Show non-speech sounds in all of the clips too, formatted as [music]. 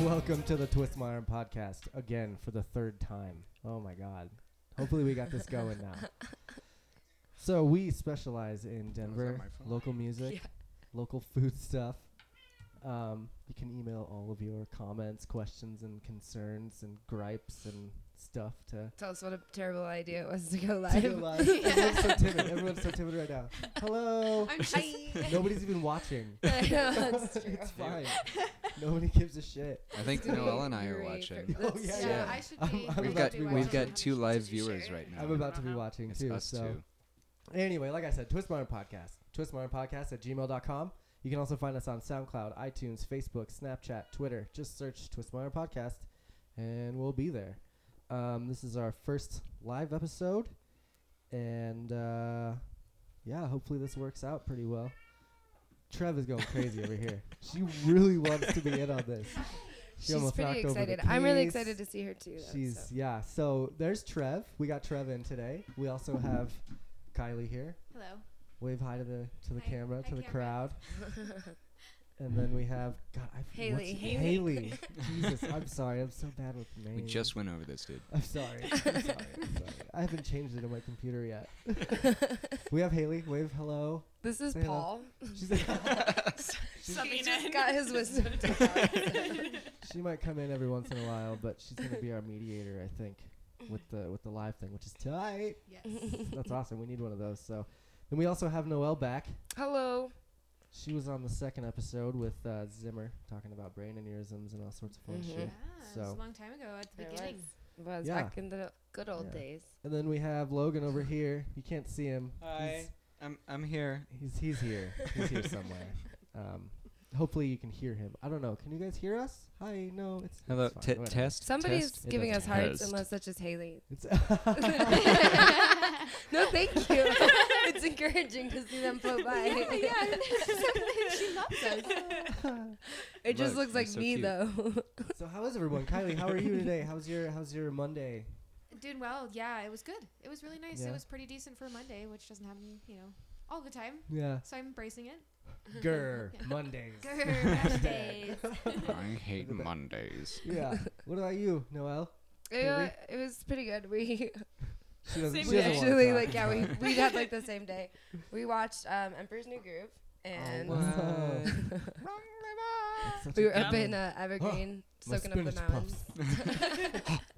Welcome to the Twist My Arm podcast again for the third time. Oh my God. Hopefully, we got this going now. [laughs] So, we specialize in Denver, Oh, my phone? local music, Yeah. local food stuff. Um, you can email all of your comments, questions, and concerns, and gripes and stuff to. Tell us what a terrible idea it was to [laughs] go to live. go live. Everyone's so timid. Everyone's so timid right now. Hello. I'm just [laughs] Nobody's even watching. [laughs] I know, [laughs] that's true. [laughs] it's [laughs] fine. Nobody gives a shit. I think Doing Noel and I are great watching. for- Oh, that's- yeah, yeah, yeah. I should I'm- be. I'm We've about got to be we've watching. got two live viewers right now. I'm about to be Uh-huh. watching It's too. us so. too. Anyway, like I said, Twist Modern Podcast. Podcast at gmail.com. You can also find us on SoundCloud, iTunes, Facebook, Snapchat, Twitter. Just search Twist Modern Podcast and we'll be there. Um, this is our first live episode. And uh, yeah, hopefully this works out pretty well. Trev is going crazy over here. She really wants to be in on this. She She's almost pretty knocked over the excited. I'm really keys. excited to see her too. Though, She's so. yeah. So there's Trev. We got Trev in today. We also Mm-hmm. have Kylie here. Hello. Wave hi to the to the Hi. camera, Hi, to the camera. crowd. And then we have God, I f- Haley. what's- Haley. [laughs] Haley. Jesus, I'm sorry. I'm so bad with names. We just went over this, dude. I'm sorry. I'm sorry. I'm sorry. I haven't changed it on my computer yet. we have Haley. Wave hello. [laughs] this is Say hello. Paul. She's He Summing just in. got his [laughs] wisdom. teeth out. [laughs] she might come in every once in a while, but she's gonna be our mediator, I think, with the with the live thing, which is tight. Yes. [laughs] That's awesome. We need one of those. So, then we also have Noelle back. Hello. She was on the second episode with uh, Zimmer talking about brain aneurysms and all sorts of fun Mhm. shit. it was So- a long time ago at the It beginning. Was Yeah. back in the good old Yeah. days. And then we have Logan over here. You can't see him. Hi, I'm I'm here. He's he's, he's here. He's here [laughs] somewhere. Um, hopefully you can hear him. I don't know. Can you guys hear us? Hi. No. It's Hello, It's fine, t- whatever. test. Somebody's test. It giving does us hearts, test. unless that's just Haley. It's [laughs] [laughs] No, thank you. it's encouraging to see them float by. Yeah, [laughs] [laughs] yeah. she loves us. It just Look, you're looks like so me cute. though. [laughs] so. How is everyone? Kylie, how are you today? How's your How's your Monday? Doing well. Yeah, it was good. It was really nice. Yeah. It was pretty decent for Monday, which doesn't happen, you know, all the time. Yeah. So I'm [laughs] embracing it. [laughs] [laughs] Grr. Mondays. Grr, Mondays. I hate Look at that. Mondays. [laughs] Yeah. What about you, Noelle? It wa- it was pretty good. [laughs] We She doesn't. Same she doesn't we wanna actually talk. like yeah we we had like the same day. We watched um, Emperor's New Groove and Oh, wow. [laughs] Such we a were up good in uh, Evergreen [gasps] My soaking up the spinach mountains. [laughs]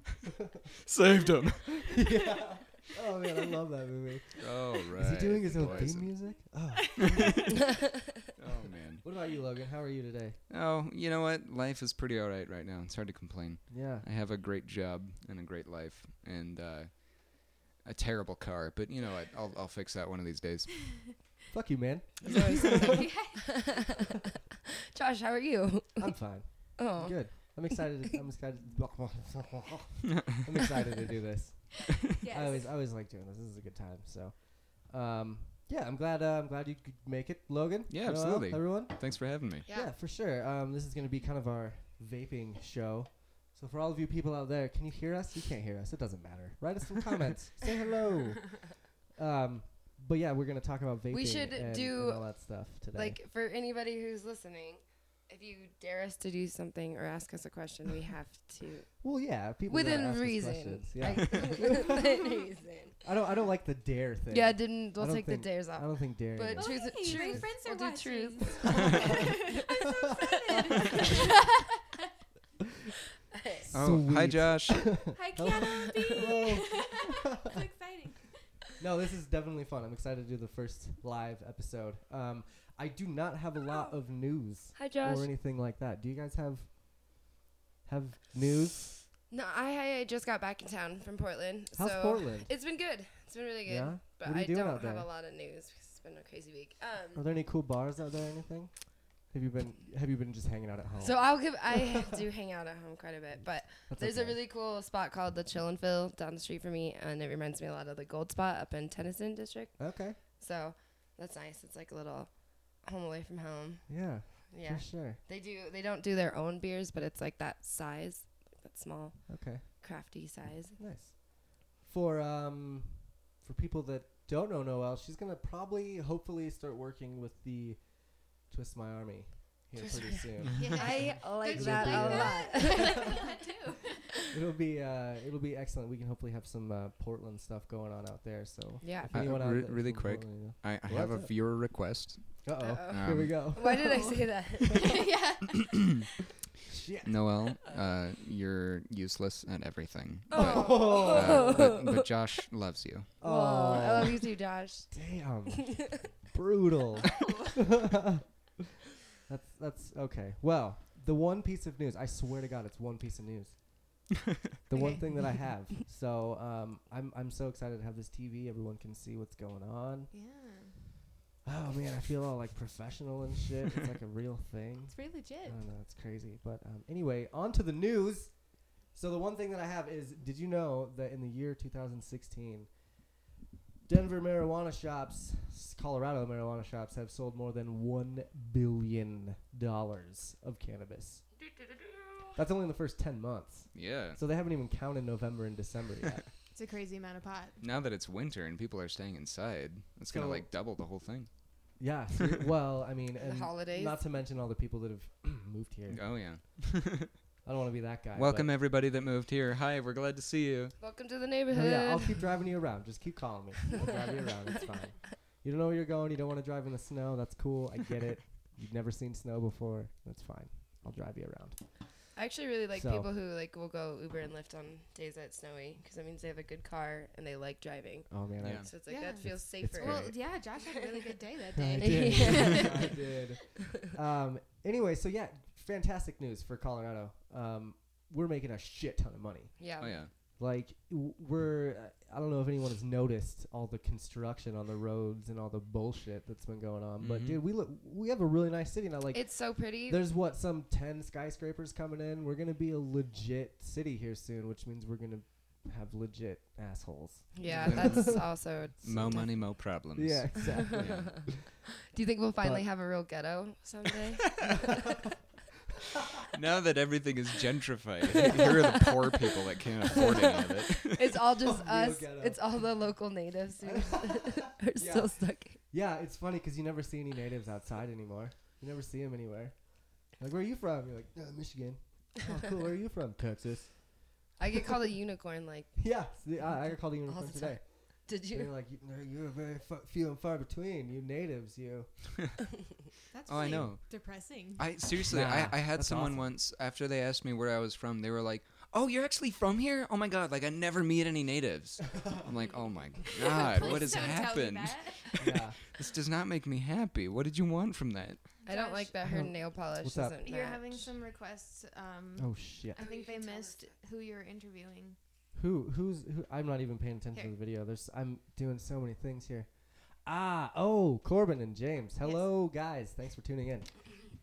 Saved him. one. yeah. [laughs] Oh man, I love that [laughs] movie. Oh right. Is he doing his own Poison. theme music? Oh. Oh man. What about you, Logan? How are you today? Oh, you know what? Life is pretty alright right now. It's hard to complain. Yeah. I have a great job and a great life and uh, a terrible car, but you know what? I'll I'll fix that one of these days. Fuck you, man. It's always something. [laughs] [laughs] Josh, how are you? [laughs] I'm fine. I'm Oh, good. I'm excited. I'm excited. [laughs] I'm excited to do this. yes. I always, I always like doing this. This is a good time. So, um, yeah, I'm glad. Uh, I'm glad you could make it, Logan. Yeah, Noel, absolutely. Everyone. Thanks for having me. Yeah, for sure. Um, this is going to be kind of our vaping show. So for all of you people out there, can you hear us? You can't hear us. It doesn't matter. Write us some comments. Say hello. Um, but yeah, we're going to talk about vaping. We should and, do, and all that stuff today. Like for anybody who's listening, if you dare us to do something or ask us a question, we have to well, yeah, [laughs] people gotta within ask us reason. questions. Like, [laughs] Yeah. within [laughs] reason. I don't. I don't like the dare thing. Yeah, didn't we'll don't take the think- dares I off. don't think dare. But is- Oh, Truth- hey, truth. My friends We'll are do watching. truth. [laughs] Oh, hi Sweet. [laughs] Josh. [laughs] Hi, Kiana. B. Hello. It's exciting. No, this is definitely fun. I'm excited to do the first live episode. Um, I do not have a lot of news. Hi, Josh. or anything like that. Do you guys have have news? No, I, I just got back in town from Portland. How's so Portland? It's been good. It's been really good. Yeah? But What are you I doing don't out have there? a lot of news because it's been a crazy week. Are Um, there any cool bars out there? or Anything? Have you been Have you been just hanging out at home? so I'll give. [laughs] I do hang out at home quite a bit, but That's there's a okay. really cool spot called the Chill and Fill down the street from me, and it reminds me a lot of the Gold Spot up in Tennyson District. okay. So that's nice. It's like a little home away from home. Yeah, Yeah, for sure. they do. They don't do their own beers, but it's like that size, that small, Okay, crafty [laughs] size. nice. For um, for people that don't know Noelle, she's gonna probably, hopefully, start working with the Twist My Army here Twist pretty soon. Yeah. I like Don't you that like a that? [laughs] lot. I like that too. [laughs] [laughs] it'll be uh, it'll be excellent. We can hopefully have some uh, Portland stuff going on out there. So Yeah. if Uh, anyone out re- there really from quick. Portland, I, I Well, have a that's it. viewer request. uh oh, Uh-oh. here we Um, go. Why did I say that? [laughs] yeah. Shit. Noel, uh, you're useless at everything. Um. [laughs] But, [laughs] Oh, [laughs] uh, but, but Josh loves you. [laughs] Well, I love you too, Josh. damn, brutal. [laughs] that's that's okay. Well, the one piece of news. I swear to God, it's one piece of news. the one Okay. thing that I have. So um, I'm I'm so excited to have this TV. Everyone can see what's going on. Yeah. Oh man, I feel all like professional and shit. It's like a real thing. It's pretty I legit. don't know, it's Oh, crazy. But um, anyway, on to the news. So the one thing that I have is, did you know that in the year 2016, Denver marijuana shops, s- Colorado marijuana shops, have sold more than one billion dollars of [laughs] cannabis. That's only in the first 10 months. Yeah. So they haven't even counted November and December [laughs] yet. It's a crazy amount of pot. Now that it's winter and people are staying inside, it's gonna So- like double the whole thing. yeah. ser- well, I mean, The and holidays. Not to mention all the people that have [clears throat] moved here. [laughs] Oh yeah. I don't want to be that guy. but- Welcome everybody that moved here. Hi, we're glad to see you. Welcome to the Hell neighborhood. Oh, yeah, I'll keep driving you around. Just keep calling me. I'll drive you around. It's [laughs] fine. You don't know where you're going. You don't want to drive in the snow. That's cool. I get it. You've never seen snow before. That's fine. I'll drive you around. I actually really like So- people who like will go Uber and Lyft on days that it's snowy because that means they have a good car and they like driving. Oh man, Yeah. So it's like Yeah. that feels It's- it's safer. Well, Right. yeah, Josh had a really good day that [laughs] I, I day. did. [laughs] Yeah. I did. [laughs] Um, anyway, so yeah, fantastic news for Colorado. Um, we're making a shit ton of money. yeah. Oh yeah. Like w- we're, uh, I don't know if anyone has noticed all the construction on the roads and all the bullshit that's been going on. But Mhm. dude, we look, we have a really nice city now. Like It's so pretty. There's what some ten skyscrapers coming in. We're gonna be a legit city here soon, which means we're gonna have legit assholes. [laughs] yeah, Yeah. that's also. Mo money, mo problems. Yeah, exactly. [laughs] Do you think we'll finally But- have a real ghetto someday? [laughs] now that everything is [laughs] gentrified, here are the poor people that can't afford any of it. it's [laughs] all just Real us. ghetto. It's all the local natives [laughs] who [laughs] are Yeah. still stuck. yeah, it's funny 'cause you never see any natives outside anymore. You never see them anywhere. Like, where are you from? You're like, uh, Michigan. Oh, cool. Where are you from? Texas. I get called a unicorn. Like, Yeah, see, I, I got called a unicorn the today. did They're you? like, "You- no, you're very fu- few and far between. You natives, you. That's Oh, I really know. [laughs] Depressing. I seriously, Nah, I, I had that's someone awesome. once after they asked me where I was from, they were like, "Oh, you're actually from here? Oh my god! Like I never meet any natives." I'm like, [laughs] "Oh my god, Please what has don't tell me happened? that. Yeah. This does not make me happy. What did you want from that?" I don't Josh, like that [laughs] her Um, nail polish what's up? doesn't match. You're having some requests. Um, [laughs] oh shit. I Who you think they can tell missed who you're interviewing. Who who's who I'm not even paying attention Here. to the video. There's I'm doing so many things here. Ah, oh, Corbin and James. Hello guys. Thanks for tuning in.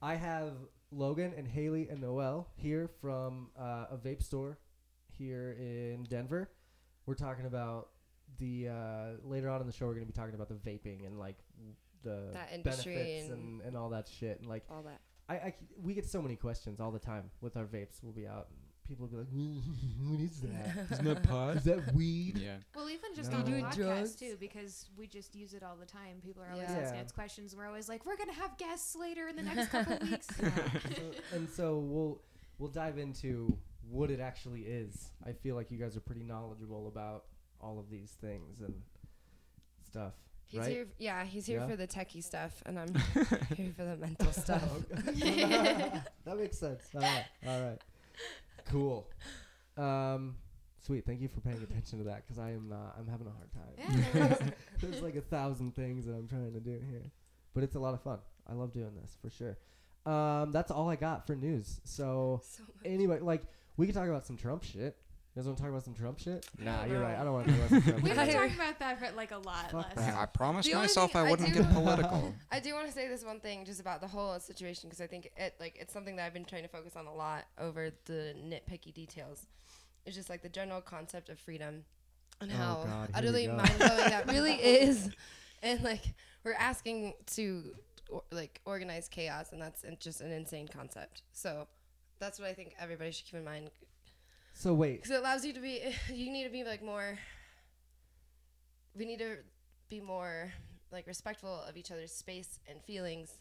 I have Logan and Haley and Noel here from uh, a vape store here in Denver. We're talking about the uh, later on in the show we're going to be talking about the vaping and like w- the That industry benefits and, and- and all that shit and like all that. I, I c- we get so many questions all the time with our vapes. We'll be out and people will be like, "What is that? Isn't that pot? Is that weed?" yeah. Well, even just No. on the Doing podcast drugs? too, because we just use it all the time. People are always Yeah. asking Yeah. us questions. We're always like, "We're gonna have guests later in the next couple weeks." So- and so we'll we'll dive into what it actually is. I feel like you guys are pretty knowledgeable about all of these things and stuff. He's right? here. Yeah, he's here Yeah? for the techie stuff, and [laughs] I'm here for the mental stuff. [laughs] that makes sense. All right. All right. Cool. Um, sweet. Thank you for paying attention to that because I am not. I'm having a hard time. Yeah, no worries. [laughs] There's like a thousand things that I'm trying to do here, but it's a lot of fun. I love doing this for sure. Um, that's all I got for news. So So anyway, like we can talk about some Trump shit. You guys want to talk about some Trump shit? Nah, you're right. I No. don't want to talk about some Trump [laughs] we shit. [laughs] were I- talking about that for like a lot Fuck less. that. I promised The only myself thing I I wouldn't do- [laughs] get political. I do want to say this one thing just about the whole situation because I think it like it's something that I've been trying to focus on a lot over the nitpicky details. It's just like the general concept of freedom and Oh, how God, here we utterly go. mind blowing [laughs] that really is, and like we're asking to or, like organize chaos, and that's in- just an insane concept. So that's what I think everybody should keep in mind So wait. because it allows you to be [laughs] you need to be like more we need to be more like respectful of each other's space and feelings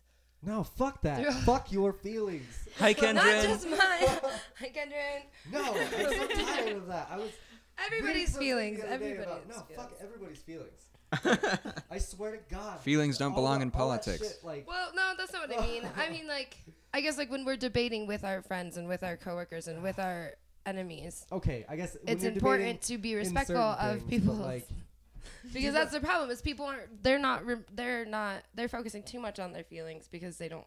No, fuck that. [laughs] fuck your feelings. Hi, Not Kendra. just mine. [laughs] Hi, Kendra. No, I'm so tired of that. I was reading Everybody's something feelings. the other day Everybody's about- no, feelings. fuck everybody's feelings. [laughs] I swear to God. Feelings don't all belong that- in all that politics. shit, like, Well, no, that's not what I mean. I mean, like, I guess, like, when we're debating with our friends and with our coworkers and with our enemies, okay, I guess when it's you're important debating to be in respectful certain of things, but, people. Like, [laughs] because that's the problem is people aren't, they're not, re- they're not, they're focusing too much on their feelings because they don't.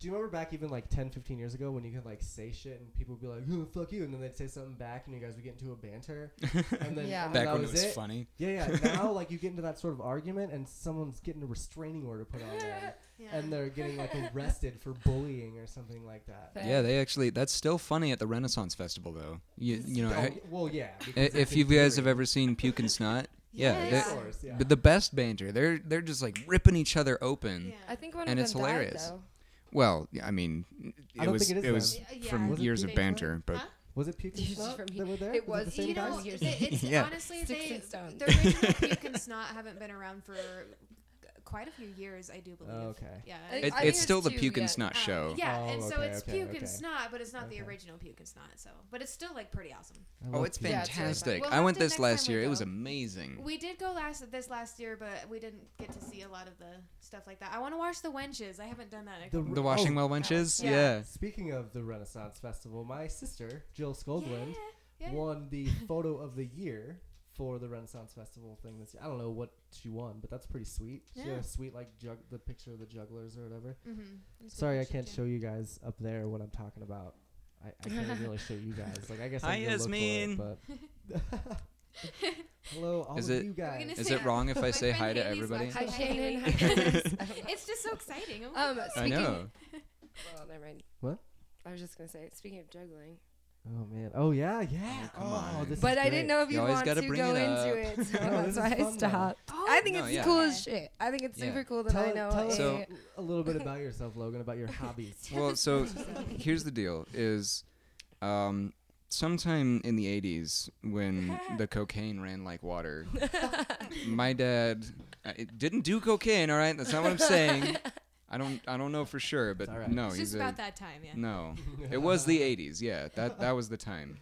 do you remember back even like 10, 15 years ago when you could like say shit and people would be like, "Ugh, "Fuck you," and then they'd say something back, and you guys would get into a [laughs] banter. [laughs] And then Yeah. and Back that when was it was funny. Yeah, yeah. [laughs] Now, like, you get into that sort of argument, and someone's getting a restraining order put on [laughs] them, Yeah. and they're getting like arrested for bullying or something like that. Yeah, they actually. That's still funny at the Renaissance Festival, though. You you know, I- Oh, well, yeah. i- because it's if you guys have infuriating. ever seen Puke and Snot, yeah, Yes. they- Of course, yeah. but the best banter. They're they're just like ripping each other open. Yeah. I think one And of it's them died, hilarious. though. Well, I mean, I it don't was think it is it, them. was Yeah, from Was it years of Pink Floyd? banter, but Huh? was it puke and This is snot from that here. were there? It the was- same you know, guys? it- [laughs] it's Yeah. honestly Sticks they, and stones. the original [laughs] puke and snot haven't been around for quite a few years, I do believe. Oh, Okay. Yeah. I it, think it's Uh, it's still the two, Puke and yeah. Snot Um, show. Yeah, Oh, and so okay, it's okay, puke okay. and snot, but it's not the Okay. original puke and snot. So, but it's still like pretty awesome. I Oh, love it's puke and snot. Yeah, it's really fantastic! fun. I We'll went have to this next last time we year. It was go. Hmm. amazing. We did go last this last year, but we didn't get to see a lot of the stuff like that. I want to wash the wenches. I haven't done that. in a The couple- The Oh, washing well wenches. yeah. Yeah. Speaking of the Renaissance Festival, my sister Jill yeah, Skoglund yeah. won the photo of the year for the Renaissance Festival thing this year. I don't know what she won, but that's pretty sweet. She had Yeah. a sweet like jug- the picture of the jugglers or whatever. Mhm. That's what Sorry, we I should can't do. show you guys up there what I'm talking about. I, I [laughs] can't really show you guys. Like I guess Hi, I can look for Yasmin. it, but. [laughs] Hello, all Is of it- you Are we guys. gonna Is say it wrong if I [laughs] My say hi friend to Haley's everybody? watching. Hi, Shannon. [laughs] Hi, [laughs] Shannon. I don't know. [laughs] It's just so exciting. Oh my Um, God. I speaking know. Well, never mind. What? I was just gonna say. Speaking of juggling, Oh man. Oh yeah, yeah. Oh, come oh, on. this is but I great. didn't know if You you always want gotta to bring go it into up. [laughs] Oh, it, so No, this that's is why fun, I though. stopped. Oh, I think No, it's yeah. cool as shit. I think it's Yeah. super cool that Tell, I know. tell us So- a- a little bit about yourself, Logan, about your hobbies. [laughs] Well, so here's the deal: is um, sometime in the '80s [laughs] when the cocaine ran like water, my dad uh, it didn't do cocaine. All right, that's not what I'm [laughs] saying. I don't, I don't know for sure, but It's all right. no, it's he's a, just about that time. Yeah. no. It was the '80s. Yeah, that that was the time.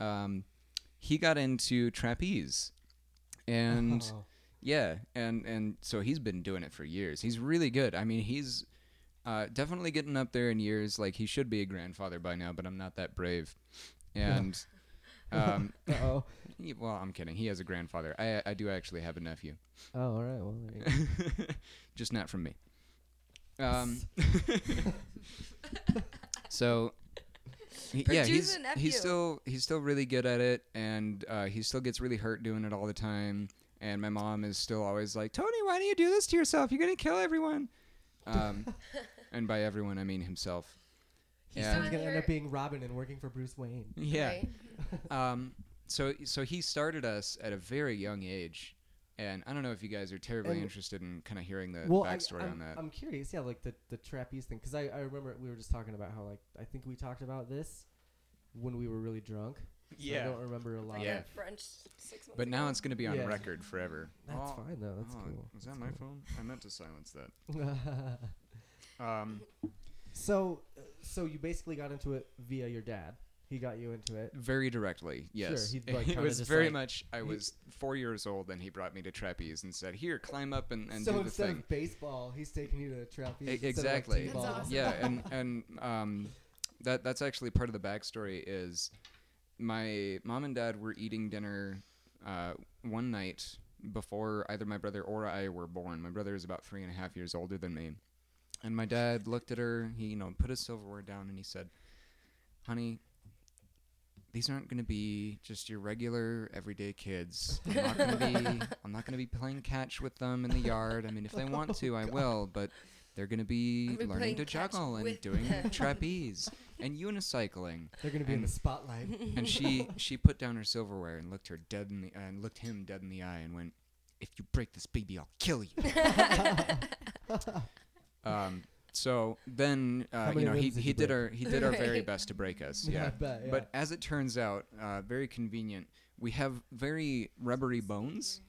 Um, he got into trapeze, [laughs] and. Oh. Yeah, and and so he's been doing it for years. He's really good. I mean, he's uh, definitely getting up there in years. Like he should be a grandfather by now, but I'm not that brave. And um, [laughs] Uh-oh. he- well, I'm kidding. He has a grandfather. I I do actually have a nephew, Oh, all right. Well, there you [laughs] just not from me. Um, [laughs] so. he- yeah, Produce he's a nephew. he's still he's still really good at it, and uh, he still gets really hurt doing it all the time. And my mom is still always like, Tony, why do you do this to yourself? You're gonna kill everyone. Um, [laughs] and by everyone, I mean himself. go. [laughs] Yeah. He's gonna end You're- up being Robin and working for Bruce Wayne. Yeah. Right. Um, so so he started us at a very young age, and I don't know if you guys are terribly And- interested in kind of hearing the well, backstory I, am on that. I'm curious. Yeah, like the the trapeze thing, because I I remember we were just talking about how like I think we talked about this when we were really drunk. so I don't remember a lot. Like Yeah. a French six months But now ago. it's gonna be on Yeah. record forever. That's Oh, fine though. That's oh, cool. Was that my phone? I meant to silence [laughs] that. Um, [laughs] so uh, so you basically got into it via your dad. He got you into it. very directly, yes. he'd, like, [laughs] it kinda was just, very like- much. I was four years old, and he brought me to trapeze and said, "Here, climb up and, and so do the instead thing." [laughs] of baseball, he's taking you to the trapeze. E- instead of, like, exactly. t-ball. That's awesome. Yeah, [laughs] and and um, that that's actually part of the backstory is my mom and dad were eating dinner uh, one night before either my brother or I were born. My brother is about three and a half years older than me, and my dad looked at her. He you know put his silverware down and he said, "Honey." These aren't going to be just your regular everyday kids. I'm not going to [laughs] be. I'm not going to be playing catch with them in the yard. I mean, if they want to, [laughs] I will. But they're going to be I'll be learning playing to catch juggle and with doing them. trapeze and unicycling. They're gonna be in the And- spotlight. [laughs] [laughs] And she she put down her silverware and looked her dead in the uh, and looked him dead in the eye and went, "If you break this baby, I'll [laughs] kill you." um, so then How uh, many you know he, ribs did he you did break? our he did our [laughs] very Right. best to break us. I Yeah. bet, But as it turns out, uh, very convenient. We have very rubbery bones.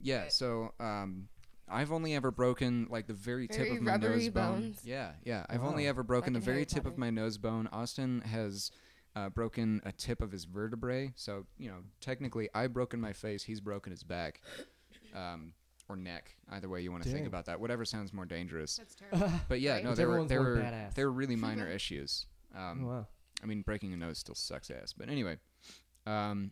Yeah, Right. so um, I've only ever broken like the very, tip Very of my nose rubbery bone. bones. Yeah, yeah. I've only Wow. ever broken the Like in Harry very tip of Potter. my nose bone. Austin has uh, broken a tip of his vertebrae. So you know, technically, I broken my face. He's broken his back, um, or neck. Either way you want to Dang. think about that. Whatever sounds more dangerous. That's terrible. But yeah, Right. no, they Whichever were one's they more were badass. they were really [laughs] minor issues. Um, Oh, wow. I mean, breaking a nose still sucks ass. But anyway, um,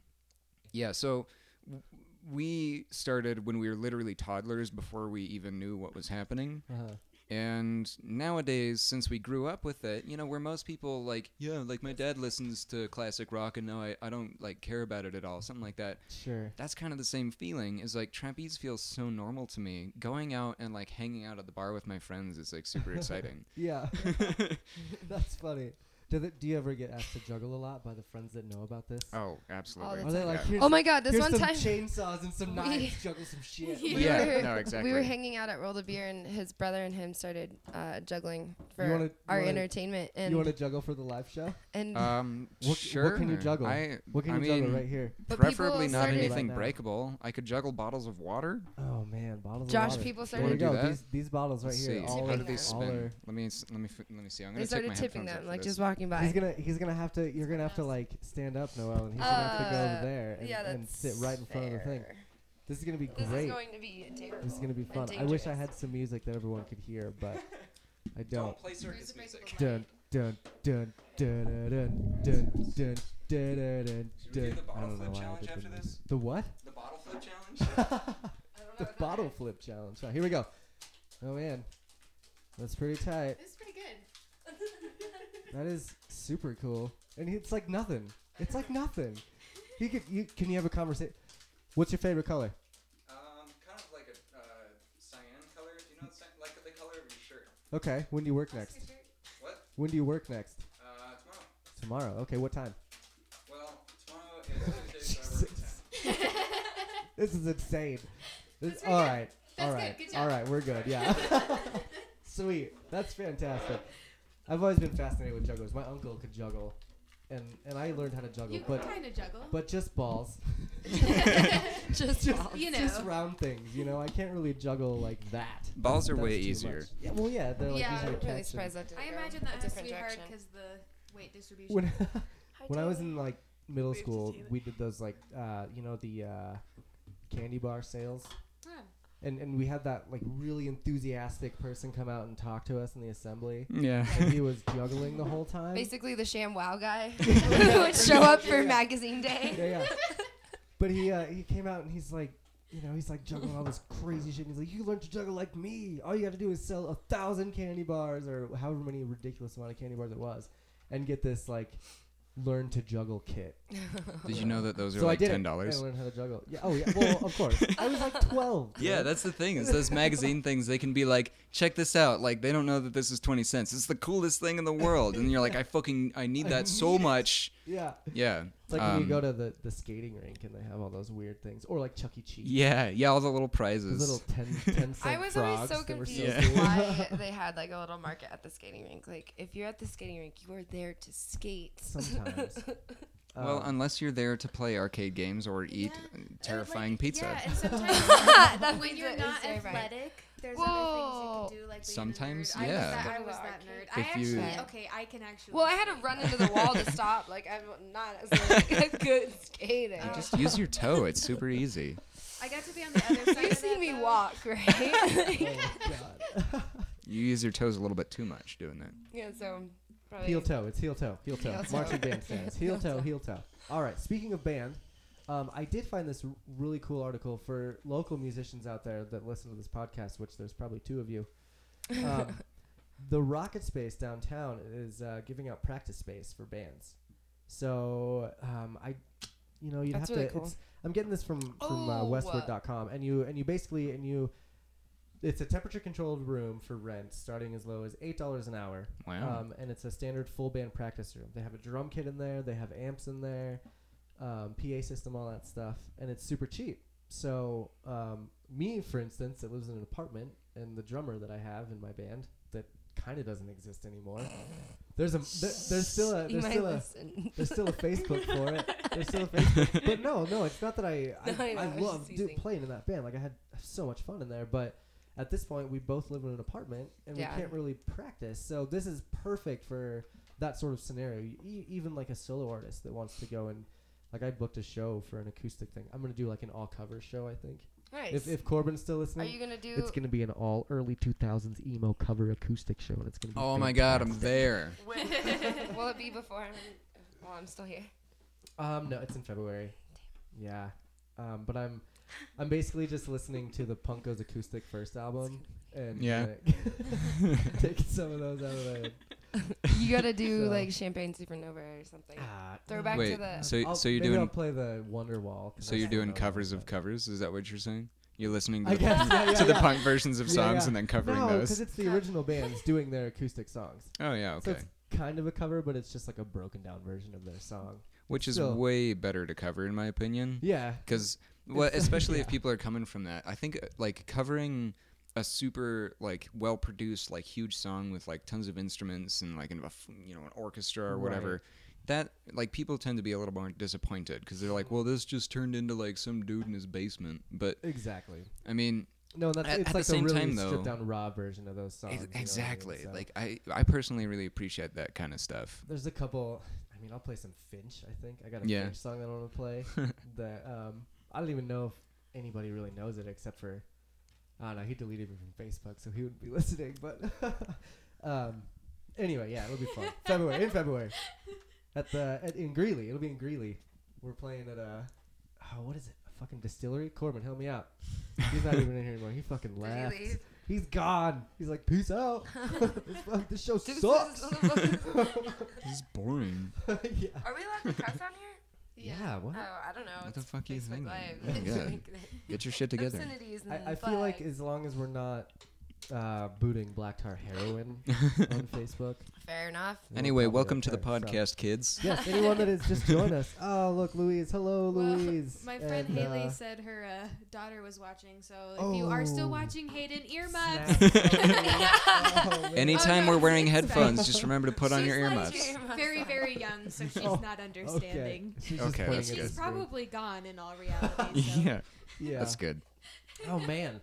yeah. So w- we started when we were literally toddlers before we even knew what was happening. Uh-huh. And nowadays, since we grew up with it, you know, where most people like, yeah, like my dad listens to classic rock, and now I, I don't like care about it at all, something like that. Sure. That's kind of the same feeling. Is like trapeze feels so normal to me. Going out and like hanging out at the bar with my friends is like super exciting. [laughs] Yeah. [laughs] That's funny. Do, they, do you ever get asked to juggle a lot by the friends that know about this? oh, absolutely. Are they like, here's, Oh my god, this here's one some time [laughs] chainsaws and some We- knives, juggle some [laughs] shit. Yeah. we Yeah, were, no, We were exactly. hanging out at Roll the Beer, and his brother and him started uh, juggling for wanna- you our wanna- entertainment. And You want to juggle for the live show? and Um, [laughs] What- what sure. can you juggle? I, What can I you juggle mean, right here? But people preferably not started- anything Right now. breakable. I could juggle bottles of water. Oh man, bottles. Josh, of water. people There we started do go. that? These, these bottles right Let's here. see. All Tipping are, How do they them. all spin? are Let me s- let me f- let me see. I'm they gonna take my started tipping headphones off them, for like this. just walking by. He's gonna he's gonna have to you're gonna have to like stand up, Noel, and he's gonna have to go Uh, over there and, yeah, that's and sit right in front of the thing. fair. This is gonna be This great. is going to be terrible. This is gonna be fun. I wish I had some music that everyone could hear, [laughs] but I don't. play circus music. Dun dun dun dun dun dun dun dun dun dun dun. Should we do the I bottle don't know flip why I challenge did the after music. this? The [laughs] what? The bottle flip challenge. The bottle flip challenge. Right, here we go. Oh man, that's pretty tight. This is pretty good. [laughs] That is super cool. And it's like nothing. It's like nothing. He could you can you have a conversation? What's your favorite color? um, kind of like a uh, cyan color. Do you know it's like the color of your shirt? Okay, when do you work [laughs] next? [laughs] What? When do you work next? Uh, tomorrow. Tomorrow. Okay, what time? Well, tomorrow is Tuesday, so [laughs] I work at ten. This is insane. This, That's pretty all good. right. That's all good. right. Good All job. right, we're good. [laughs] [laughs] Yeah. [laughs] Sweet. That's fantastic. I've always been fascinated with jugglers. My uncle could juggle and and I learned how to juggle, You but kind of juggle. but just [laughs] balls. [laughs] [laughs] just Just, balls. You just know. round things, you know. I can't really juggle like that. Balls are That's way too easier. much. Yeah, well, yeah, they're like Yeah, easier to I'm I'm catch. really and- surprised that didn't I go imagine that a has to different be hard direction. because the weight distribution. when [laughs] Hi, when I was Taylor. in like middle Wave to school, Taylor. we did those like uh, you know the uh, candy bar sales, [laughs] Huh. and and we had that like really enthusiastic person come out and talk to us in the assembly. Yeah. and he was juggling the whole time. Basically, the sham wow guy [laughs] [laughs] who would show up for magazine day. Yeah, yeah. but he uh, he came out and he's like, you know, he's like juggling all this crazy shit. And he's like, you learn to juggle like me. All you got to do is sell a thousand candy bars or however many ridiculous amount of candy bars it was, and get this like learn to juggle kit. Did you know that those are so I like did it, ten and I dollars? learned how to juggle. Yeah. Oh yeah. Well, of [laughs] course. I was like twelve. Yeah, dude. that's the thing. Is those magazine things? They can be like, check this out. Like they don't know that this is twenty cents. It's the coolest thing in the world. And you're like, I fucking I need I that so [laughs] need it. much. yeah. Yeah. It's like when you um, go to the, the skating rink and they have all those weird things, or like Chuck E. Cheese. Yeah, yeah, all the little Those prizes. little 10, 10 [laughs] I cent was always frogs so that were confused Yeah. cool. [laughs] why they had like a little market at the skating rink. Like, if you're at the skating rink, you are there to skate. Sometimes. [laughs] well, Um, unless you're there to play arcade games or eat uh, Yeah, terrifying pizza. Yeah, [laughs] and [laughs] sometimes that when you're not athletic, there's Whoa. other things you can do. Like Sometimes, being a nerd. yeah. I was that, I was that nerd. I If you- actually okay. I can actually. Well, I had to skate. run into the wall [laughs] to stop. Like, I'm not as like, [laughs] a good skater. [laughs] You just use your toe. [laughs] It's super easy. I got to be on the [laughs] other side. You've of seen that, me though. walk, [laughs] [laughs] right? [laughs] oh, [laughs] God. You use your toes a little bit too much doing that. yeah, so probably. Heel toe. It's heel toe. Heel toe. Heel toe. Marching band [laughs] stands. Heel Heel toe. toe. Heel toe. All right. Speaking of band, um, I did find this r- really cool article for local musicians out there that listen to this podcast, which there's probably two of you. [laughs] Um, the Rocket Space downtown is uh, giving out practice space for bands. So um, I, you know, you'd That's have really to. cool. It's, I'm getting this from from uh, Oh, uh, Westward.com, and you and you basically and you. It's a temperature controlled room for rent, starting as low as eight dollars an hour. Wow. Um, and it's a standard full band practice room. They have a drum kit in there. They have amps in there, um, PA system, all that stuff, and it's super cheap. So um, me, for instance, that lives in an apartment, and the drummer that I have in my band that kind of doesn't exist anymore. There's a there, there's still a there's you might still a listen. there's still a Facebook for it. [laughs] There's still a Facebook, but no, no, it's not that I I, No, I know, I I was love just do, teasing. playing in that band. Like I had so much fun in there, but at this point we both live in an apartment and Yeah. we can't really practice. So this is perfect for that sort of scenario. E- even like a solo artist that wants to go and like I booked a show for an acoustic thing. I'm gonna do like an all cover show. I think Nice. if if Corbin's still Are listening, you gonna do? it's gonna be an all early 2000s emo cover acoustic show, and it's gonna be. Oh my god, I'm fantastic. there. [laughs] will it be before? I'm, while I'm [laughs] still here. Um, no, it's in February. Yeah, um, but I'm, I'm basically just listening to the Punkos acoustic first album, and Yeah. kinda [laughs] taking some of those out of my head. You gotta do So- like Champagne Supernova or something. Ah, Throw no. back Wait, to the. so I'll- so you're maybe I'll doing play the Wonderwall. 'cause so I you're still doing know covers that. of covers? Is that what you're saying? You're listening I [laughs] to, the, guess yeah, yeah, to the yeah. punk versions of Yeah, songs yeah. and then covering no, because those? it's the original bands doing their acoustic songs. Oh yeah, okay. So it's kind of a cover, but it's just like a broken down version of their song. Which is still- way better to cover in my opinion. Yeah, because well, It's- especially if yeah. people are coming from that i think uh, like covering a super like well produced like huge song with like tons of instruments and like an, a f- you know an orchestra or Right. whatever that like people tend to be a little more disappointed because they're like well this just turned into like some dude in his basement but exactly. i mean No, that's At- it's at the like same a really time, though- stripped down raw version of those songs. ex- you know what I mean? exactly So- like i i personally really appreciate that kind of stuff There's a couple. I mean, I'll play some Finch. I think I got a Yeah. Finch song that I want to play. that um, I don't even know if anybody really knows it except for I don't know. He deleted me from Facebook, so he wouldn't be [laughs] listening. But um, anyway, yeah, it'll be fun. February in February at the at, in Greeley. It'll be in Greeley. We're playing at a oh, what is it? A fucking distillery. Corbin, help me out. He's not even in here anymore. He fucking Did he left. leave? He's gone. He's like, peace [laughs] out. [laughs] Fuck, this show Dude, sucks. [laughs] this is boring yeah. Are we allowed to cuss on here? Yeah, what? Oh, I don't know. What It's the fuck you Facebook thinking? Live. Oh, God. [laughs] get your shit together Obscenities and I, I feel like flags. as long as we're not uh, booting black tar heroin [laughs] on Facebook. fair enough. we'll anyway probably welcome to the okay. So- podcast kids yes, anyone that has [laughs] just joined us. Oh, look, Louise. Hello, [laughs] Well, Louise. My friend And, Haley uh, said her uh, daughter was watching, so if you are Oh. still watching, Hayden, earmuffs. snaps. [laughs] [laughs] Oh, man. Anytime Oh, no. we're wearing headphones, just remember [laughs] to put on She's your like earmuffs. [laughs] she's very, very [laughs] young, so she's Oh, not understanding. Okay. She's, just Okay, putting that's it good. as good. She's probably gone in all reality. So. [laughs] yeah. good. Oh man.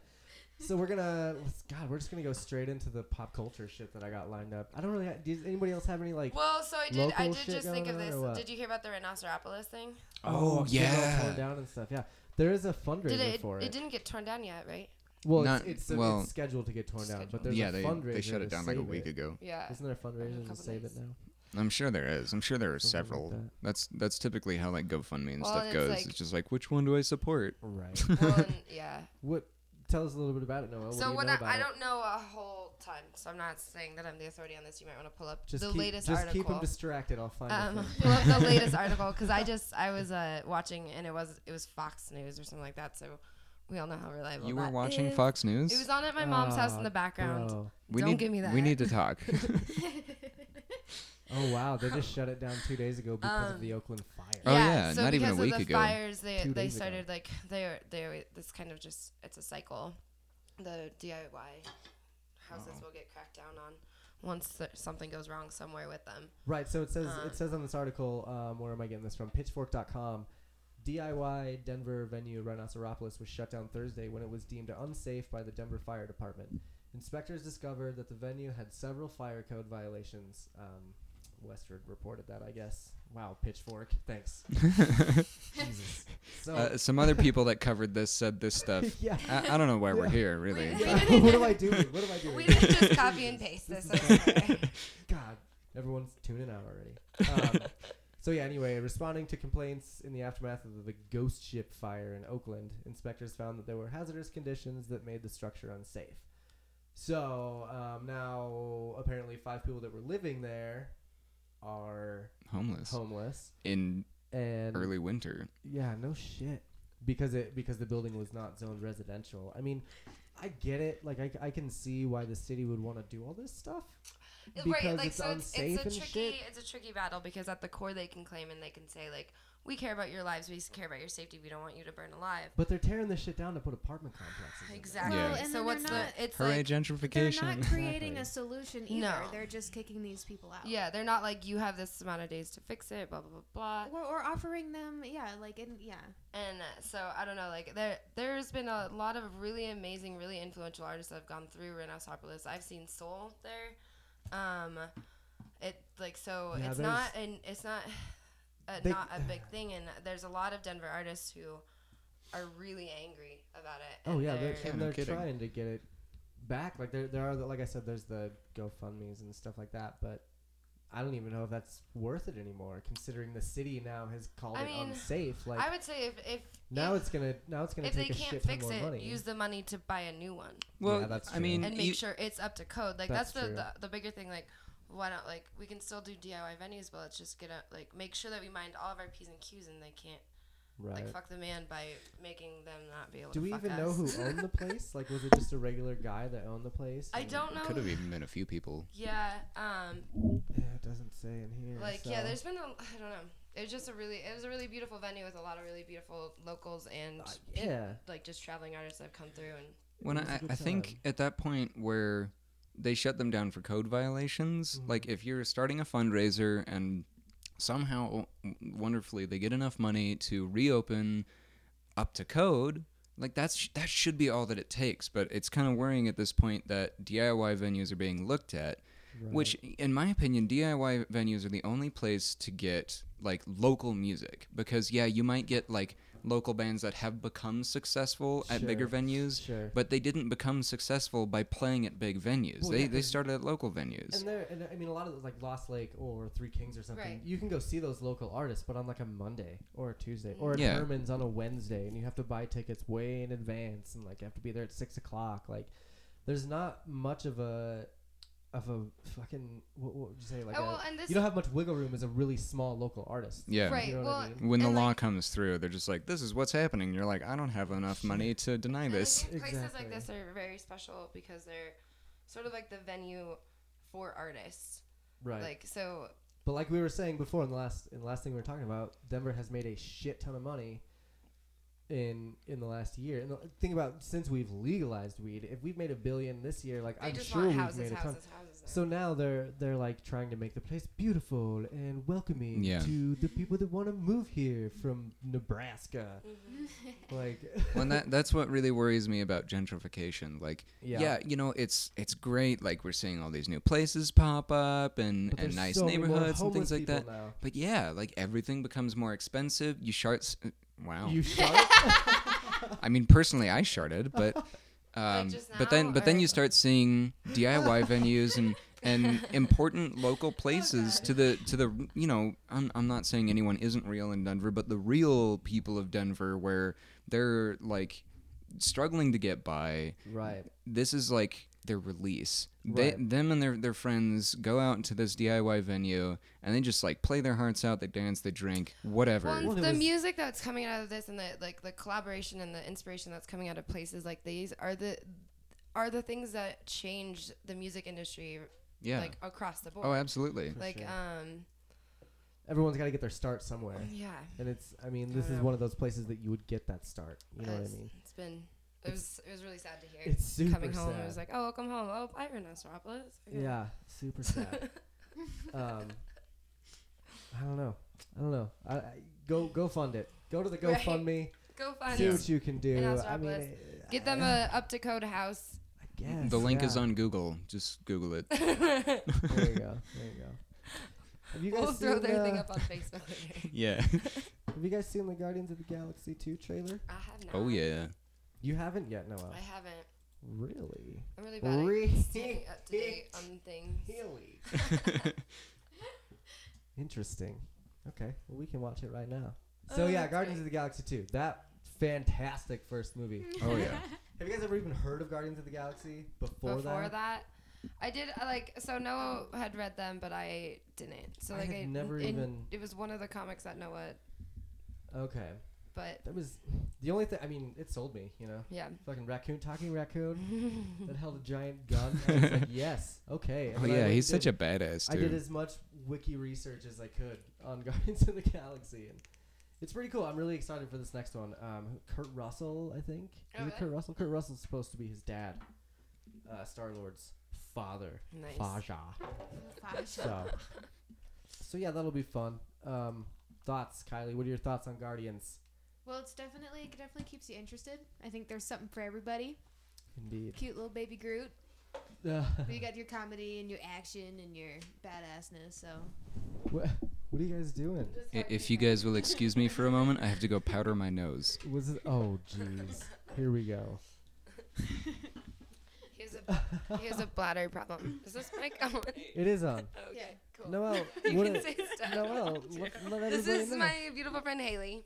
So we're gonna let's- God, we're just gonna go straight into the pop culture shit that I got lined up. I don't really. Ha- does anybody else have any like? Well, so I did. I Local did shit just think going of on or this. what? Did you hear about the rhinoceropolis thing? Oh, shit all yeah. torn down and stuff. Yeah, there is a fundraiser Did it? for It, it. didn't get torn down yet, right? well, Not- it's, it's, well, it's scheduled to get torn down, but scheduled. there's yeah, a they, fundraiser. they shut it to down like a save week it. ago. Yeah. Isn't there a fundraiser to couple save it days. now? I'm sure there is. I'm sure there are Something like several. that. that's that's typically how like GoFundMe and Well, stuff and it's goes. like- it's just like which one do I support? Right. [laughs] well, [laughs] and- yeah. what? Tell us a little bit about it, Noah. What do so you what? know I, about I it? don't know a whole ton, so I'm not saying that I'm the authority on this. You might want to pull up Just the keep, latest just article. keep him distracted. I'll find um, it. pull [laughs] up the latest article because I just I was uh, watching and it was it was Fox News or something like that. So we all know how reliable. You were that watching is. Fox News. It was on at my mom's house in Oh, the background. bro. we Don't need, give me that. We need to talk. [laughs] [laughs] Oh wow, they just shut it down two days ago because Um, of the Oakland fire. Oh, yeah, so not even a because week of the ago. fires, they Two they days ago. started like they are they are, this kind of just it's a cycle. The DIY houses Uh-huh. will get cracked down on once th- something goes wrong somewhere with them. Right. So it says Uh. it says on this article. Um, where am I getting this from? Pitchfork.com. DIY Denver venue Rhinoceropolis was shut down Thursday when it was deemed unsafe by the Denver Fire Department. Inspectors discovered that the venue had several fire code violations. Um, Westward reported that, I guess. Wow, Pitchfork. Thanks. Jesus. So, [laughs] uh, some other people that covered this said this stuff. yeah. I, I don't know why we're Yeah. here, really. We- but- Yeah, [laughs] what am I doing? What am I We doing? didn't just copy [laughs] and paste this. This I'm [laughs] sorry. God, everyone's tuning out already. Um, so yeah, anyway, responding to complaints in the aftermath of the ghost ship fire in Oakland, inspectors found that there were hazardous conditions that made the structure unsafe. So um, now, apparently, five people that were living there are [laughs] Homeless homeless, in and early winter. yeah, no shit. Because it because the building was not zoned residential. I mean, I get it. Like I, c- I can see why the city would want to do all this stuff. It- Because right, like it's so it's, unsafe it's a and tricky shit. it's a tricky battle because at the core they can claim and they can say like we care about your lives. We care about your safety. We don't want you to burn alive. But they're tearing this shit down to put apartment complexes. in there. Exactly. Well, and so then what's they're the? not- It's Hooray, like They're gentrification. not creating a solution either. No. They're just kicking these people out. yeah, they're not like you have this amount of days to fix it. Blah blah blah blah. Or, or offering them, yeah, like, in, yeah. And uh, so I don't know, like there there's been a lot of really amazing, really influential artists that have gone through Rhinoceropolis. I've seen Soul there. Um it like so Yeah, it's there's- not an it's not a, They- not a big thing and there's a lot of Denver artists who are really angry about it. Oh and yeah, they're, Yeah, and no they're kidding. trying to get it back. Like there, there are the, like I said, there's the GoFundmes and stuff like that. But I don't even know if that's worth it anymore, considering the city now has called I it mean, unsafe. Like I would say if if now if, it's gonna now it's gonna if they take a can't shit ton fix more it, money. use the money to buy a new one. well, Yeah, that's I true. mean, and make you- sure it's up to code. Like That's that's, true. the, the the bigger thing. Like why not? Like we can still do DIY venues, but let's just get up. Like make sure that we mind all of our p's and q's, and they can't right. like fuck the man by making them not be able. Do to we fuck even us. know who [laughs] owned the place? Like, was it just a regular guy that owned the place? I and- don't know. could have even been a few people. Yeah. Um. Yeah, it doesn't say in here. like yeah, so- there's been a. I don't know. It was just a really. It was a really beautiful venue with a lot of really beautiful locals and Uh, it- yeah. like just traveling artists that have come through and. When It was a I, good I think time. at that point where they shut them down for code violations, like if you're starting a fundraiser and somehow wonderfully they get enough money to reopen up to code, like that's that should be all that it takes. But it's kind of worrying at this point that DIY venues are being looked at which in my opinion diy venues are the only place to get like local music because yeah you might get like local bands that have become successful at bigger Sure, venues sure. but they didn't become successful by playing at big venues Well, they, yeah, they 'cause- started at local venues And there, and I mean, a lot of those, like Lost Lake or Three Kings or something. Right. You can go see those local artists, but on like a Monday or a Tuesday or at Yeah. Herman's on a Wednesday, and you have to buy tickets way in advance, and like you have to be there at six o'clock. Like, there's not much of a of a fucking what, what would you say like oh a, well, and this you don't have much wiggle room as a really small local artist. yeah right. You know what I well, mean? when the and, law like, comes through they're just like this is what's happening you're like i don't have enough money to deny And I this think Places like Exactly. this are very special because they're sort of like the venue for artists. Right. Like so, But like we were saying before in the last in the last thing we were talking about, Denver has made a shit ton of money in in the last year. And the think about since we've legalized weed, if we've made a billion this year, like they I'm just sure want we've houses, made a ton. houses, houses. So now they're they're like trying to make the place beautiful and welcoming Yeah. to the people that want to move here from [laughs] Nebraska. Like Well, and that that's what really worries me about gentrification. Like, [laughs] Yeah. yeah. you know, it's it's great. Like we're seeing all these new places pop up and, but and there's nice so many more neighborhoods and homeless things like people that. now. But yeah, like everything becomes more expensive. You shart. uh, Wow. [laughs] You shart? I mean, personally, I sharted, [laughs] but um, just but then now, but then or- you start seeing [laughs] DIY venues and and important Oh, local places to the to the you know I'm I'm not saying anyone isn't real in Denver, but the real people of Denver where they're like struggling to get by right. this is like their release. They Right. them and their their friends go out to this DIY venue and they just like play their hearts out, they dance, they drink, whatever. Well, Well, and it the was- music that's coming out of this and the like the collaboration and the inspiration that's coming out of places like these are the are the things that change the music industry yeah. like across the board. oh, absolutely. like sure. um Everyone's got to get their start somewhere. yeah. And it's I mean, this don't is know. one of those places that you would get that start. You know what I it's- mean? It's been it was it was really sad to hear. It's super coming home sad. it was like, "Oh, come home. Oh, I Rhinoceropolis." Okay. yeah, super sad. [laughs] um, I don't know. I don't know. I, I go go fund it. Go to the Right. GoFundMe. [laughs] Go find See Yeah. what you can do. And also I mean, Atlas. I- Get them I- a up to code [laughs] house. I guess, the link yeah. is on Google. Just Google [laughs] it. There you go. There you go. Have you guys we'll seen? throw their thing uh, up on Facebook later. [laughs] [laughs] yeah. Have you guys seen the Guardians of the Galaxy two trailer? I have not. Oh yeah. You haven't yet, Noel. I haven't. Really? I'm really bad uh, Really? at staying [laughs] up to date on things. Really? Interesting. Okay. Well, we can watch it right now. So Oh, yeah, that's Guardians great. of the Galaxy two. That fantastic first [laughs] movie. Oh yeah. Have you guys ever even heard of Guardians of the Galaxy before, Before, that? that? I did I, like so Noah had read them, but I didn't. So I like had never it, even- It was one of the comics that Noah, Okay, but that was the only thing. I mean, it sold me. You know, yeah. fucking raccoon talking [laughs] raccoon that held a giant gun. I was like, [laughs] yes, okay. Oh yeah. He's such a badass I did [laughs] dude. as much wiki research as I could on Guardians of the Galaxy, and It's pretty cool. I'm really excited for this next one. Um, Kurt Russell, I think. Is it Oh, really? Kurt Russell? Kurt Russell's supposed to be his dad, uh, Star Lord's father, Nice. [laughs] Faja. So, so yeah, that'll be fun. Um, thoughts, Kylie? What are your thoughts on Guardians? Well, it's definitely it definitely keeps you interested. I think there's something for everybody. [laughs] Indeed. Cute little baby Groot. Uh, But you got your comedy and your action and your badassness. So what, what are you guys doing? [laughs] If you guys will excuse me for a moment, I have to go powder my nose. Was it? Oh, jeez. Here we go. He has a [laughs] he has a bladder problem. Is this [laughs] mic on? Okay, It is on. cool. Noelle, [laughs] you what can a- [laughs] say stuff. [laughs] Noelle, let, let This everybody is know. my beautiful friend Haley.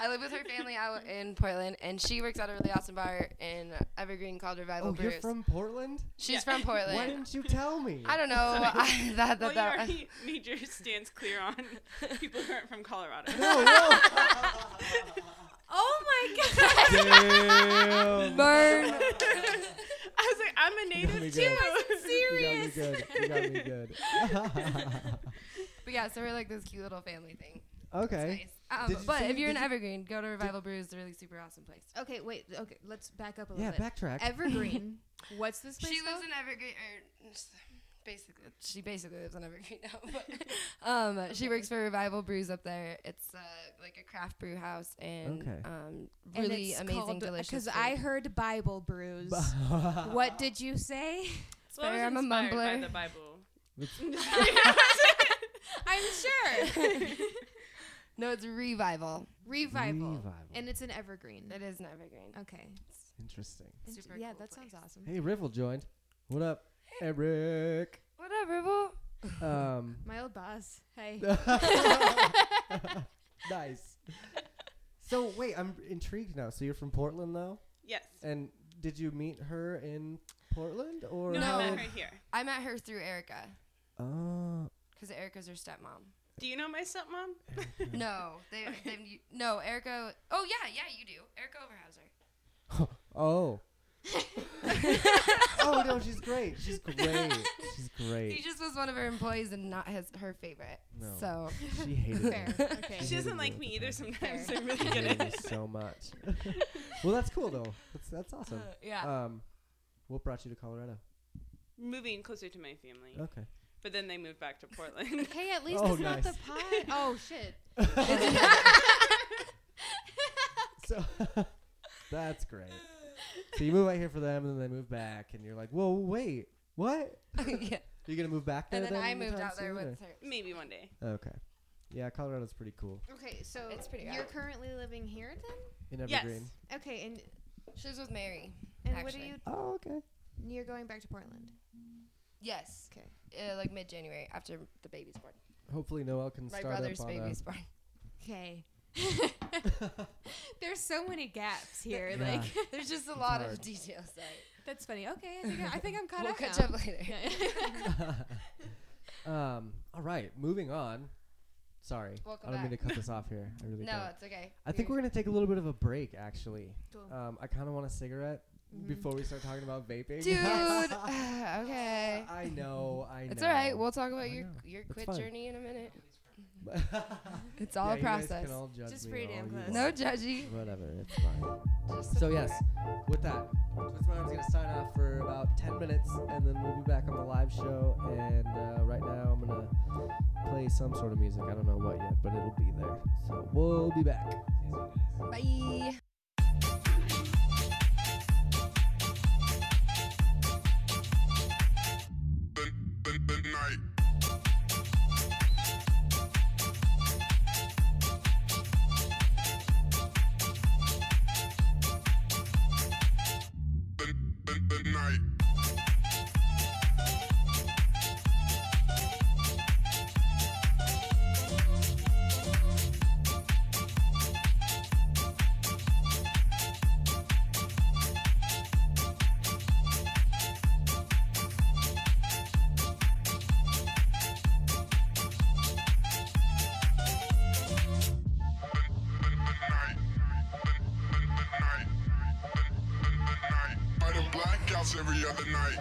I live with her family out in Portland, and she works at a really awesome bar in Evergreen called Revival [laughs] oh, you're Brews. from Portland? She's Yeah. from Portland. Why didn't you tell me? I don't know. [laughs] I, that that well, that. you already made your stance clear on people who aren't from Colorado. [laughs] No, no. Oh my god. Damn. [laughs] Burn. [laughs] I was like, I'm a There we native go. too. You got me good. You got me good. [laughs] but yeah, so we're like this cute little family thing. okay. It's nice. Um, Did you but say- if you're did in you- Evergreen, go to Revival Brews. It's a really super awesome place. Okay, wait. Okay, let's back up a little Yeah, bit. backtrack. [laughs] Evergreen. What's this place She lives called? in Evergreen, or s- basically, she basically lives in Evergreen now. But [laughs] um, she works for Revival Brews up there. It's uh, like a craft brew house and Okay. um, really amazing, delicious. Because food. I heard Bible brews. what did you say? [laughs] So I was Sorry, I'm a inspired mumbler. By the Bible. I'm [laughs] sure. no, it's Revival. Revival. Revival. And it's an evergreen. It is in Evergreen. Okay. Interesting. Int- Super yeah, cool that sounds place. awesome. Hey, Riffle joined. What up, [laughs] Eric? Whatever, boo. Um, [laughs] [laughs] My old boss. Hey. nice. So wait, I'm intrigued now. So you're from Portland now, Yes. and did you meet her in Portland or? No, No. I met her here. I met her through Erica Oh, because Erica's her stepmom. Do you know my stepmom? No, they, they no Erica. Oh yeah, yeah, you do. Erica Overhauser. [laughs] oh. [laughs] oh no, she's great. She's great. She's He great. just was one of her employees and not his her favorite. No. [laughs] So She hated Fair. me. [laughs] Okay. She hated doesn't at like the me either time. sometimes. Fair. I really She get hated me [laughs] it. so much. well, that's cool though. That's that's awesome. yeah. Um, what brought you to Colorado? Moving closer to my family. Okay. But then they moved back to Portland. [laughs] Hey, at least Oh, it's nice. not the [laughs] pot. Oh shit. So [laughs] that's great. So you move out here for them, and then they move back, and you're like, "Whoa, wait, what? [laughs] yeah. You're gonna move back there?" And then I anytime moved out there soon, with her. Maybe one day. or- Okay. Yeah, Colorado's pretty cool. Okay, so It's pretty you're rad. currently living here then? In Yes. Evergreen. Okay, and She was with Mary. and what are Actually. you Oh, okay. you're going back to Portland? Yes. Okay. Uh, like mid January after the baby's born. Hopefully, Noel can My start brother's up on baby's born. [laughs] Okay. [laughs] There's so many gaps here. Yeah. Like [laughs] There's just a lot hard. of details. Sorry. that's funny. Okay, I think I, I think I'm caught we'll up. catch now. up later. a. [laughs] um. All right, moving on. Sorry, Welcome I don't mean back. to cut this off here. I really [laughs] [laughs] No, don't. it's okay. I think we're gonna take a little bit of a break, actually. Cool. Um, I kind of want a cigarette Mhm. before we start talking about vaping. [laughs] Mm-hmm. Dude. [sighs] okay. I know. I know. It's all right. [laughs] We'll talk I about your know. your It's quit fine. journey in a minute. But- It's all a Yeah, you guys process. can all judge Just me pretty all damn you close. want. no judgy. Whatever, it's fine. Just So yes, with that, Twist Mom's gonna sign off for about ten minutes, and then we'll be back on the live show. And uh, right now, I'm gonna play some sort of music. I don't know what yet, but it'll be there. So we'll be back. bye. Fighting blackouts every other night.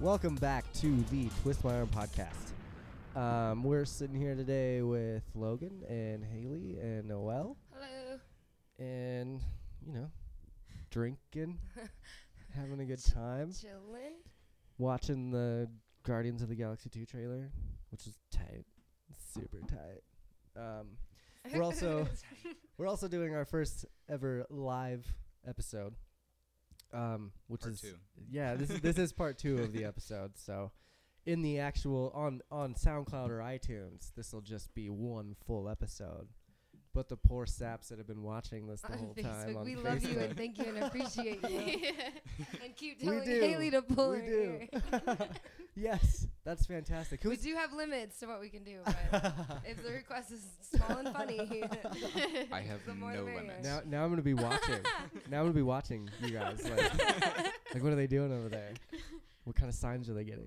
Welcome back to the Twist My Arm podcast. Um, we're sitting here today with Logan and Haley and Noel Hello. and, you know, [laughs] drinking, having a good Ch- time, Chillin'. watching the Guardians of the Galaxy 2 trailer, which is tight. Super tight. Um, we're [laughs] also we're also doing our first ever live episode. Um, which Part is [laughs] two. yeah, this is this is part two of the episode. So, in the actual on on SoundCloud or iTunes, this will just be one full episode. But the poor saps that have been watching this the on whole Facebook. time on we Facebook, love you and thank you and appreciate [laughs] you. [laughs] and keep telling do. Haley to pull we her do. hair. [laughs] yes, that's fantastic. We Who's do have limits to what we can do, but [laughs] if the request is small and funny, [laughs] I have The more the no merrier. limits. now? Now I'm gonna be watching. [laughs] now I'm gonna be watching you guys. Like, like, what are they doing over there? What kind of signs are they getting?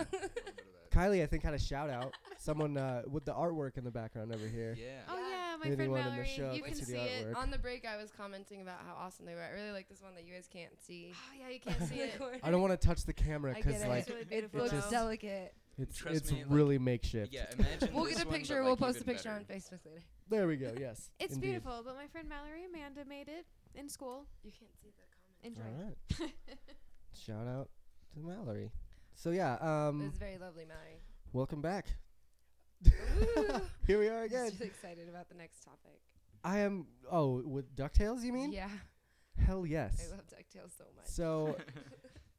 Kylie, I think, had a shout out. Someone uh, with the artwork in the background over here. yeah. Oh yeah, my friend Anyone in the Mallory. show You that can should do see it. artwork. on the break, I was commenting about how awesome they were. I really like this one that you guys can't see. [sighs] Oh yeah, you can't [laughs] see it. I don't want to touch the camera I because get like It's really it. It beautiful, looks though. delicate. it's Trust it's me, like- really makeshift. Yeah, [laughs] imagine We'll get this a one, but, picture. like, we'll post a even picture better. on Facebook later. There we go. Yes. It's indeed. beautiful, but my friend Mallory Amanda made it in school. You can't see the Enjoy. All [laughs] right. shout out to Mallory. So yeah, um, comment. It's very lovely, Mallory. welcome [laughs] back. [laughs] Ooh. Here we are I'm again. just really excited about the next topic. I am. Oh, with Ducktales, you mean? Yeah, Hell I yes. love DuckTales so much. [laughs] So,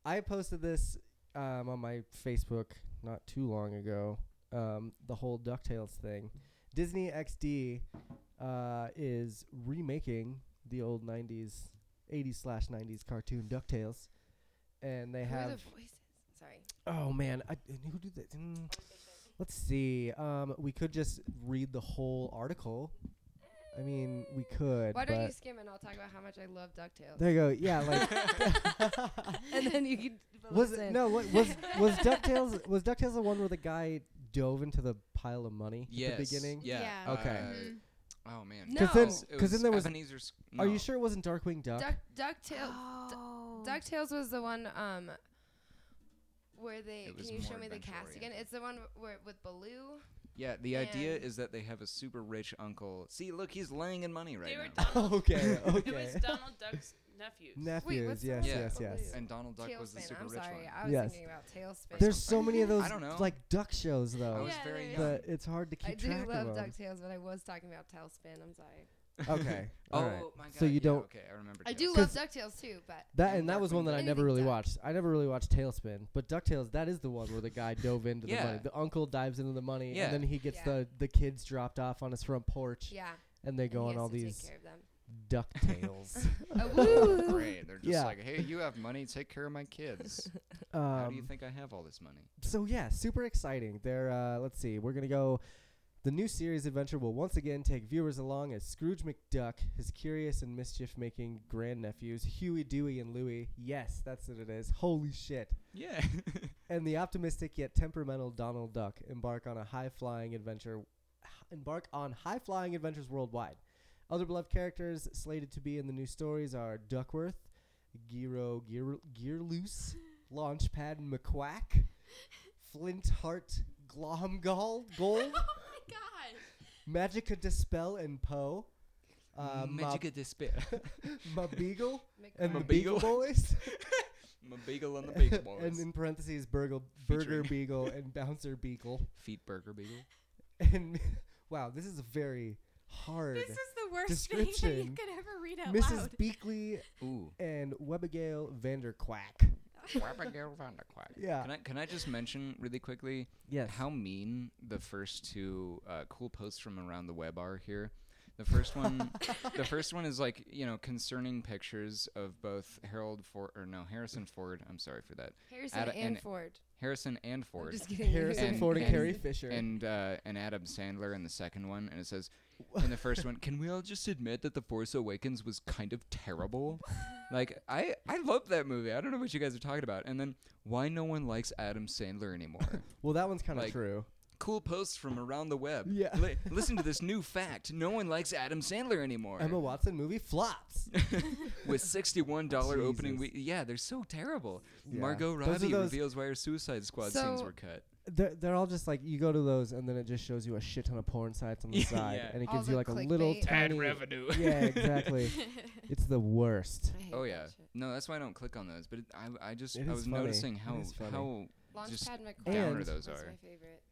I posted this um, on my Facebook not too long ago. Um, the whole Ducktales thing. Disney XD uh, is remaking the old '90s, '80s slash '90s cartoon Ducktales, and they Who are have. the voices? Sorry. Oh man, I, and who did that? Mm, let's see. Um, we could just read the whole article. I mean, we could. Why don't you but- skim and I'll talk about how much I love DuckTales. There you go. Yeah, like. [laughs] [laughs] and then you can was listen. it, no what, [laughs] was was Ducktales was Ducktales the one where the guy dove into the pile of money at Yes, the beginning? Yeah. Yeah. Okay. Mhm. Uh, oh man. No. 'Cause then- It was- it 'cause then there was- Ebenezer S- Are no. you sure it wasn't Darkwing Duck? Duck DuckTales. Oh. [laughs] DuckTales was the one um where they It was can you show more me the cast adventure-oriented. again? It's the one where with Baloo. Yeah, the idea And- is that they have a super rich uncle. See, look, he's laying in money right They were now. [laughs] Donald. [laughs] [laughs] okay, It okay. was Donald Duck's nephews. Nephews, what's the yes, one with yes, the yes. blue? And Donald Duck was the Tailspin. super I'm rich sorry, one. I was Yes. thinking about Tailspin. There's so many of those I don't know. like duck shows I though was Yeah, very there young. that it's hard to keep I do track love of. them. DuckTales, but I was talking about Tailspin. I'm sorry. [laughs] Okay, Oh all right. my god. So you yeah, don't- Okay, I remember. I Tails. do love DuckTales too, but That And and that was one Darkwing that I Duck. never really Anything duck. watched. I never really watched Tailspin, but Ducktales that is the one where the [laughs] guy dove into Yeah. the money. The uncle dives into the money, Yeah. and then he gets Yeah. the the kids dropped off on his front porch, yeah. and they and go he on has all to take these care of them. Ducktales. Oh, [laughs] woo. Great. They're just Yeah. like, hey, you have money. Take care of [laughs] my kids. um, How do you think I have all this money? so yeah, super exciting. There, uh, let's see. We're gonna go. The new series adventure will once again take viewers along as Scrooge McDuck, his curious and mischief-making grandnephews Huey, Dewey, and Louie. Yes, that's what it is. Holy shit! Yeah. And the optimistic yet temperamental Donald Duck embark on a high-flying adventure. Embark on high-flying adventures worldwide. Other beloved characters slated to be in the new stories are Duckworth, Giro Gear Gearloose, Launchpad McQuack, Flint Heart Glomgall Oh [laughs] Gold, Magica Dispel and Poe, [laughs] Mm, uh, Ma, despair. [laughs] [laughs] Ma Beagle and the McBride. Beagle Mabeagle. [laughs] Boys, My beagle and the beagle [laughs] boys. and in parentheses Burgle, Burger Featuring. Beagle and Bouncer Beagle. Feet burger [laughs] beagle. And wow, this is a very hard. This is the worst thing that you Description. could ever read out Mrs. loud. [laughs] Beakley [laughs] Ooh. and Webigail Vanderquack. Yeah. Can I can I just mention really quickly Yes. how mean the first two uh, cool posts from around the web are here? The first [laughs] one, the first one is like you know concerning pictures of both Harold Ford or no Harrison Ford. I'm sorry for that. Harrison Ada- and, and- Ford. Harrison and I'm Ford. just kidding. Harrison And- Ford and, and- Carrie Fisher. and uh, and Adam Sandler in the second one, and it says in the first one, can we all just admit that The Force Awakens was kind of [laughs] terrible? like I I love that movie. I don't know what you guys are talking about. And then why no one likes Adam Sandler anymore? [laughs] well, that one's kind of like- true. cool posts from around the web. Yeah. Li- listen to this new fact. No one likes Adam Sandler anymore. Emma Watson movie flops. [laughs] With $61 opening Jesus. week. Yeah, they're so terrible. Yeah. Margot Those are Robbie those- reveals why her Suicide Squad So- scenes were cut. they're, they're all just like you go to those and then it just shows you a shit ton of porn sites on the [laughs] Yeah. side and it All gives the you like a little clickbait. tiny revenue. yeah [laughs] exactly it's the worst I hate Oh that yeah, shit. no, that's why I don't click on those. But it, I, I just, It is I was funny. noticing It how, is funny. how Just Launchpad McQueen. downer was those my are. favorite.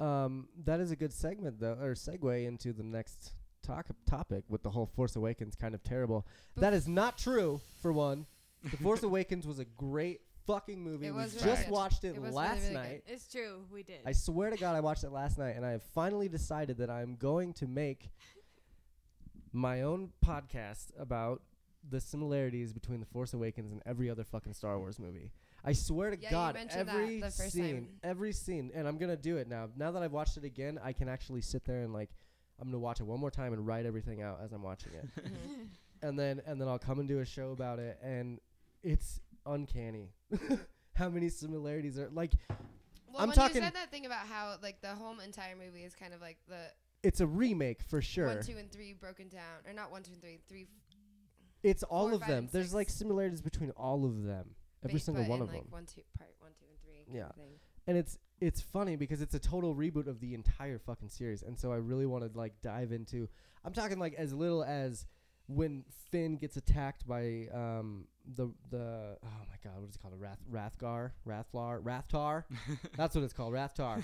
um that is a good segment though or segue into the next talk topic with the whole force awakens kind of terrible that is not true for one [laughs] the force awakens was a great fucking movie It we was just really good. watched it, It was really, last really good. night It's true. We did. I swear to God, I watched it last night, and I have finally decided that I'm going to make my own podcast about the similarities between The Force Awakens and every other fucking Star Wars movie. I swear to Yeah, you God, mentioned that every the first scene, time. every scene, and I'm gonna do it now. Now that I've watched it again, I can actually sit there and like, I'm gonna watch it one more time and write everything out as I'm watching it, [laughs] [laughs] and then and then I'll come and do a show about it, and it's uncanny. [laughs] How many similarities are like Well, I'm when talking- you said that thing about how like the whole entire movie is kind of like the it's a remake for sure. one, two, and three broken down, or not one, two, and three, three. It's all Four, of five, them. and There's six. like similarities between all of them. Every but- single but one in, of like, them. One, two, part one, two, and three. kind Yeah. of thing. And it's it's funny because it's a total reboot of the entire fucking series. And so I really want to like dive into I'm talking like as little as when Finn gets attacked by um the the oh my god, what is it called? A Wrath Wrathgar? Rathlar? [laughs] Rathtar? That's what it's called, Rathtar.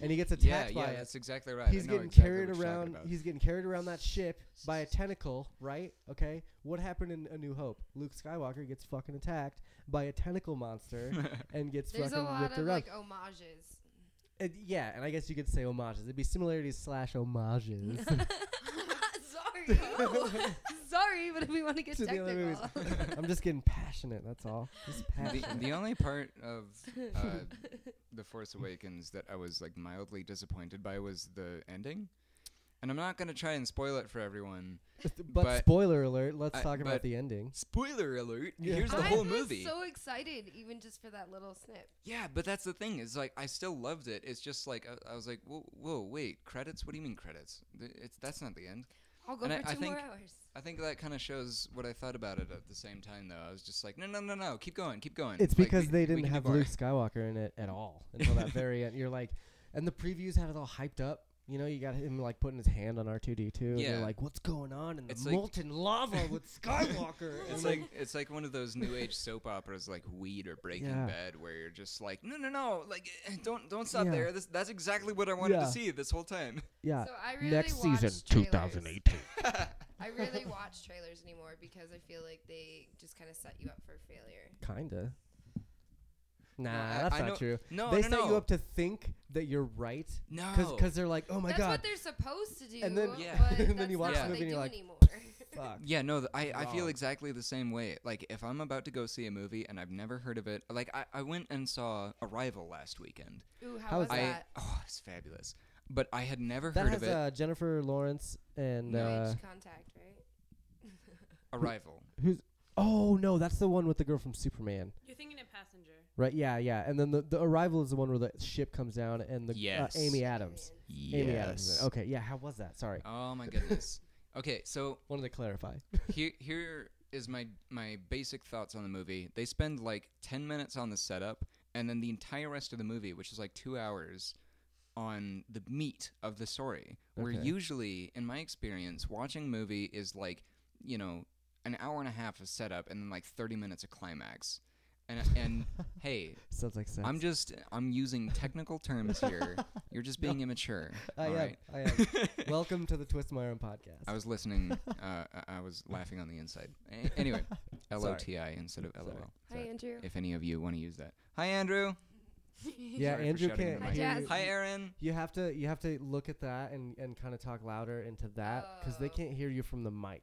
and he gets yeah, attacked by yeah, it. that's exactly right. He's I know getting exactly carried what you're talking around. about. He's getting carried around that ship by a tentacle, right? Okay. What happened in A New Hope? Luke Skywalker gets fucking attacked by a tentacle [laughs] monster and gets There's a fucking lot whipped of around. [laughs] like homages. [laughs] And yeah, and I guess you could say homages. It'd be similarities slash [laughs] homages. Sorry, [laughs] sorry, but if we want to [laughs] get To the technical, other movies. [laughs] I'm just getting passionate. That's all. Just [laughs] the, passionate. the only part [laughs] of uh, the Force Awakens that I was like mildly disappointed by was the ending, and I'm not gonna try and spoil it for everyone. but, but- spoiler alert. Let's I- talk about but- the ending. Spoiler alert! Yeah. Here's the I whole was movie. so excited, even just for that little snip. Yeah, but that's the thing is like I still loved it. It's just like I, I was like, whoa, whoa, wait, credits? What do you mean credits? Th- It's that's not the end. I'll go And I- for I two more think- hours. I think that kind of shows what I thought about it at the same time, though. I was just like, no, no, no, no, keep going, keep going. It's Like, because we- they we didn't can do have more. Luke Skywalker in it at all until that very end. You're like, and the previews had it all hyped up. You know, you got him like putting his hand on R two D two, and you're Yeah. like, "What's going on in the It's like- molten lava [laughs] with Skywalker?" It's like it's like one of those [laughs] new age soap operas like Weed or Breaking Yeah. Bad, where you're just like, no, no, no, like eh, don't don't stop Yeah. there. This, that's exactly what I wanted Yeah. to see this [laughs] whole time. yeah, So I really Uh, next season, watch trailers. 2018. I really watch trailers anymore because I feel like they just kind of set you up for failure. Oh kinda. Nah, I- that's I not know- true. no, they no, set you no. up to think that you're right, No, because they're like, "Oh my that's what god, they're supposed to do. And [laughs] then- Yeah. but And then that's you watch the not what movie and you're they do like, anymore. fuck." Yeah, no, th- I, I feel Wrong. exactly the same way. Like, if I'm about to go see a movie and I've never heard of it, like, I, I went and saw Arrival last weekend. Ooh, how, How was is I, that? oh, it's fabulous. But I had never That heard has of it. uh, Jennifer Lawrence and No. uh, contact, right? Arrival. who's? Oh no, that's the one with the girl from Superman. You're thinking of Passenger. Right. Yeah. Yeah. And then the, the arrival is the one where the ship comes down and the Yes. uh, Amy Adams. Yes. Amy Adams. is in it. Okay. Yeah. How was that? Sorry. Oh my goodness. [laughs] okay, so Wanted to clarify. [laughs] here here is my my basic thoughts on the movie. They spend like 10 minutes on the setup and then the entire rest of the movie, which is like 2 hours on the meat of the story. Where Okay. usually in my experience watching a movie is like, you know, an hour and a half of setup and then like 30 minutes of climax. And [laughs] and hey, Sounds like sex. I'm just I'm using technical [laughs] terms here. You're just being immature. I all am. right? I am. [laughs] Welcome to the Twist My Own podcast. [laughs] I was listening. uh, I- I was laughing on the inside. A- anyway, L O T I instead of L O L. Hi, Andrew. If any of you want to use that. Hi, Andrew. yeah. Sorry for Andrew shouting can't into my Hi, hear. Jazz. You. Jazz. Hi, Aaron. You have to you have to look at that and, and kind of talk louder into that because they Oh. can't hear you from the mic.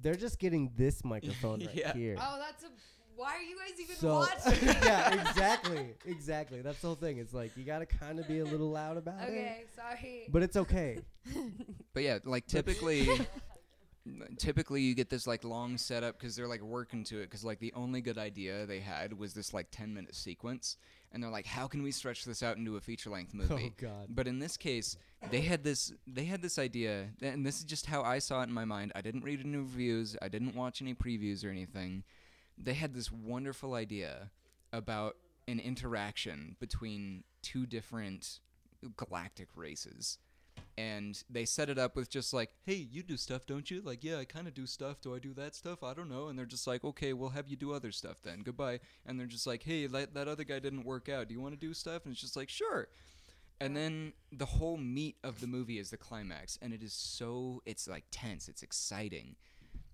They're just getting this [laughs] microphone right Yeah. here. Oh, that's a. Why are you guys even so [laughs] watching? yeah, exactly, exactly. That's the whole thing. It's like you got to kind of be a little loud about it, okay, sorry. but it's okay. But yeah, like typically, typically you get this like long setup because they're like working to it because like the only good idea they had was this like 10 minute sequence and they're like how can we stretch this out into a feature length movie Oh, God. but in this case they had this they had this idea and this is just how i saw it in my mind i didn't read any reviews i didn't watch any previews or anything they had this wonderful idea about an interaction between two different galactic races and they set it up with just like, "Hey, you do stuff, don't you?" Like, "Yeah, I kind of do stuff. Do I do that stuff? I don't know." And they're just like, "Okay, we'll have you do other stuff then. Goodbye." And they're just like, "Hey, that, that other guy didn't work out. Do you want to do stuff?" And it's just like, "Sure." And then the whole meat of the movie is the climax, and it is so it's like tense. It's exciting.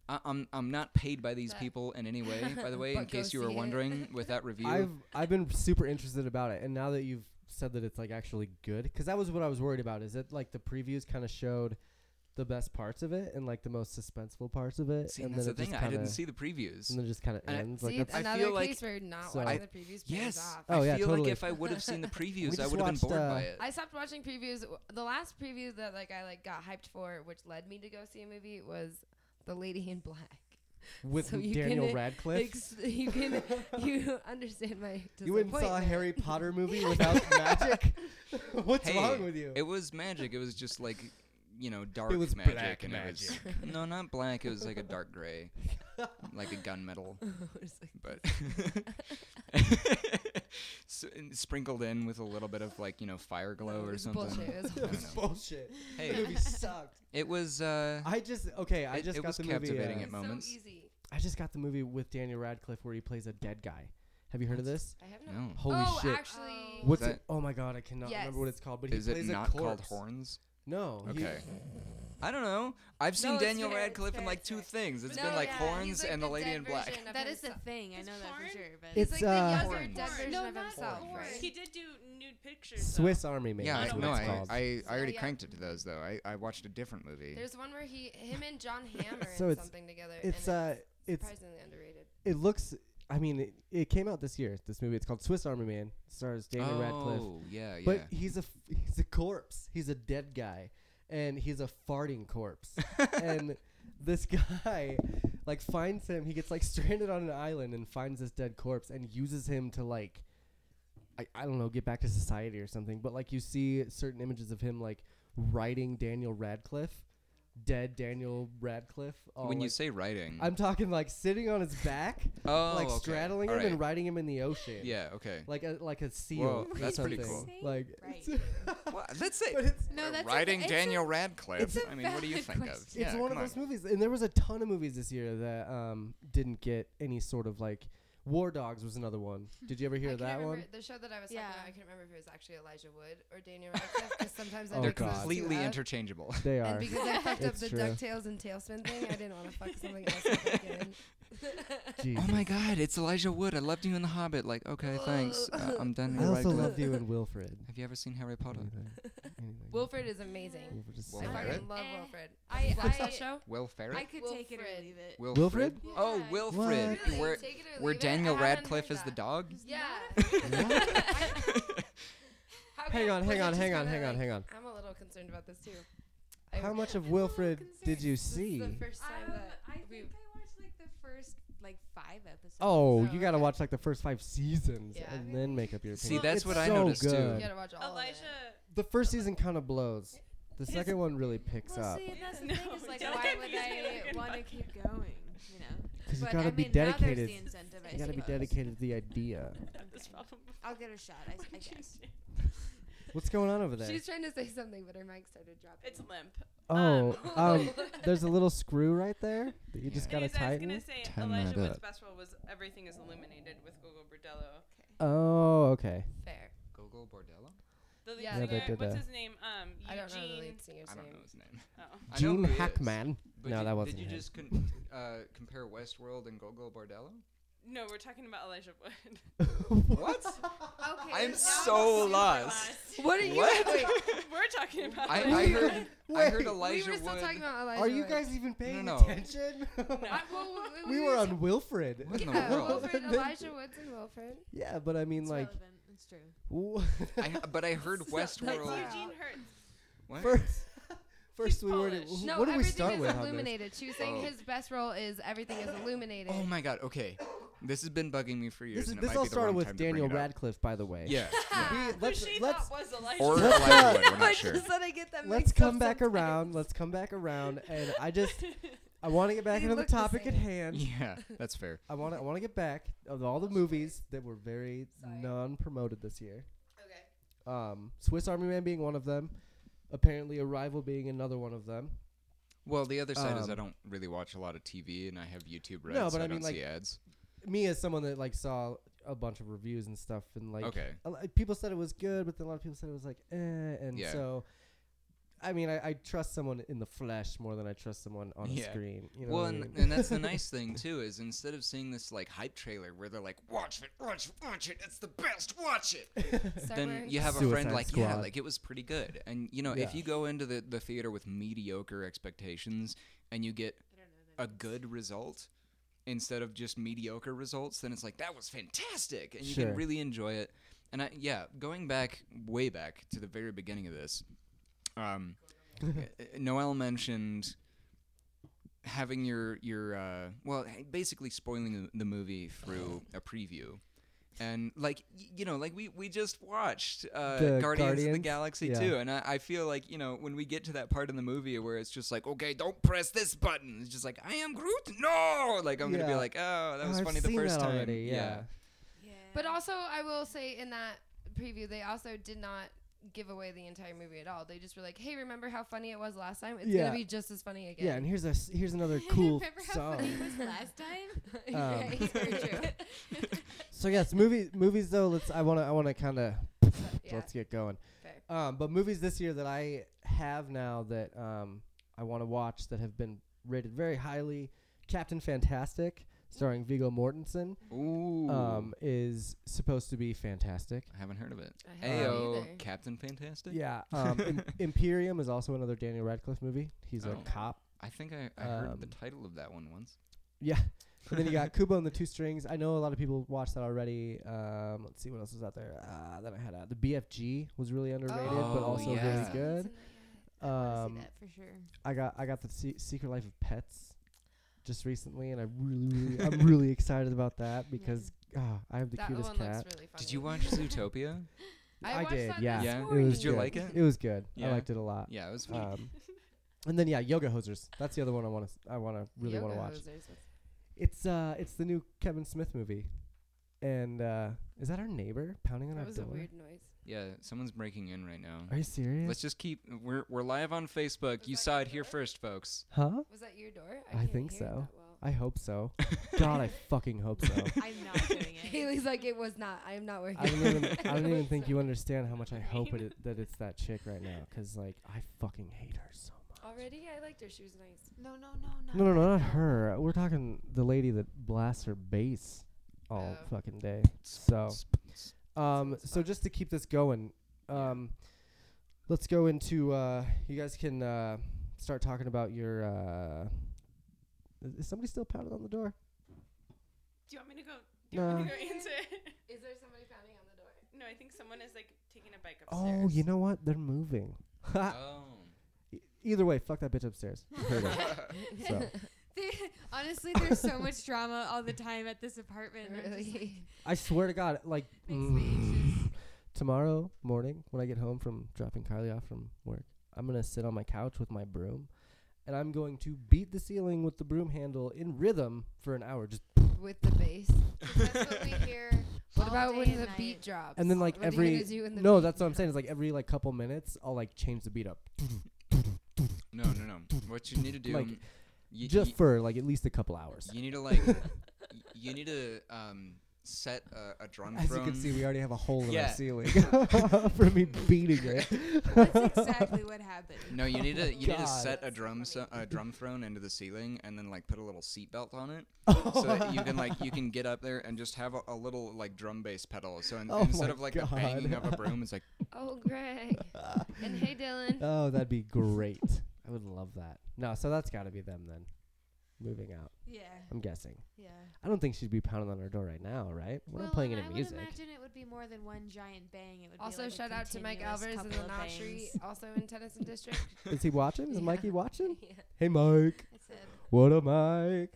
I, I'm I'm not paid by these But- people in any way. By the [laughs] way, in But go case you were see it. wondering, with [laughs] that review, I've I've been super interested about it, and now that you've said that it's like actually good, because that was what I was worried about. Is that like the previews kind of showed the best parts of it and like the most suspenseful parts of it, see, and that's then the it thing. just kind I didn't of see the previews. and then it just kind of and I- ends. See, like it's that's, I another feel like- case where not so- watching I- the previews pays Yes, off. Oh, I yeah, feel totally. like if I would have seen the previews, I just would have been watched, bored uh, by it. I stopped watching previews. The last preview that like I like got hyped for, which led me to go see a movie, was The Lady in Black. with so you Daniel can, uh, Radcliffe. Ex- you [laughs] can you understand my you went and saw a disappointment. [laughs] [laughs] Harry Potter movie without magic. [laughs] What's Hey, wrong with you? [laughs] It was magic. It was just like, you know, dark was magic. black and It was, [laughs] no, not black. It was like a dark gray, like a gunmetal, It's like, but [laughs] S- and sprinkled in with a little bit of like you know fire glow No, it or was something. bullshit. It was I don't [laughs] It's know. bullshit. The Hey, movie sucked. it was. Uh, I just okay. I It- just it got was the movie. captivating uh, at it's moments. So easy. I just got the movie with Daniel Radcliffe where he plays a dead guy. Have you heard of this? I have no. no. Holy oh, shit! actually, What's That- it? Oh my god, I cannot remember what Yes. it's called. But he Is it plays not a called corpse. horns? No. he- Okay. I don't know. I've seen it's Daniel fair, it's Radcliffe in fair, like it's two fair. things. It's No, been like yeah, he's horns like and the the lady dead in black. version of That is the himself. thing. I Is know that porn- for sure. But It's- It's like the uh, younger, Porn. dead Porn. version No, of not himself. porn. right? He did do nude pictures. Swiss Army Man. Yeah, I is I, don't what no, it's know I, called. I, I So, already yeah. cranked it to those though. I, I watched a different movie. There's one where he, him and John [laughs] Hammer, So in it's- something together. it's and uh, it's surprisingly underrated. it looks. I mean, it, it came out this year. This movie. It's called Swiss Army Man. Stars Daniel Radcliffe. Oh yeah, yeah. But he's a f- he's a corpse. He's a dead guy, and he's a farting [laughs] corpse. and this guy, like, finds him. He gets like stranded on an island and finds this dead corpse and uses him to like, I, I don't know, get back to society or something. But like, you see certain images of him like writing Daniel Radcliffe, dead Daniel Radcliffe. all, when you like- say writing, I'm talking like sitting on his back, [laughs] oh, like okay. straddling All him and right. riding him in the ocean. Yeah, okay. Like a like a seal. Whoa, or that's pretty something. cool. Like Right. [laughs] Well, let's say [laughs] but it's no, that's writing a, Daniel Radcliffe. it's I mean, what do you valid think of? question. it's yeah, one of come those on. movies, and there was a ton of movies this year that um didn't get any sort of like. War Dogs was another one. Did you ever I hear can't that remember, one? The show that I was Yeah. talking about, I can't remember if it was actually Elijah Wood or Daniel Radcliffe because sometimes [laughs] I Oh, They're mix those two completely up. [laughs] interchangeable. They And are. because I fucked up It's the true. Ducktales and Tailspin thing, I didn't want to fuck something else up again. [laughs] Jeez. oh my God, it's Elijah Wood. I loved you in The Hobbit. Like, okay, thanks. Uh, I'm done. I with also Radcliffe. loved you in Wilfred. Have you ever seen Harry Potter? Anything. [laughs] Anything. Wilfred is amazing. [laughs] Wilfred is so I Wilfred? good. fucking love Eh, Wilfred. I- You watch I- that show? Will I Ferrett? could take it or Wilfred. leave it. Wilfred? Wilfred? Oh, Yeah. Wilfred. Really? Where, Take it or where leave it? Daniel I haven't Radcliffe heard is the that. dog? [laughs] Yeah. [laughs] [laughs] What? How hang good- on, was hang it on, just hang on, kinda hang on, like- hang on. I'm a little concerned about this too. I- How much [laughs] of I'm a little Wilfred did concerned. you This is see? the first time Um, that I think we- I watched like the first like five episodes. Oh, Oh, you gotta okay. watch like the first five seasons Yeah. and then make up your opinion. See, Well, that's It's what I so noticed good. too. you gotta watch all Elijah. The first season kind of blows. The His- second one really picks well, up see, and that's the [laughs] No, thing is like, don't why get would me started I on want to that. keep going? You know, because you But, gotta I be mean, now there's dedicated. the incentive, I You gotta be suppose. dedicated to the idea. I have this problem. I'll get a shot. I, I guess. What's going on over of it. there? She's trying to say something, but her mic started dropping. It's limp. oh, um, [laughs] um, there's a little screw right there that you just Yeah. gotta Anyways, I was tighten. gonna say Tighten Elijah that Wood's up. best role was everything is illuminated with Gogo Bordello. Oh, okay. fair. Gogol Bordello? The lead Yeah, they singer, did what's that. his name? Um, I don't know the Eugene. lead singer's I don't know name. his name. [laughs] Oh. I know Gene who he is, [laughs] Hackman. but No, you- that wasn't Did you him. just con- uh, compare Westworld and Gogol Bordello? No, we're talking about Elijah Wood. [laughs] What? Okay. I'm now so lost. What are you? What? [laughs] Wait, [laughs] we're talking about. I, Elijah I Wood. heard I heard Wait, [laughs] we Elijah were still Wood. talking about Elijah. Are you Wood. guys even paying no. [laughs] attention? [laughs] I, well, [laughs] we- we, we were on Wilfred. What in the Yeah, [laughs] world? Wilfred, Elijah Woods and Wilfred. Yeah, but I mean, It's like, relevant. It's true. w- [laughs] I, but I heard [laughs] that's Westworld. Wow. Eugene Hurts. [laughs] What? first, First we were. Polish. wh- No, what did we everything start is with? on this? illuminated. She was saying Oh. his best role is everything [laughs] is illuminated. Oh my god. Okay, this has been bugging me for years. This, is, and it this might all be the started wrong with time to bring Daniel it up. Radcliffe, by the way. Yeah. [laughs] We- Which let's she let's thought was Elijah. Or Let's, uh, Elijah Wood. We're not But sure. just that I get that let's mixed up come back sometimes. around. Let's come back around, and I just I want to get back They into the look the topic at same. hand. [laughs] Yeah, that's fair. I want to I want to get back of all the movies that were very Sorry. non-promoted this year. Okay. [laughs] Um, Swiss Army Man being one of them. Apparently, Arrival being another one of them. Well, the other side is I Um, don't really watch a lot of TV, and I have YouTube Red, No, so but I, I mean, don't like- see ads. Me as someone that like saw a bunch of reviews and stuff, and like Okay. a lot- people said it was good, but then a lot of people said it was like, eh, and Yeah. so. I mean, I, I trust someone in the flesh more than I trust someone on a Yeah. screen. You know well, what I and, mean? and [laughs] that's the nice thing too is instead of seeing this like hype trailer where they're like, "Watch it, watch it, watch it, it's the best, watch it," Start then wearing- you have a Suicide friend like, "Yeah, Squad. like it was pretty good." And you know, if Yeah. you go into the the theater with mediocre expectations and you get a good result instead of just mediocre results, then it's like that was fantastic, and you Sure. can really enjoy it. And I, yeah, going back way back to the very beginning of this, um, uh, Noel mentioned having your your uh, well, basically spoiling the- the movie through a preview. And like y- you know, like we we just watched uh, The Guardians, of the Guardians? Galaxy Yeah. too, and I, I feel like you know when we get to that part in the movie where it's just like, okay, don't press this button. It's just like I am Groot. No, like I'm gonna be Yeah. like, oh, that was I've funny the seen first that time. already, yeah. But also, I will say in that preview, they also did not give away the entire movie at all. They just were like, "Hey, remember how funny it was last time? It's Yeah. gonna be just as funny again." Yeah, and here's a s- here's [laughs] [laughs] another cool Remember how funny song. it was [laughs] last time? Yeah, [laughs] Um, it's very [laughs] true. So yes, movies movies though. Let's I want to I want to kind of [laughs] Yeah, let's get going. fair. Um, but movies this year that I have now that um I want to watch that have been rated very highly. Captain Fantastic, starring Vigo Mortensen, Ooh, um, is supposed to be fantastic. I haven't heard of it. I haven't Ayo, either. Captain Fantastic. Yeah. Um, Im- Imperium is also another Daniel Radcliffe movie. He's Oh. a cop. I think I, I heard the Um, title of that one once. Yeah. And then you [laughs] got Kubo and the Two Strings. I know a lot of people watched that already. Um, let's see what else was out there. Uh, that I had out. The BFG was really underrated, but Oh, also yeah. really good. I wanna see Um, that for [laughs] sure. I got I got the Se- Secret Life of Pets just recently, and I really, really I'm really excited about that because ah, I have the that cutest one cat. looks really funny. Did you watch Zootopia? I, I watched did, That yeah. This Yeah. It morning. was Did you good. like it? It was good. I Yeah. liked it a lot. Yeah, it was fun. Um, and then yeah, Yoga Hosers. That's the other one I want to I want to really want to Yoga watch. Hosers was- It's uh, it's the new Kevin Smith movie, and uh, is that our neighbor pounding on That our was a door? weird noise. yeah, someone's breaking in right now. Are you serious? Let's just keep. We're we're live on Facebook. You saw it here first, folks. huh? Was that your door? I can't think hear it so. that well. I hope [laughs] so. God, I fucking hope so. I'm [laughs] not doing it. Haley's like, it was not. I am not working. I [laughs] don't even, I don't even [laughs] think you understand how much I hope [laughs] it, i- that it's that chick right now, 'cause like I fucking hate her so much. Already, I liked her. She was nice. No, no, no, No, no, no, that. not [laughs] her. We're talking the lady that blasts her bass all Oh. fucking day. So, um, so just to keep this going, um, let's go into. Uh, you guys can uh, start talking about your. Uh, is- is somebody still pounding on the door? Do you want me to go? Do you want me to Nah. go answer? Is there somebody pounding on the door? no, I think someone is like taking a bike upstairs. Oh, you know what? They're moving. Ha! Oh. E- Either way, fuck that bitch upstairs. [laughs] Heard it. [laughs] so. They- Honestly, there's so much drama all the time at this apartment. and I'm just like- Really? I swear to God, like mm, Makes me anxious. tomorrow morning when I get home from dropping Carly off from work, I'm gonna sit on my couch with my broom, and I'm going to beat the ceiling with the broom handle in rhythm for an hour, just With the bass. That's what we hear. What all about day when and the night. beat drops? and then like What are you gonna every do when the no, beat that's what I'm [laughs] drops? saying is like every like couple minutes I'll like change the beat up No, no, no. What you need to do, Like, um, you, just you, for like at least a couple hours. you need [laughs] to like, y- you need to um set a, a drum As you throne. can see, we already have a hole in our Yeah. ceiling [laughs] for me beating it. [laughs] That's exactly what happened. no, you need to you need to Oh God. set a That's so drum so, funny. a drum throne into the ceiling and then like put a little seatbelt [laughs] on it so that you can like you can get up there and just have a, a little like drum bass pedal. So in, Oh instead my of like God. the banging of a broom, it's like Oh, [laughs] Greg. and Uh, hey, Dylan. Oh, that'd be great. I would love that. No, so that's got to be them then. moving out. Yeah. I'm guessing. Yeah. I don't think she'd be pounding on our door right now, right? We're well, not playing and any I music. would imagine it would be more than one giant bang. It would be Also, like a shout out to Mike continuous Alvarez in the couple of Knott bangs. Street, [laughs] also in Tennyson District. Is he watching? [laughs] Is [laughs] Yeah. Mikey watching? yeah. Hey, Mike. That's it. [laughs] [laughs] What up, Mike?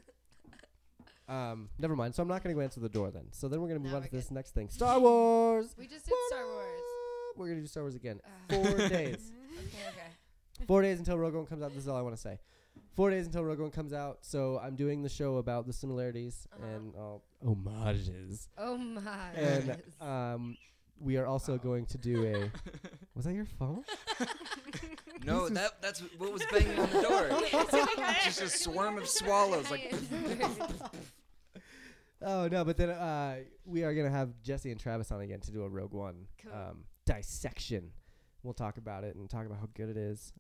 Um, never mind. So I'm not going to go answer the door then. So then we're going to move No, on to we're this next thing. Star Wars. We just did What Star Wars. up? We're going to do Star Wars again. Ugh. [laughs] Four days. okay, okay. Four days until Rogue One comes out. This is all I want to say. Four days until Rogue One comes out. So I'm doing the show about the similarities Uh-huh. and all homages. Oh my. and goodness. um, we are also Wow. going to do [laughs] a. Was that your phone? [laughs] No, that that's what was banging on the [laughs] door. Just a swarm of swallows. Like, [laughs] Oh no, but then uh, we are gonna have Jesse and Travis on again to do a Rogue One Cool. um, dissection. We'll talk about it and talk about how good it is,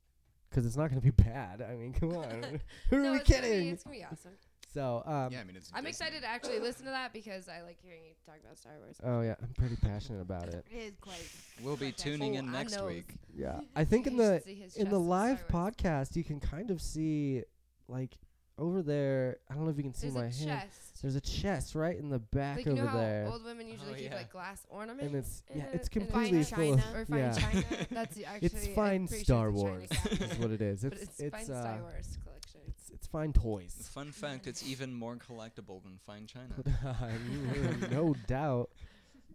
because it's not gonna be bad. I mean, come [laughs] on, [laughs] who are No, we it's gonna be- kidding? it's gonna be awesome. so, um, yeah, I mean, it's. I'm Disney. excited to actually listen to that because I like hearing you talk about Star Wars. oh yeah, I'm pretty passionate about [laughs] it. It is [laughs] quite. [laughs] We'll be Okay. tuning Oh, in I next know. week. Yeah, I think in You should the see his in chest the in Star live Wars. podcast you can kind of see like over there. I don't know if you can see There's my a hand. chest. There's a chest right in the back Like you over know how there, old women usually Oh, keep yeah. like glass ornaments. and it's yeah, in a- it's in a completely fine full of china. or fine yeah. china. [laughs] That's actually I'm fine pretty sure Star it's a Wars, Chinese is acronym, what it [laughs] is. but It's it's, it's fine uh, Star Wars collection. it's it's fine toys. Fun fact: It's even more collectible than Fine China. [laughs] [laughs] no doubt.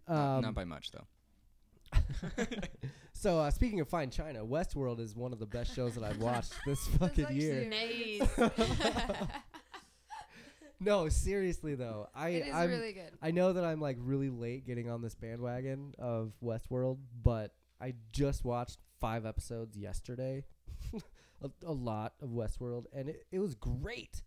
Not- Um, Not by much though. [laughs] so uh, speaking of fine China, Westworld is one of the best shows that [laughs] I've watched this fucking actually year. Nice. [laughs] No, seriously though, [laughs] I it is I'm, really good. I know that I'm like really late getting on this bandwagon of Westworld, but I just watched five episodes yesterday, [laughs] a, a lot of Westworld, and it, it was great.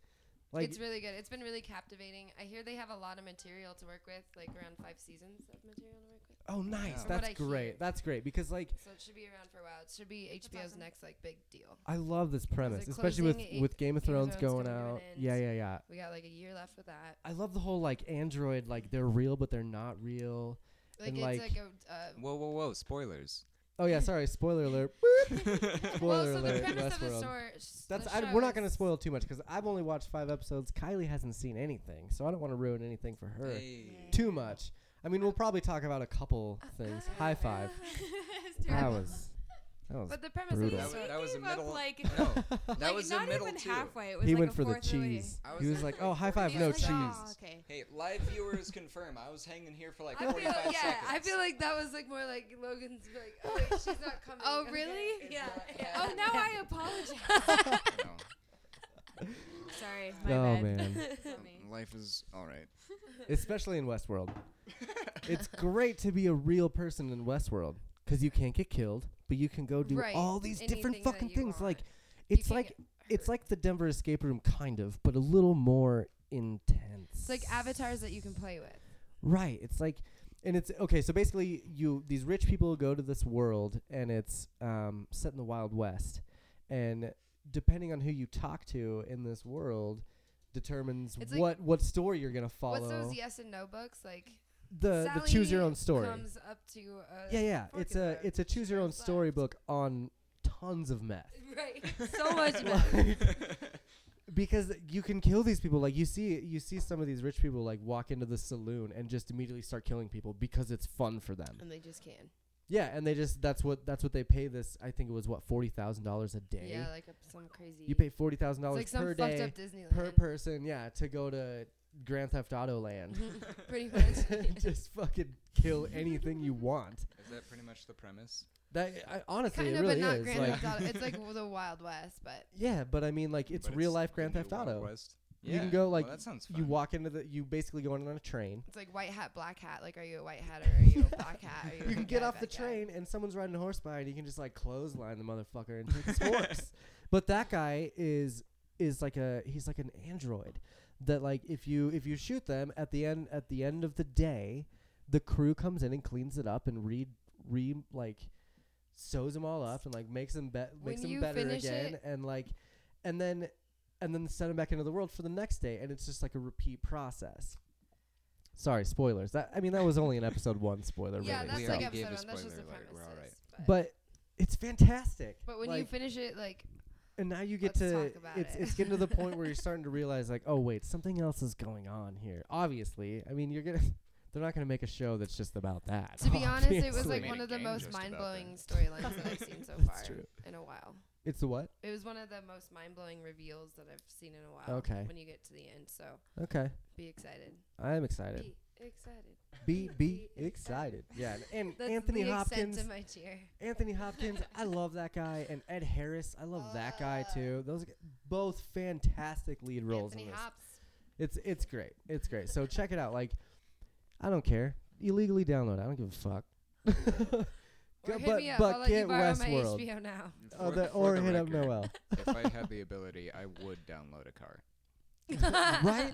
Like it's really good. It's been really captivating. I hear they have a lot of material to work with, like around five seasons of material to work with. oh nice, From what that's I great. hear. That's great because like So it should be around for a while. It should be HBO's awesome. next like big deal. I love this premise, it especially with closing? Eight- with Game of Game of Thrones, Thrones going coming to an out. end. Yeah, yeah, yeah. We got like a year left with that. I love the whole like android, like they're real but they're not real. Like And, it's like- like, a. Uh, Whoa, whoa, [laughs] whoa! Spoilers. Oh yeah, sorry, [laughs] spoiler alert. Boop. well, spoiler so the alert. premise of the Westworld. story. That's I, we're not going to spoil too much because I've only watched five episodes. Kylie hasn't seen anything, so I don't want to ruin anything for her Hey. too much. I mean, we'll probably talk about a Uh, couple things. High five. It's That terrible. was. That was. [laughs] But the premise Brutal. That of was, the story. that was a Gave up, middle. like- no, that Like, was a not middle even too. halfway. It was he like went a for the fourth away. cheese. I He was in like, for "Oh, like high five, He no was like, cheese." "Oh, okay. Hey, live viewers confirm. I was hanging here for like I feel, 45 yeah, seconds. I feel like that was like more like Logan's like, oh wait, she's not coming. Oh, okay." really? It's Yeah. [laughs] not- Oh, now I apologize. [laughs] [laughs] Sorry. My Oh, bad. [laughs] man. Tell me. No, Um, life is all right. especially in [laughs] Westworld. it's great to be a real person in Westworld because you can't get killed, but you can go do Right, all these different anything that fucking you things. Like, want. You it's can't like get it's hurt. like the Denver Escape Room, kind of, but a little more intense. It's like avatars that you can play with. Right. It's like, and it's okay. So basically, you these rich people go to this world, and it's um, set in the Wild West, and depending on who you talk to in this world, determines It's like- what what story you're gonna follow. What's those yes and no books like? the, the choose your Sally own story. Comes up to uh, a yeah, yeah. fork It's in the a road. it's a choose your own Sure, story but- book on tons of meth [laughs] Right. [laughs] So much. because you can kill these people. Like you see you see some of these rich people like walk into the saloon and just immediately start killing people because it's fun for them. and they just can. Yeah, and they just that's what that's what they pay this. I think it was what forty thousand dollars a day. Yeah, like a, some crazy. you pay forty thousand it's dollars like some per fucked day up Disneyland. per person. Yeah, to go to Grand Theft Auto [laughs] Land. [laughs] Pretty much. and just fucking kill anything you want. Is that pretty much the premise? That I, honestly, [laughs] kind it of, really but not is. Grand like, Theft Auto. It's [laughs] like w- the Wild West, but Yeah, but I mean, like it's But real life the Grand new Theft Wild Auto. West? You Yeah. can go, Well, like, that sounds You fun. walk into the, you basically go in on a train. it's like white hat, black hat. Like, are you a white hat or are you a black hat? Are you, [laughs] a You can good get guy, off the bad guy? train and someone's riding a horse by, and you can just like clothesline the motherfucker and take his horse. But that guy is is like a he's like an android that like if you if you shoot them at the end at the end of the day, the crew comes in and cleans it up and re re like sews them all up and like makes them be- makes When them you better finish again it- and like and then and then send them back into the world for the next day and it's just like a repeat process. Sorry, spoilers. That I mean that was only in episode 1 spoiler Yeah, really. that's so- already like gave episode a one. That's just the spoiler alert. premise. We're all is, But, but it's fantastic. but when you Like, [laughs] finish it, like and now you get Let's to talk about it's it. it's getting to the point where [laughs] you're starting to realize like, oh wait, something else is going on here. Obviously, I mean, you're gonna [laughs] they're not gonna make a show that's just about that. To be honest, it was obviously. like Made one a of the game most just about mind that. blowing storylines that I've [laughs] seen so far That's true. in a while. it's the what? It was one of the most mind blowing reveals that I've seen in a while. Okay. When you get to the end, so Okay, be excited. I am excited. Be excited. Be be be excited. Yeah, and- and, [laughs] That's Anthony the Hopkins. extent of my cheer. Anthony Hopkins, I love that guy, and Ed Harris, I love that guy too. Those are both fantastic lead roles Uh. Anthony in this. Hops. It's it's great. It's great. So check it out. Like, I don't care. Illegally download. it. I don't give a fuck. [laughs] Or Go- hit but me up. but I'll let get you borrow Westworld. my HBO now. [laughs] Oh, For the- the- for or the hit up record, Noel. if I had the ability, I would download a car. right?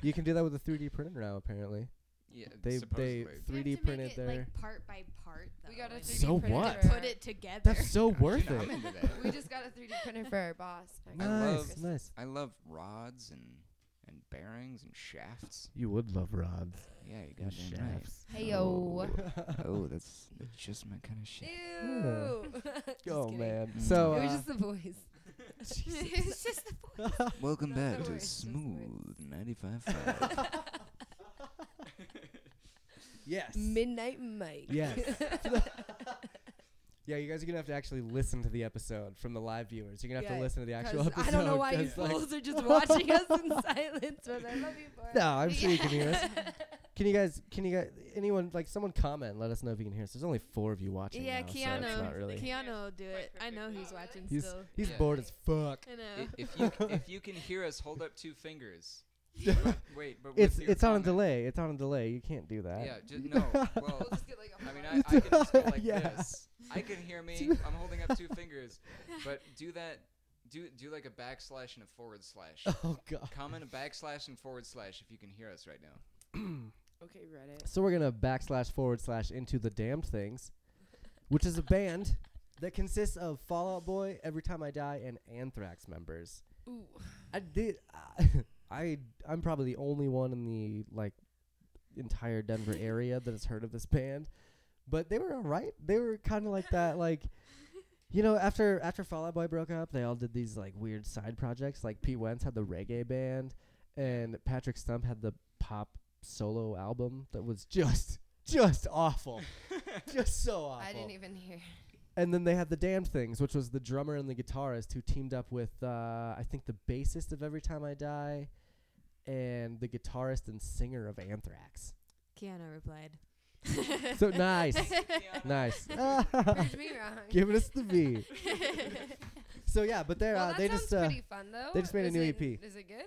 You can do that with a 3D printer now. Apparently, Yeah, they supposedly. they You have 3D to printed make it, their. like part by part. Though. We got a and 3D So printer. what? for- put it together. That's so worth I'm it. into [laughs] that. [laughs] we just got a 3D printer for [laughs] our boss. actually. Nice, love- nice. I love rods and and bearings and shafts. You would love rods. Yeah, you and got right. Hey yo. Oh, that's, that's just my kind of [laughs] shit. Ew. Just Oh kidding. man. Mm. So It uh, was just [laughs] the voice. [laughs] it's just the point. Welcome Not the back to worst, just the Smooth [laughs] 95.5. [laughs] yes. Midnight Mike. [laughs] Yes. yeah, you guys are gonna have to actually listen to the episode from the live viewers. You're gonna have to Yeah, listen to the actual 'Cause episode. I don't know why you [laughs] 'cause, like- fools are just [laughs] watching us in silence, but I love you for it. No, I'm sure you can hear [laughs] us. Can you guys? Can you guys? Anyone like someone comment? and Let us know if you can hear us. There's only four of you watching. Yeah, now, Keanu. So it's not really. Keanu will do it. I know Oh, he's watching He's [laughs] still. he's Yeah. bored as fuck. I know. [laughs] I- if you if you can hear us, hold up two fingers. Wait, but with It's your it's on a comment- delay. It's on a delay. You can't do that. Yeah, just no. We'll [laughs] Well, just get like a I mean, I, whole I can just go like Yeah. this. I can hear [laughs] me. I'm holding up two fingers, but do that. Do do like a backslash and a [laughs] forward slash. [laughs] Oh god. Comment a backslash and forward slash if you can hear us right now. Okay, Reddit. So we're gonna backslash forward slash into the damned things, which is a band that consists of Fallout Boy, Every Time I Die, and Anthrax members. Ooh. I did. [laughs] I, I I'm probably the only one in the like entire Denver area that has heard of this band, but they were alright. They were kind of like that, like. You know, after after Fall Out Boy broke up, they all did these like weird side projects. Like Pete Wentz had the reggae band, and Patrick Stump had the pop solo album that was just [laughs] just awful, just so awful. I didn't even [laughs] hear. And then they had the Damned Things, which was the drummer and the guitarist who teamed up with, uh, I think, the bassist of Every Time I Die and the guitarist and singer of Anthrax. [laughs] Keanu [laughs] replied. [laughs] So nice. nice. [laughs] Proved me wrong. Giving us the [laughs] V. so yeah, but they're, Well, uh, that they sounds just, uh, pretty fun though. they just made a Is new it- EP. Is it good?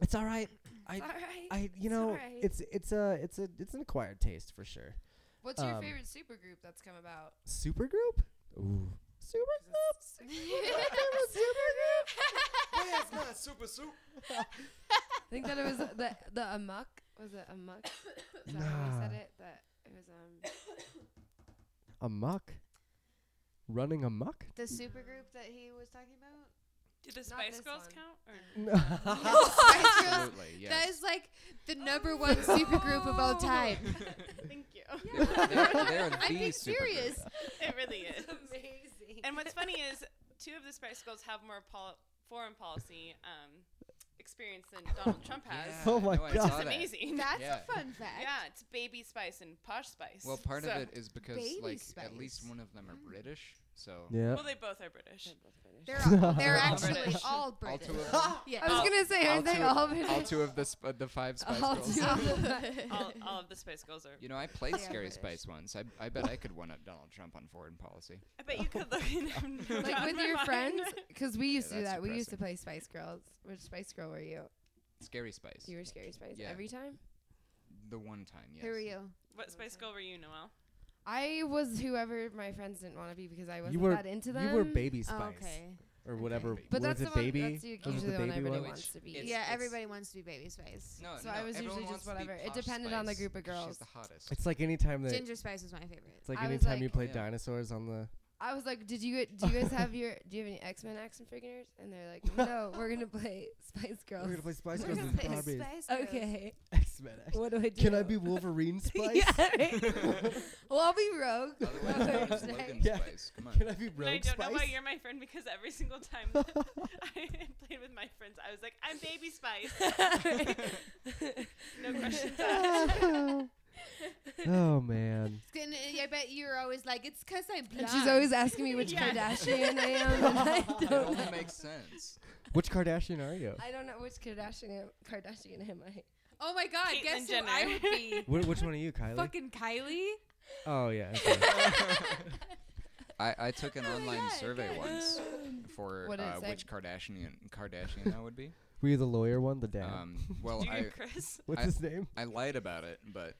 it's all right. I, It's all right. I, you It's know, alright. it's, it's a, it's a, it's an acquired taste for sure. What's your um, favorite supergroup that's come about? Supergroup? Ooh. Supergroup? [laughs] It's not super [laughs] soup. I think that it was the the amok. Was it amok? Is that how Nah. we said it? That it was um. Amok? Running amok? [laughs] [laughs] The supergroup that he was talking about. Did the Not Spice this Girls one. count? Or? [laughs] Absolutely, That yes. is like the number one supergroup of [laughs] all time. Thank you. [laughs] They're, they're the I'm being supergroup. serious. It really is. Amazing. And what's funny is two of the Spice Girls have more pol- foreign policy um, experience than Donald Trump has. Yeah, Oh my no, I God. saw It's that. amazing. That's Yeah. a fun fact. yeah, it's Baby Spice and Posh Spice. Well, part So- of it is because Baby like spice. at least one of them are British, so Yeah. Well, they both [laughs] are British. They're [laughs] They're all, they're all actually British. all all British. two of them, [laughs] Oh. I was All- gonna say, aren't all they two- all all British? two of the sp- the five Spice [laughs] All Girls. two of them. [laughs] all, all of the Spice Girls are. You know, I played They are Scary British. Spice once. I, I bet I could one up Donald Trump on foreign policy. I bet you could look [laughs] in [laughs] them. like with your friends, because we used to do that's that. We used to play Spice Girls. Which Spice Girl were you? Scary Spice. You were Scary Spice Yeah. every time. the one time, yes. Who are you? What Spice Girl were you, Noel? I was whoever my friends didn't want to be because I wasn't you were that into them. You were baby oh, spice Oh, okay. or whatever. But what But that's was the it, one. baby? That's Those usually was the one everybody one? wants to be. It's- yeah, it's- everybody wants to be baby spice. No, So no, I was everyone usually wants just to be whatever. It Posh depended on the Spice. group of She's girls. the [laughs] hottest. It's like anytime that Ginger spice was my favorite. it's like I was anytime you like- played Yeah. dinosaurs on the. I was like, "Did you do you guys have your do you have any X Men action figures?" And they're like, "No, [laughs] we're gonna play [laughs] Spice Girls." Spice [laughs] Girls [laughs] Spice Girls. Barbie. Girls. Okay. X-Men. What do I do? Can I be [laughs] Wolverine Spice? yeah, right? Well, I'll be rogue. [laughs] That's what I'm Otherwise, saying. Logan Yeah. Spice. Come on. [laughs] Can I be And I Rogue don't Spice? know why you're my friend because every [laughs] single time that I [laughs] played with my friends, I was like, I'm [laughs] Baby Spice. No questions asked. [laughs] [laughs] oh man. I bet you're always like, it's because I'm blind. And she's always asking me which Yeah. Kardashian I [laughs] am. and I It don't only know. makes sense. Which Kardashian are you? I don't know which Kardashian Kardashian am I. oh my god, Caitlyn guess Jenner. who I [laughs] would be? Wh- which one are you, Kylie? Fucking Kylie. Oh yeah. okay. [laughs] [laughs] I, I took Oh an online God, survey [gasps] God. once for What did it uh, say? which Kardashian Kardashian I would be. Were you the lawyer one? The dad? Um, well, Do I you, Chris? What's I- his [laughs] name? I lied about it, but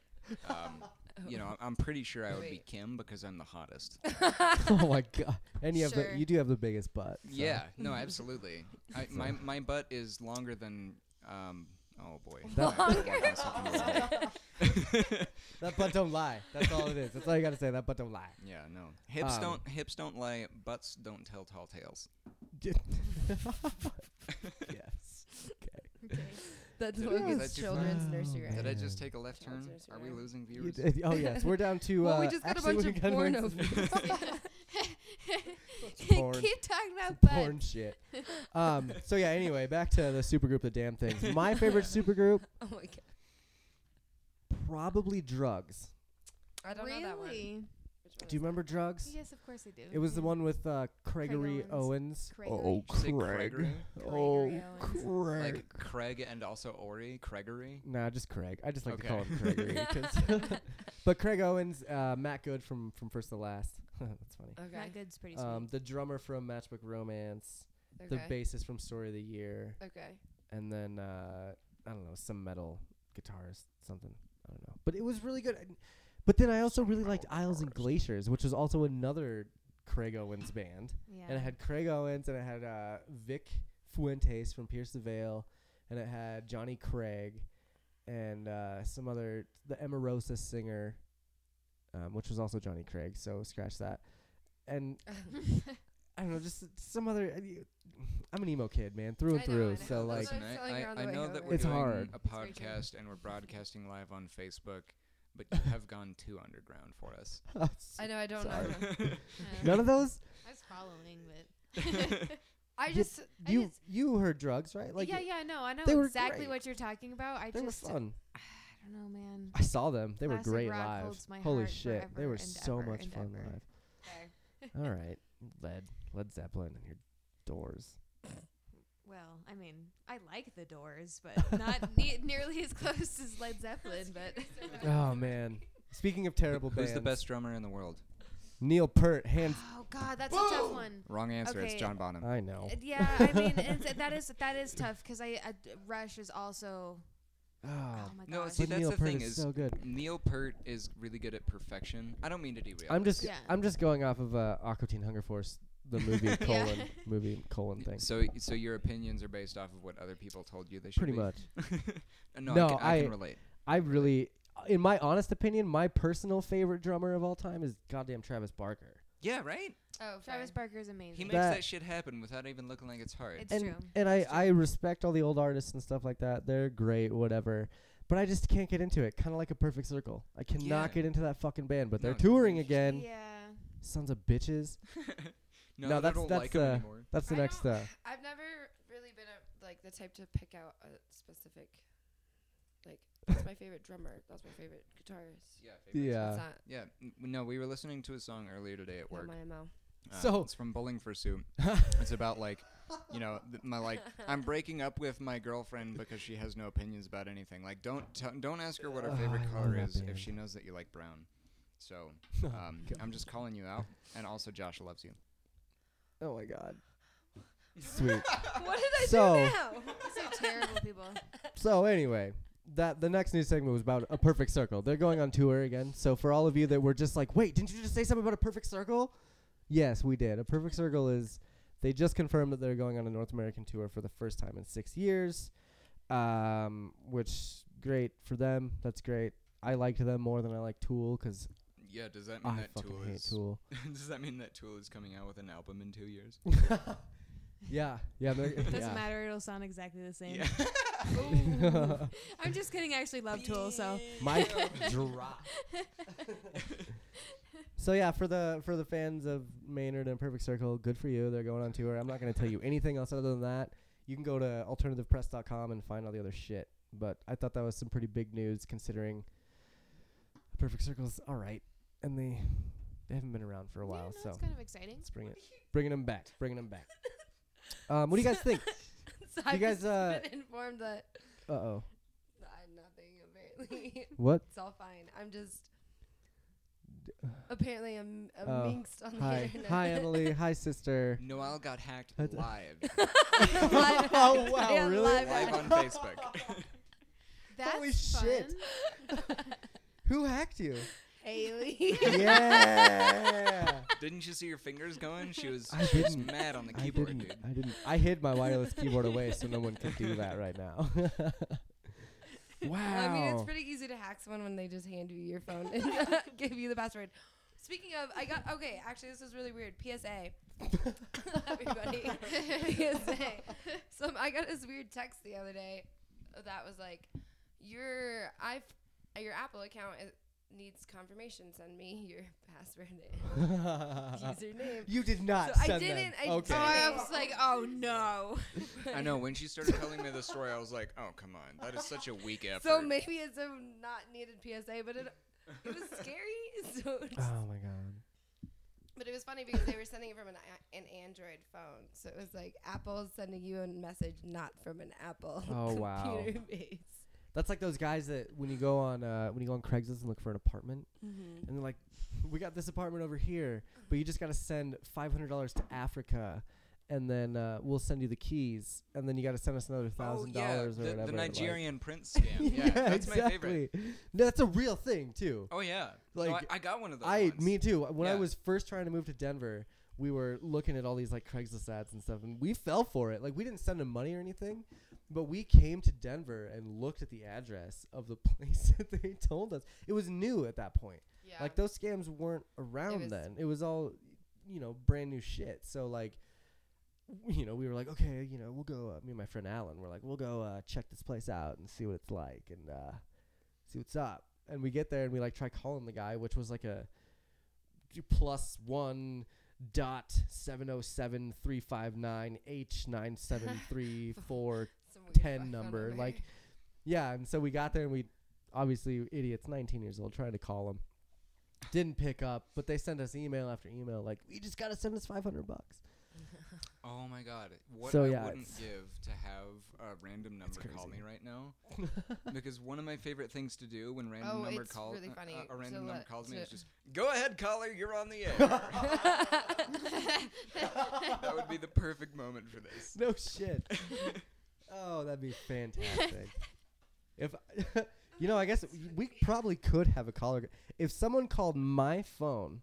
um, you know I'm pretty sure I would be Oh. Wait. Kim because I'm the hottest. [laughs] oh my god. And you have Sure. the you do have the biggest butt. so. Yeah, no, absolutely. [laughs] I, my my butt is longer than um. Oh boy. That- I have to walk myself in the eye. That butt don't lie. That's all it is. That's all you gotta say. That butt don't lie. yeah, no. Hips Um, don't hips don't lie. Butts don't tell tall [laughs] tales. yes. Okay. That's Did I get that Logan's too children's far? nursery rhyme. Yeah. Did I just take a left Child's turn? nursery Are we rhyme. losing You viewers? did- oh yes, we're down to. Well, uh, we just got a actually, bunch we of got porn words. [laughs] openings. [laughs] Porn. Keep talking about Porn butt. shit. Um, so yeah. Anyway, back to the supergroup, the damn [laughs] things. My favorite supergroup, [laughs] Oh my god. probably drugs. I don't know that one. Which Really? one Do you is that? remember drugs? Yes, of course I do. It was the one with uh, Gregory Owens. Craig Owens. Did you say Gregory? Gregory Craig. Like Craig and also Ori. Gregory. Nah, just Craig. I just like to Okay. call him Gregory. [laughs] 'cause- [laughs] but Craig Owens, uh, Matt Good from from First to Last. [laughs] That's funny. Okay. Matt Good's pretty sweet. Um, the drummer from Matchbook Romance, the Okay. bassist from Story of the Year, okay. and then uh, I don't know some metal guitarist, something. I don't know. But it was really good. And- But then I also really liked Isles and Glaciers, which was also another Craig Owens band. yeah. And it [laughs] had [laughs] Craig Owens and it had uh, Vic Fuentes from Pierce the Veil and it had Johnny Craig and uh, some other the Emerosa singer, um, which was also Johnny Craig. So scratch that. And I don't know, just some other. I'm an emo kid, man, through and I know, I through. know. So like, That's Listen, what I I, was telling her on I, the I way know home that earlier. we're It's doing hard. a very true. podcast and we're broadcasting live on Facebook, but [laughs] you have gone too underground for us. I know. I don't Sorry. know. [laughs] none of those. I was following, but [laughs] [laughs] I Yeah. just I You just- you heard drugs, right? Like yeah, yeah, no, I know they were exactly great. what you're talking about. I They were just, fun. [sighs] I don't know, man. I saw them. They were Classic great rock live. holds my Holy heart shit, they forever were and so ever much and fun ever. live. [laughs] All right, Led, Led Zeppelin, and your [laughs] doors. Well, I mean, I like the Doors, [laughs] but not ne- nearly as close as Led Zeppelin. But [laughs] Oh man. Speaking of terrible bands, [laughs] Who's the best drummer in the world? Neil Peart, hands. oh god, that's a tough one. Wrong answer. It's Okay. John Bonham. I know. Uh, Yeah, I mean [laughs] it's, that is that is tough because I, I Rush is also oh Oh, my god. no, see, but that's Neil the Peart thing is is, so good. Neil Peart is really good at perfection. I don't mean to derail. I'm just, this. Yeah. I'm just going off of uh, Aqua Teen Hunger Force, the [laughs] movie colon movie [laughs] colon thing. So, so your opinions are based off of what other people told you they should Pretty be? much. [laughs] no, No, I, can, I I- can relate. I really, in my honest opinion, my personal favorite drummer of all time is goddamn Travis Barker. Yeah, right. Oh, Travis Barker is amazing. He makes That- that, shit happen without even looking like it's hard. It's and true. and I, I respect all the old artists and stuff like that. They're great, whatever. But I just can't get into it. Kind of like a perfect circle. I cannot Yeah. get into that fucking band. But they're No, touring no. again. yeah, Sons of bitches. no, no, I that's- don't that's, like him uh, anymore. That's the I next. don't- Uh, I've never really been a, like the type to pick out a specific. Like that's my favorite drummer. That's my favorite guitarist. Yeah. favorite. yeah. That's not, Yeah. n- No, we were listening to a song earlier today at not work. my MO. Uh, So- it's from Bowling for [laughs] Soup. it's about like, you know, th- my like I'm breaking up with my girlfriend because she has no opinions about anything. Like, don't t- don't ask her what her Ugh, favorite Oh, I love Oh, color that is band. if she knows that you like brown. [laughs] So um, I'm just calling you out, and also Josh loves you. Oh my god. Sweet. what did I So- do [laughs] now? these are terrible people. [laughs] so anyway, that the next news segment was about a perfect circle. They're going on tour again. So for all of you that were just like, wait, didn't you just say something about a perfect circle? Yes, we did. A perfect circle is they just confirmed that they're going on a North American tour for the first time in six years. Um, which great for them. That's great. I liked them more than I like Tool because Yeah. Does Mm, that mean I that [laughs] fucking Tool hate is? Tool. [laughs] does that mean that Tool is coming out with an album in two years? Yeah, yeah, they're- Doesn't yeah. matter. It'll sound exactly the same. [laughs] Yeah. Ooh. I'm just kidding. I actually love Tool, so Mic drop. so yeah, for the for the fans of Maynard and Perfect Circle, good for you. They're going on tour. I'm not going to tell you anything else other than that. You can go to alternativepress.com and find all the other shit. But I thought that was some pretty big news considering Perfect Circle's all right, and they they haven't been around for a while. so it's kind of exciting. let's bring it, bringing them back, bringing them back. um, what do you guys think? [laughs] so You I've guys, just uh, been informed that Uh oh, I'm nothing apparently. what? it's all fine. I'm just apparently I'm a Oh, minxed on the Hi, internet. hi, Emily. [laughs] hi, [laughs] sister. Noel got hacked That's- [laughs] live, Live oh hacked. wow, Yeah, really? live [laughs] live on Facebook. [laughs] That's Holy shit. [laughs] fun. [laughs] [laughs] Who hacked you? Haley. yeah. Didn't you see your fingers going? She was, I she was didn't. mad on the I keyboard, didn't. dude. I didn't. I hid my wireless keyboard away so no one could do that right now. wow. I mean, it's pretty easy to hack someone when they just hand you your phone and [laughs] give you the password. Speaking of, I got okay. Actually, this was really weird. PSA, [laughs] everybody. PSA. So I got this weird text the other day that was like, "Your i your Apple account is, needs confirmation. Send me your [laughs] password and username." [laughs] you did Uh, not So I send didn't- I them. okay. Oh, I Dang. was like, oh no. I know. When she started telling me the story, I was like, "Oh, come on, that is such a weak effort." So [laughs] maybe it's a not needed PSA, but it it was scary. [laughs] So it just- Oh my god. But it was funny because they were sending it from an, a- an Android phone. So it was like Apple's sending you a message not from an Apple Oh, wow. computer base. That's like those guys that when you go on uh, when you go on Craigslist and look for an apartment, Mm-hmm. and they're like, "We got this apartment over here, but you just got to send five hundred dollars to Africa, and then uh, we'll send you the keys, and then you got to send us another oh [laughs] thousand yeah, dollars or the, whatever." the like- [laughs] Nigerian prince scam. Yeah, that's my favorite. No, that's a real thing too. Oh yeah, Like, like I, I got one of those. I once. me too. When I Yeah. was first trying to move to Denver, we were looking at all these like Craigslist ads and stuff, and we fell for it. Like we didn't send them money or anything, but we came to Denver and looked at the address of the [laughs] place that they told us. It was new at that point. Yeah. Like those scams weren't around was- then. It was all, you know, brand new shit. So like, w- you know, we were like, okay, you know, we'll go. Uh, me and my friend Alan, we're like, we'll go uh, check this place out and see what it's like and uh, see what's up. And we get there and we like try calling the guy, which was like a d- plus one dot seven zero seven three five nine H nine seven [laughs] three four Some weird ten phone number, like, yeah. And so we got there and we, obviously, idiots, nineteen years old, trying to call him, didn't pick up. But they sent us email after email, like, you just gotta send us five hundred [laughs] bucks. Oh my god, what So, I yeah, wouldn't it's- give to have a random number call crazy. me right now, [laughs] because one of my favorite things to do when random Oh, number it's calls really funny a to random number let- calls me to- is just go ahead caller, you're on the [laughs] air. [laughs] that would be the perfect moment [laughs] for this. No shit. [laughs] oh, that'd be fantastic. if [laughs] you know, I guess we probably could have a caller. g- If someone called my phone,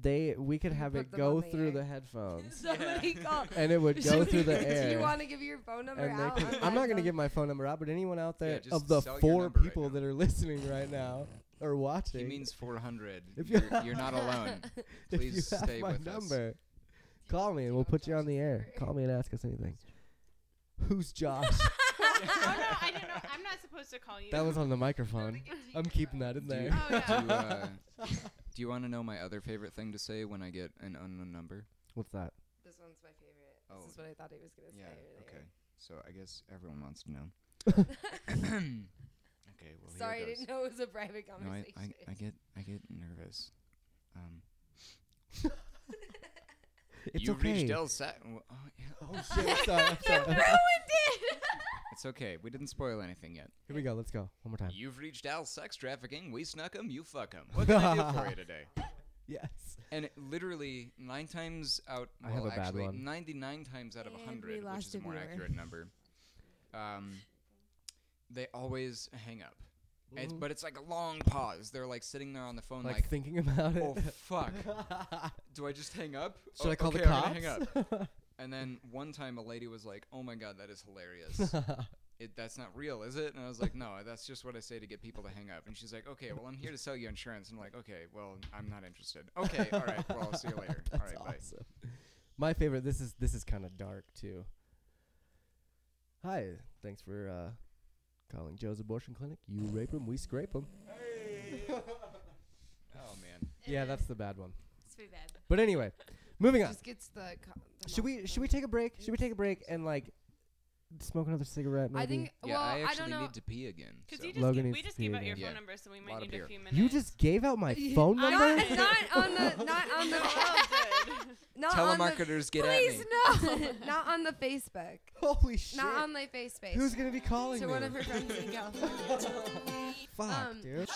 they we could You have put it them go on the through air. the [laughs] headphones, [laughs] Somebody call. and it [laughs] would go through the air. Do you want to give your phone number and they out? [laughs] could, on I'm not that going to phone? give my phone number out, but anyone out there just of the sell your four number right people now. that are listening right now or watching, He means 400. If you- you're, you're not alone. [laughs] if please you stay have my with us. number, call me and we'll put you on the [laughs] air. Call me and ask us anything. Who's Josh? oh no, I didn't know. I'm not supposed to call you. that [laughs] was on the microphone. I'm keeping that in Do there. you- [laughs] Oh Do you, yeah. uh, [laughs] do you want to know my other favorite thing to say when I get an unknown number? What's that? This one's my favorite. Oh. This is what I thought he was going to say. earlier. [laughs] Okay. So I guess everyone wants to [coughs] know. okay. Well, here Sorry, I goes. didn't know it was a private No, I, conversation. I, I get I get nervous. Um, It's you've okay. reached El Sa- w- oh, yeah. oh shit! I'm sorry. I'm [laughs] sorry. I'm sorry. It's okay. We didn't spoil anything [laughs] yet. Here we go. Let's go. One more time. You've reached Al sex trafficking. We snuck him. You fuck him. What can I do for [laughs] you today? Yes. And it literally nine times out. I Well, have a bad actually, one. Ninety-nine times out of And we hundred, which lost is a a more viewer. accurate number. Um, they always hang up. It's, but it's like a long pause. They're like sitting there on the phone, Like, like, thinking about it. [laughs] "Oh fuck, do I just hang up? Should Oh, I call okay, the I'm cops? gonna hang up." [laughs] And then one time, a lady was like, "Oh my god, that is [laughs] hilarious. it, that's not real, is it?" And I was like, "No, that's just what I say to get people to hang up." And she's like, "Okay, well, I'm here to sell [laughs] you insurance." I'm like, "Okay, well, I'm not interested." Okay, all right, well, I'll see you later. all That's right, bye. awesome. My favorite. This is this is kind of dark too. Hi, thanks for uh, calling Joe's Abortion Clinic. You rape 'em, we scrape 'em. Oh man. Yeah, that's the bad one. It's pretty bad. But anyway, moving on. Just gets the. Co- the Should we should we take a break? Should we take a break and like smoke another cigarette? Maybe? I think. Yeah, well, I I, actually don't know. need to pee again. Because so- you just Logan gi- needs we to just pee gave out again. your Yeah. phone number, so we Lot might of need beer. a few minutes. you just gave out [laughs] my phone not, number. not [laughs] on the not on [laughs] the oh, not on the- telemarketers get at Please me. [laughs] no, not on the Facebook, Holy shit! not on my Facebook. Who's gonna be calling to me? one of her friends [laughs] in California. Fuck, um, dude.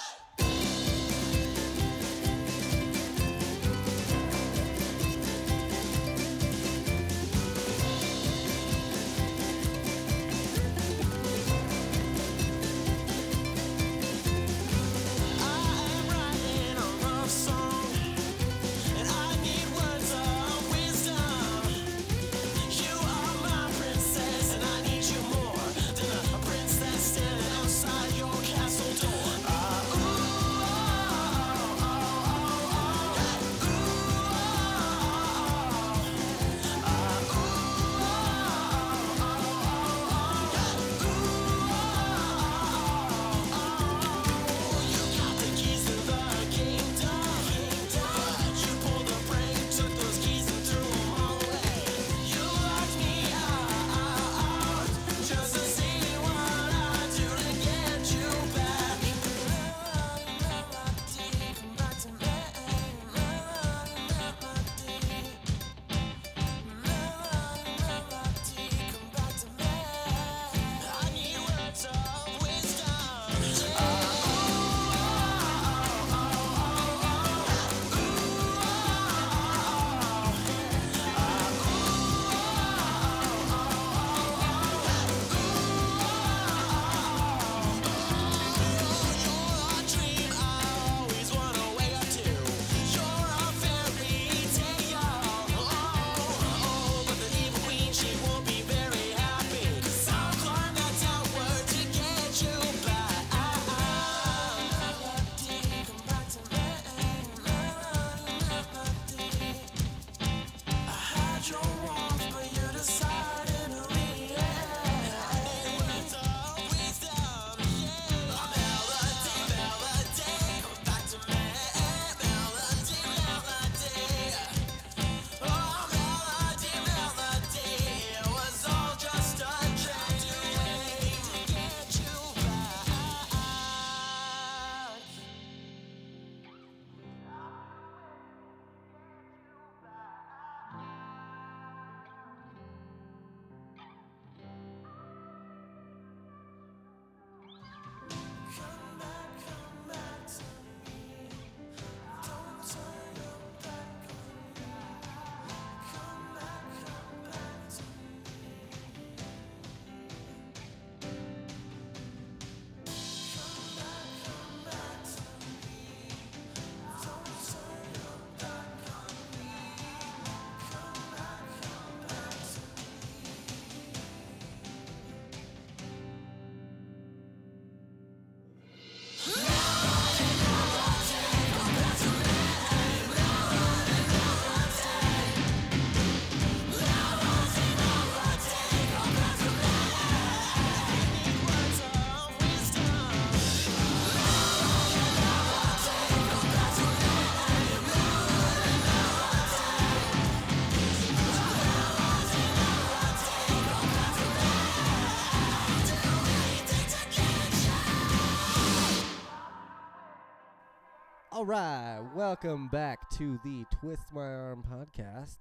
All right, welcome back to the Twist My Arm podcast.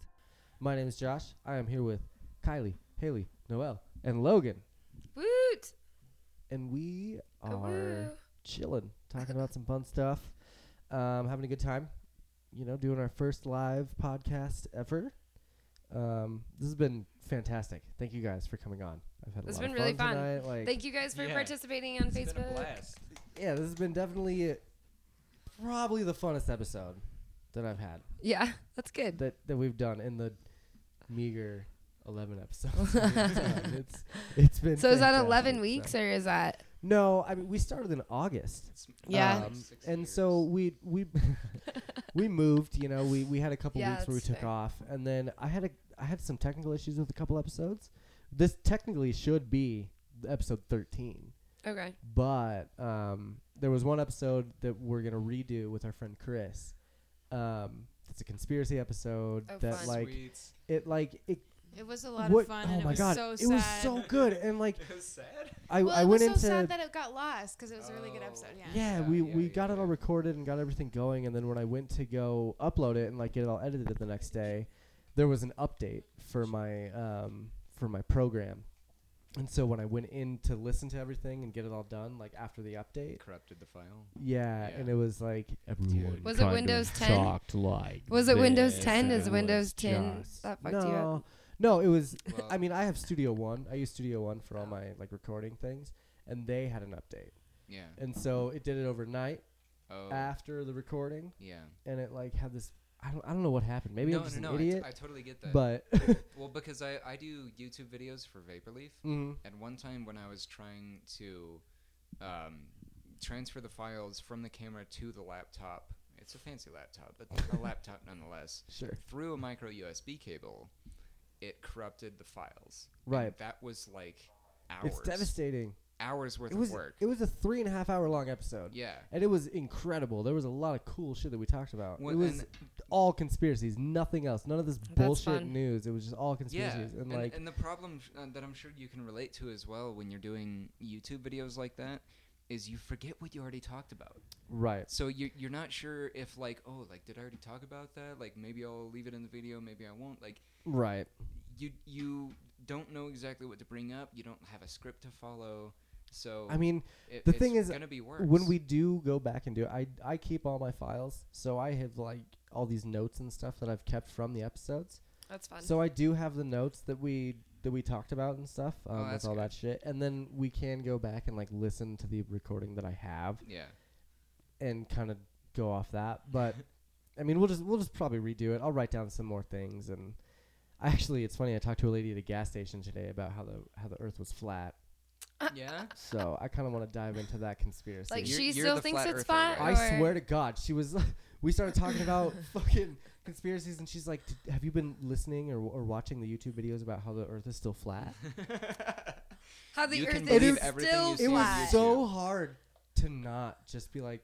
My name is Josh. I am here with Kylie, Haley, Noel, and Logan, Woot! and we are Woo. chilling, talking about some fun stuff, um, having a good time. You know, doing our first live podcast ever. Um, this has been fantastic. Thank you guys for coming on. I've had a It's lot been of really fun fun. tonight. Like, Thank you guys for Yeah. participating on Facebook. yeah, this has been definitely uh, probably the funnest episode that I've had. Yeah, that's good. that that we've done in the meager eleven [laughs] episodes. we've done. it's it's been So is that fantastic, 11 so. weeks or is that? um, No, I mean Um, we started in August, Yeah. um, and so we we [laughs] we moved. You know, we we had a couple Yeah, weeks where we that's took fair. off, and then I had a I had some technical issues with a couple episodes. This technically should be episode thirteen, Okay. but um, there was one episode that we're gonna redo with our friend Chris. Um, it's a conspiracy episode Oh, that fun. like it like it It was a lot what- of fun. and oh my it was god So it sad. was so good and like [laughs] it was sad. I well, I it went was into so sad that it got lost because it was a really good Oh. episode. Yeah. Yeah, Yeah, we, yeah, we yeah, got it all yeah. recorded and got everything going, and then when I went to go upload it and like get it all edited the next day, there was an update for my um for my program, and so when I went in to listen to everything and get it all done, like after the update, Corrupted the file. yeah, and Yeah. it was like everyone Was it kind of Windows 10? talked like Was it Windows 10? Is Windows 10 that fucked you up? no, no, it was. Well- I mean, I have Studio One. I use Studio One for all my like recording things, and they had an update, Yeah. and so it did it overnight Oh. after the recording yeah. and it like had this I don't I don't know what happened. Maybe no, I'm just no, an no, I t- idiot. I totally get that. but [laughs] well, because I I do YouTube videos for Vaporleaf, Mhm. and one time when I was trying to um, transfer the files from the camera to the laptop, it's a fancy laptop, but [laughs] a laptop nonetheless. sure. Through a micro USB cable, it corrupted the files. and Right. that was like hours. It's devastating. Hours worth It was of work. it was a three and a half hour long episode. yeah. And it was incredible. There was a lot of cool shit that we talked about. Well, it was and- all conspiracies, nothing else. None of this bullshit fun. news. It was just all Yeah, conspiracies. And, like and the problem uh, that I'm sure you can relate to as well when you're doing YouTube videos like that is you forget what you already talked about. right. So you you're not sure if like oh like did I already talk about that? Like maybe I'll leave it in the video, maybe I won't. Like Right. you you don't know exactly what to bring up. You don't have a script to follow. So I mean, it- the thing it's is, gonna be worse when we do go back and do it, I I keep all my files. So I have like all these notes and stuff that I've kept from the episodes. That's fun. So I do have the notes that we that we talked about and stuff um, with Oh, that's all good. that shit, and then we can go back and like listen to the recording that I have yeah and kind of go off that. [laughs] But I mean, we'll just we'll just probably redo it. I'll write down some more things, and I actually, it's funny. I talked to a lady at a gas station today about how the how the Earth was flat, yeah. so I kind of want to dive into that conspiracy. like You're- she you're still the thinks flat it's earther, fun. right? I swear to God, she was. [laughs] we started talking [laughs] about fucking conspiracies, and she's like, "D- "Have you been listening or, or watching the YouTube videos about how the Earth is still flat?" [laughs] How the You earth can is believe everything still you see It on flat. was so hard to not just be like,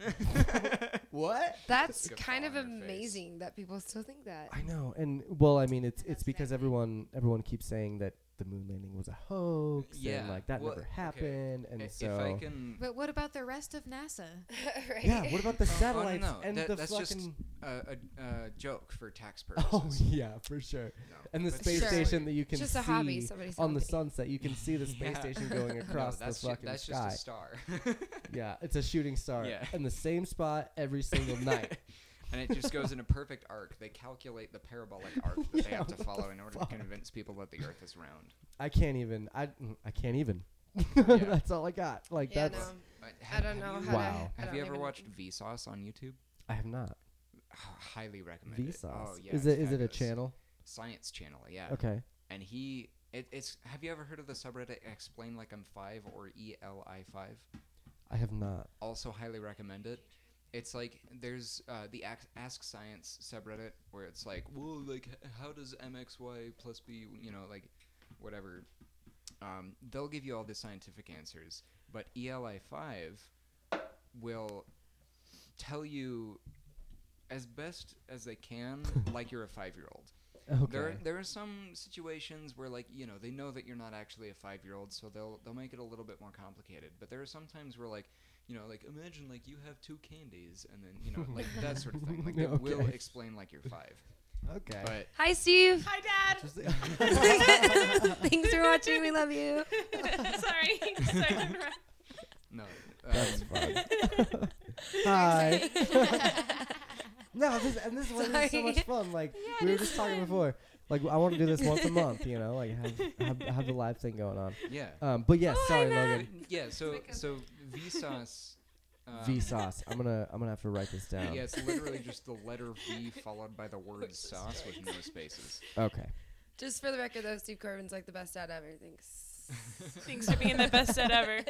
[laughs] what? That's It's gonna kind fall of on your face. amazing that people still think that. I know, and well, I mean, it's it's because everyone everyone keeps saying that the moon landing was a hoax, and Yeah, like that well, never okay. happened, I- and if so I can But what about the rest of NASA? [laughs] right? yeah. What about the Oh, oh, no, satellites no, and that- the that's just fucking? uh, a, a joke for tax purposes. [laughs] Oh yeah, for sure. No, And the but space Sure. station that you can It's just see a hobby. Somebody's on the hobby. sunset, you can see [laughs] the space Yeah. station going across the no, that's ju- fucking that's sky. just a star. [laughs] Yeah, it's a shooting star Yeah. in the same spot [laughs] every single night. and it just goes in a perfect arc. They calculate the parabolic [laughs] arc that they Yeah, have to what the follow in order fuck? to convince people that the Earth is round. I can't even. I mm, I can't even. [laughs] that's all I got. Like Yeah, that's. no. But I have- don't have know you- how. Wow. To, I Have don't you ever even- watched Vsauce on YouTube? [sighs] I have not. Oh, highly recommend it. Vsauce. Oh, yeah, is it's it is it a fabulous. channel? Science channel, yeah. Okay. And he, it, it's. Have you ever heard of the subreddit Explain Like I'm Five or ELI Five? I have not. also highly recommend it. It's like there's uh, the Ask, Ask Science subreddit where it's like, whoa, like h- how does MXY plus B, you know, like whatever. Um, they'll give you all the scientific answers, but ELI five will tell you as best as they can, like you're a five year old. Okay. There, there are some situations where, like, you know, they know that you're not actually a five-year-old, so they'll they'll make it a little bit more complicated. But there are some times where, like, you know, like imagine like you have two candies, and then you know, like that sort of thing. Like they [laughs] will Okay. explain like you're five, okay. but [laughs] Hi, [laughs] Steve. Hi, [laughs] Dad. Just- [laughs] Thanks for watching. We love you. [laughs] [laughs] Sorry. Sorry to interrupt. no, That's um, fun. [laughs] Hi. no, this, and this is why this is so much Sorry. fun. Like we were just talking before. Like I want to do this once a month, you know, like have have, have the live thing going on. [laughs] [laughs] yeah, Um, but yes, Oh, hi, sorry, Matt. But, Logan. yeah. So like a- so [laughs] Vsauce. Um, Vsauce. I'm gonna I'm gonna have to write this down. Yeah, it's literally just the letter V followed by the word sauce with no spaces. Okay. Just for the record, though, Steve Corbin's like the best dad ever. Thanks. Thanks for being the best dad ever.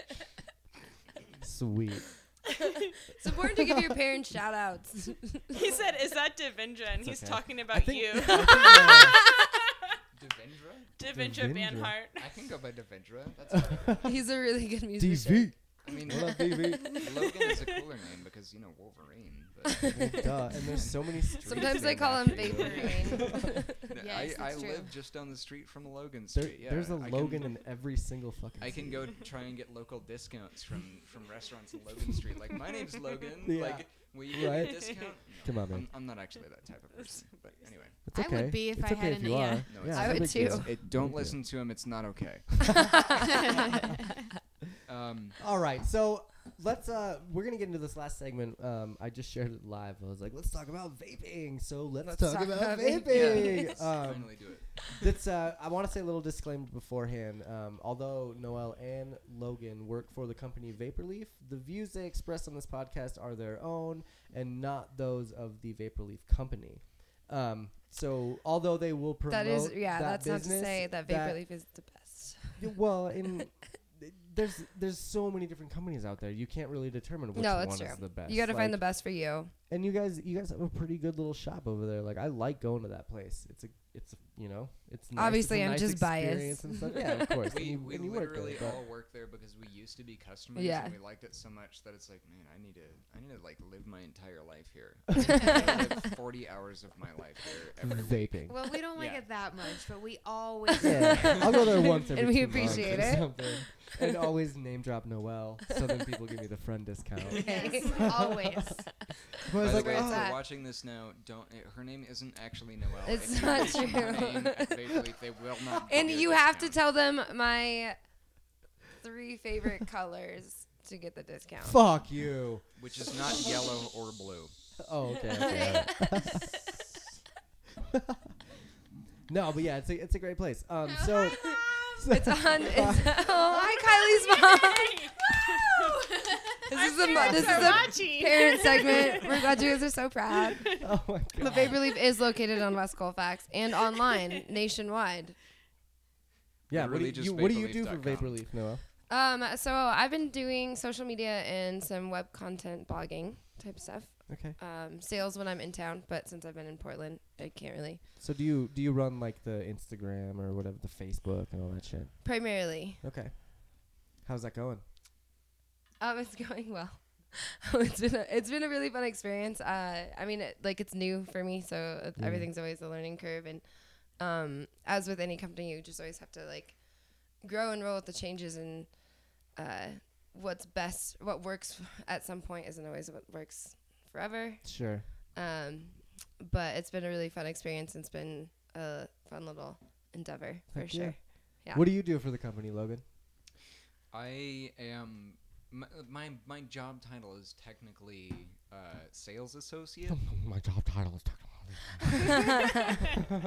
Sweet. [laughs] It's important to give your parents shout outs. [laughs] He said, "Is that Devendra?" And It's he's okay. talking I about think, you, [laughs] I think, uh, Devendra? Devendra Devendra. [laughs] Banhart. I can go by Devendra. That's [laughs] all right. [laughs] He's a really good musician. DV. I mean, What up, DV? [laughs] Logan is a cooler name because you know Wolverine. But Well, [laughs] duh. And there's [laughs] so many streets. Sometimes they named call him after Vaporine. No, [laughs] Yes, I, I that's true. live just down the street from Logan [laughs] There- Street. yeah, There's a I Logan Can, in every single fucking. [laughs] I city. can go try and get local discounts from from restaurants in Logan Street. Like my name's Logan. [laughs] Yeah. Like will you give Right. me a discount? No, Come on, man. I'm, I'm not actually that type of person. But anyway, It's I okay. would be if it's I okay had if an- you yeah. are. No, yeah, it's I no would big deal. too. it, Thank don't you. listen to him. It's not okay. Um, All right, so let's. uh We're gonna get into this last segment. Um, I just shared it live. I was like, let's talk about vaping. So let's, talk, about, vaping. [laughs] let's um, finally do it. that's. Uh, I want to say a little disclaimer beforehand. Um, although Noel and Logan work for the company Vaporleaf, the views they express on this podcast are their own and not those of the Vaporleaf company. Um, so although they will promote That is, yeah, that that's not to business, say that that- Vaporleaf is the best. yeah, well, and there's there's so many different companies out there. You can't really determine which No, one is that's true. the best. You got to find the Like, best for [laughs] you. And you guys, you guys have a pretty good little shop over there. Like I like going to that place. It's a, it's a, you know, it's nice. Obviously, it's a I'm nice just biased. experience and stuff. Yeah, of course. and [laughs] We, you, we and you work literally there, but- all work there because we used to be customers Yeah. and we liked it so much that it's like, man, I need to I need to like live my entire life here. I live 40 hours of my life here every week. vaping. Well, we don't like Yeah. it that much, [laughs] but we always. [laughs] yeah, I'll go there once every And we two months or appreciate it. something. And always name drop Noel, so then people give me the friend [laughs] discount. [laughs] Yes, always. But I was By like, the way, if "Oh, you're that?" watching this now, don't uh, her name isn't actually Noelle. It's If you not mention her true. name at Vape Leaf, they will not give And a you have to discount. tell them my three favorite colors to get the discount. fuck you. which is not yellow or blue. [laughs] Oh, okay. okay, all [laughs] right. no, but yeah, it's a it's a great place. [laughs] Um, so, so- [laughs] It's on. It's, [laughs] oh, hi, Kylie's mom. [laughs] this is the mo- this is the parent segment. We're glad you guys are [laughs] so proud. oh my But god. Vaporleaf is located on West Colfax and online nationwide. Yeah, what do Literally you, just you- what do you do for vaporleaf.com. vapor leaf, Noah? Um, so I've been doing social media and some web content blogging type stuff. Okay. Um, sales when I'm in town, but since I've been in Portland, I can't really. So do you do you run like the Instagram or whatever, the Facebook and all that shit? Primarily, [laughs] Okay. How's that going? um, it's going well. [laughs] Oh, it's been a, it's been a really fun experience. Uh, I mean, it, like it's new for me, so uh Mm. everything's always a learning curve. And um, as with any company, you just always have to like grow and roll with the changes. And uh, what's best, what works at some point, isn't always what works forever. Sure. Um, but it's been a really fun experience. and It's been a fun little endeavor for Heck yeah. sure. Yeah. What do you do for the company, Logan? I am my my, my job title is technically uh, sales associate. [laughs] My job title is talking about.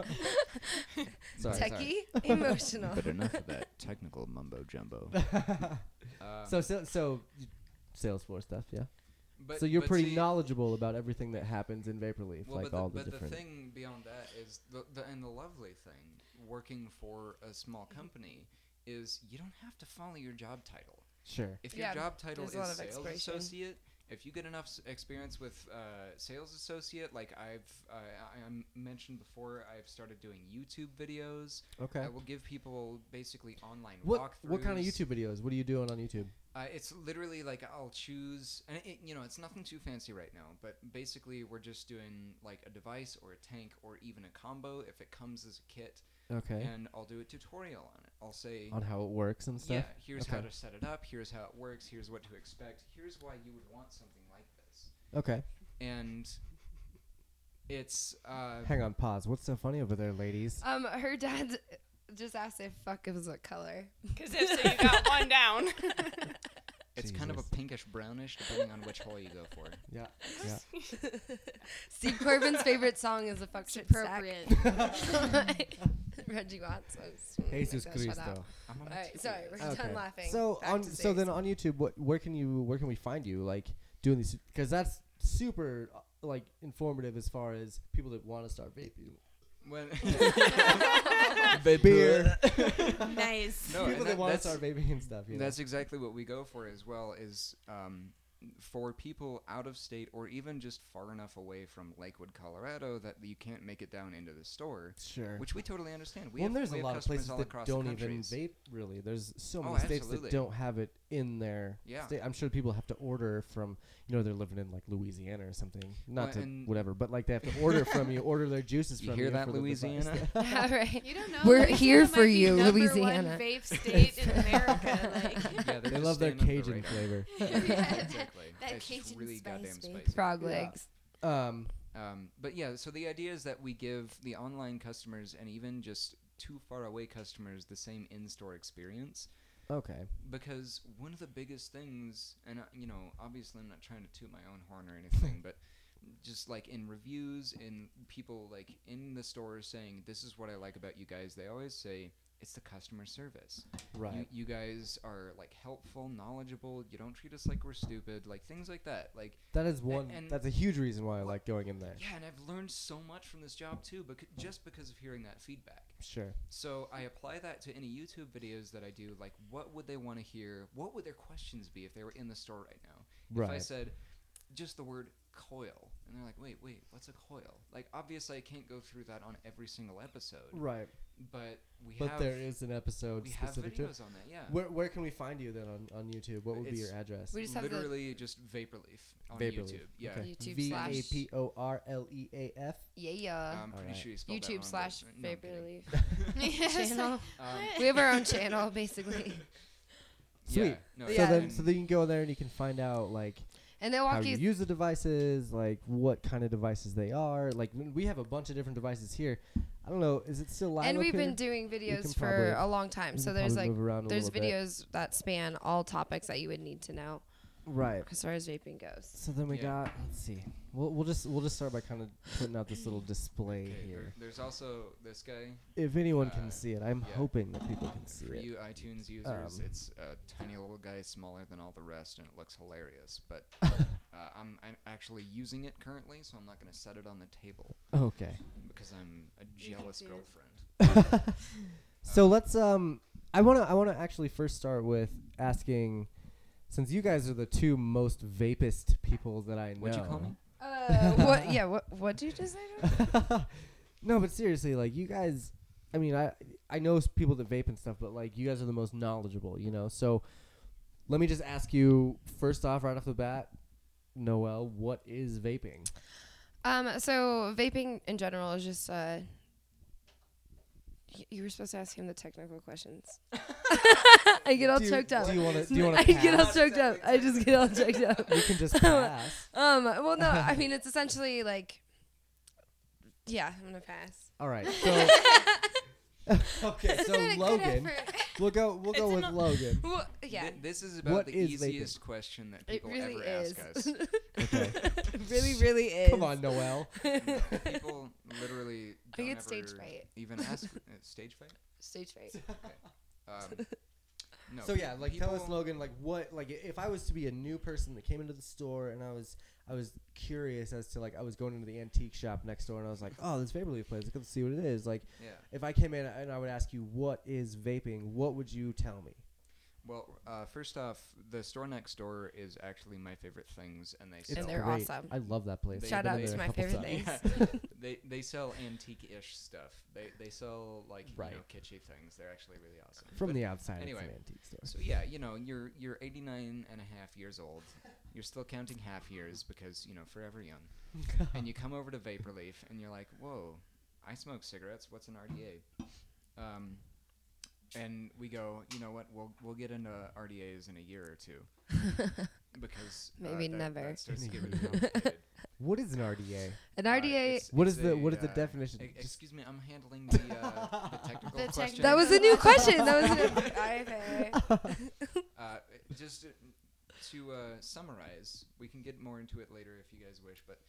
[laughs] Sorry. Techie, emotional. But enough of that technical mumbo jumbo. Um, [laughs] so so so, y- sales floor stuff. Yeah. but- so you're but pretty see- knowledgeable about everything that happens in Vaporleaf, Well, like but all the, the but different. the thing beyond that is the, the and the lovely thing working for a small Mm-hmm. company is you don't have to follow your job title. Sure. If your Yeah, job title is there's a lot of sales exploration. associate, if you get enough s- experience with uh, sales associate, like I've uh, I, I m- mentioned before, I've started doing YouTube videos. Okay. I will give people basically online What walkthroughs. what kind of YouTube videos? What are you doing on YouTube? Uh, it's literally like I'll choose, and it, you know, it's nothing too fancy right now. But basically, we're just doing like a device or a tank or even a combo if it comes as a kit, Okay. and I'll do a tutorial on it. I'll say, on how it works and yeah, stuff. here's how Okay. to set it up, here's how it works, here's what to expect, here's why you would want something like this, Okay. and it's uh, Hang on, pause. What's so funny over there, ladies? Um, her dad just asked if fuck is a color. Because if so, you got one down. it's kind of a Jesus. pinkish brownish depending on which hole you go for. Yeah. [laughs] Steve Corbin's favorite song is a fuck It's shit appropriate. sack. [laughs] Reggie Watts. was- Jesus Like, oh, shut Christ, up. though. I'm All right, sorry, we're done laughing. So Back on to so then sales. on YouTube, what where can you where can we find you like doing these? Because that's super uh, like informative as far as people that want to start vaping. [laughs] When [laughs] Beer. [laughs] nice. No, and people that that- want to that's- start vaping and stuff. You know? That's exactly what we go for as well. Is um, for people out of state or even just far enough away from Lakewood, Colorado that you can't make it down into the store, Sure. which we totally understand. We well, and have, there's a we have lot of customers places all that across don't the even countries. vape. Really, there's so Oh, many states absolutely. that don't have it in their Yeah. state. I'm sure people have to order from, you know, they're living in like Louisiana or something. Not Well, to and- whatever, but like they have to order from you, order their juices [laughs] You from hear you. that, for the device. Louisiana? [laughs] [laughs] All right. You don't know. [laughs] We're Louisiana here might for be you, number Louisiana. One vape state in America. [laughs] Like Yeah, they love their Cajun [laughs] flavor. flavor. [laughs] exactly. That It's Cajun really spice, goddamn babe. spicy. Frog Yeah. legs. Um, Um, but yeah, so the idea is that we give the online customers and even just too far away customers the same in-store experience okay. because one of the biggest things and uh, you know obviously i'm not trying to toot my own horn or anything but just like in reviews in people like in the store saying this is what i like about you guys they always say it's the customer service Right. you, you guys are like helpful knowledgeable you don't treat us like we're stupid like things like that like that is one. and- that's a huge reason why I like going in there. yeah and i've learned so much from this job too but just because of hearing that feedback Sure. so I apply that to any YouTube videos that I do. Like, what would they want to hear? What would their questions be if they were in the store right now? If I Right. said just the word coil, and they're like, wait, wait, what's a coil? Like, obviously, I can't go through that on every single episode, Right. but we But have there is an episode we have specific to it. videos on that. Yeah, Where, where can we find you then on, on YouTube? What would be your It's- address? We just have the literally just Vaporleaf on Vaporleaf. YouTube. Yeah, Okay. YouTube V slash- A P O R L E A F. yeah yeah. Um, I'm pretty Alright. sure you spelled that wrong, YouTube but- slash no, I'm kidding. Vaporleaf [laughs] [laughs] Yes. channel. [laughs] [laughs] Um, we have our own channel basically, yeah, Sweet. no, So Yeah. then, and- so then you can go there and you can find out like and they'll how walk you you. use the devices, like what kind of devices they are. Like n- we have a bunch of different devices here. I don't know. Is it still live? and up we've here? been doing can videos probably- for a long time, We so can there's probably like move around a there's little bit. videos that span all topics that you would need to know right? as far as [laughs] vaping goes. So then we Yeah. got. Let's see. We'll we'll just we'll just start by kind of putting out this little display okay, here. there- there's also this guy If anyone Uh, can see it, I'm yeah. hoping that people can see For it. you iTunes users, Um, it's a tiny little guy, smaller than all the rest, and it looks hilarious. [laughs] But uh, I'm, I'm actually using it currently, so I'm not going to set it on the table Okay. because I'm a You can jealous see it. girlfriend. [laughs] So let's um I want to I want to actually first start with asking since you guys are the two most vapist people that I know. What'd you call me? Uh, what? Yeah. What? What did you just say? to us? [laughs] no, but seriously, like you guys I mean, I I know s- people that vape and stuff, but like you guys are the most knowledgeable, you know. So let me just ask you first off right off the bat, Noel, what is vaping? Um. So vaping in general is just. Uh, y- you were supposed to ask him the technical questions. [laughs] I get all do you, choked up. Do [laughs] you want to do you want I to get all pass? choked up. I just get all choked up. [laughs] You can [laughs] just pass. Um. Well, [laughs] no. I mean, it's essentially like. Yeah, I'm gonna pass. All right. [laughs] So [laughs] Okay, so Logan We'll go. [laughs] We'll go It's with not- Logan. Well, yeah. Th- this is about What the is vaping? easiest question that It people really ever is. [laughs] ask us. Okay. It really, really is. Come on, Noel. [laughs] people literally don't get stage ever fright. even [laughs] ask uh, stage fight. Stage fright. [laughs] Um, no, So yeah, like tell us, people- Logan, like what, like if I was to be a new person that came into the store and I was, I was curious as to like I was going into the antique shop next door and I was like, oh, this Vaporleaf place, let's go see what it is. Like Yeah. if I came in and I would ask you what is vaping, what would you tell me? Well, uh, first off, the store next door is actually my favorite things, and they It's sell. they're great. awesome. I love that place. They- Shout I've out been to there a my couple favorite times. things. [laughs] they they sell antique-ish stuff. They they sell like you know Right. kitschy things. They're actually really awesome. From But- the outside, anyway, it's an antique store. so yeah, you know, you're you're 89 and a half years old. You're still counting half years because, you know, [laughs] forever young. and you come over to Vaporleaf and you're like, "Whoa, I smoke cigarettes. What's an RDA?" Um and we go, "You know what? We'll we'll get into RDAs in a year or two. [laughs] Because uh, Maybe that- never. That starts to In a [laughs] get really year. complicated. What is an [laughs] RDA? An Uh, RDA. [laughs] it's- What it's is the- a, what is the uh, definition? e- Just- excuse me, I'm handling the, uh, the technical The question. that was a new question. That was [laughs] a new. [laughs] [laughs] uh, just to uh, summarize, we can get more into it later if you guys wish, but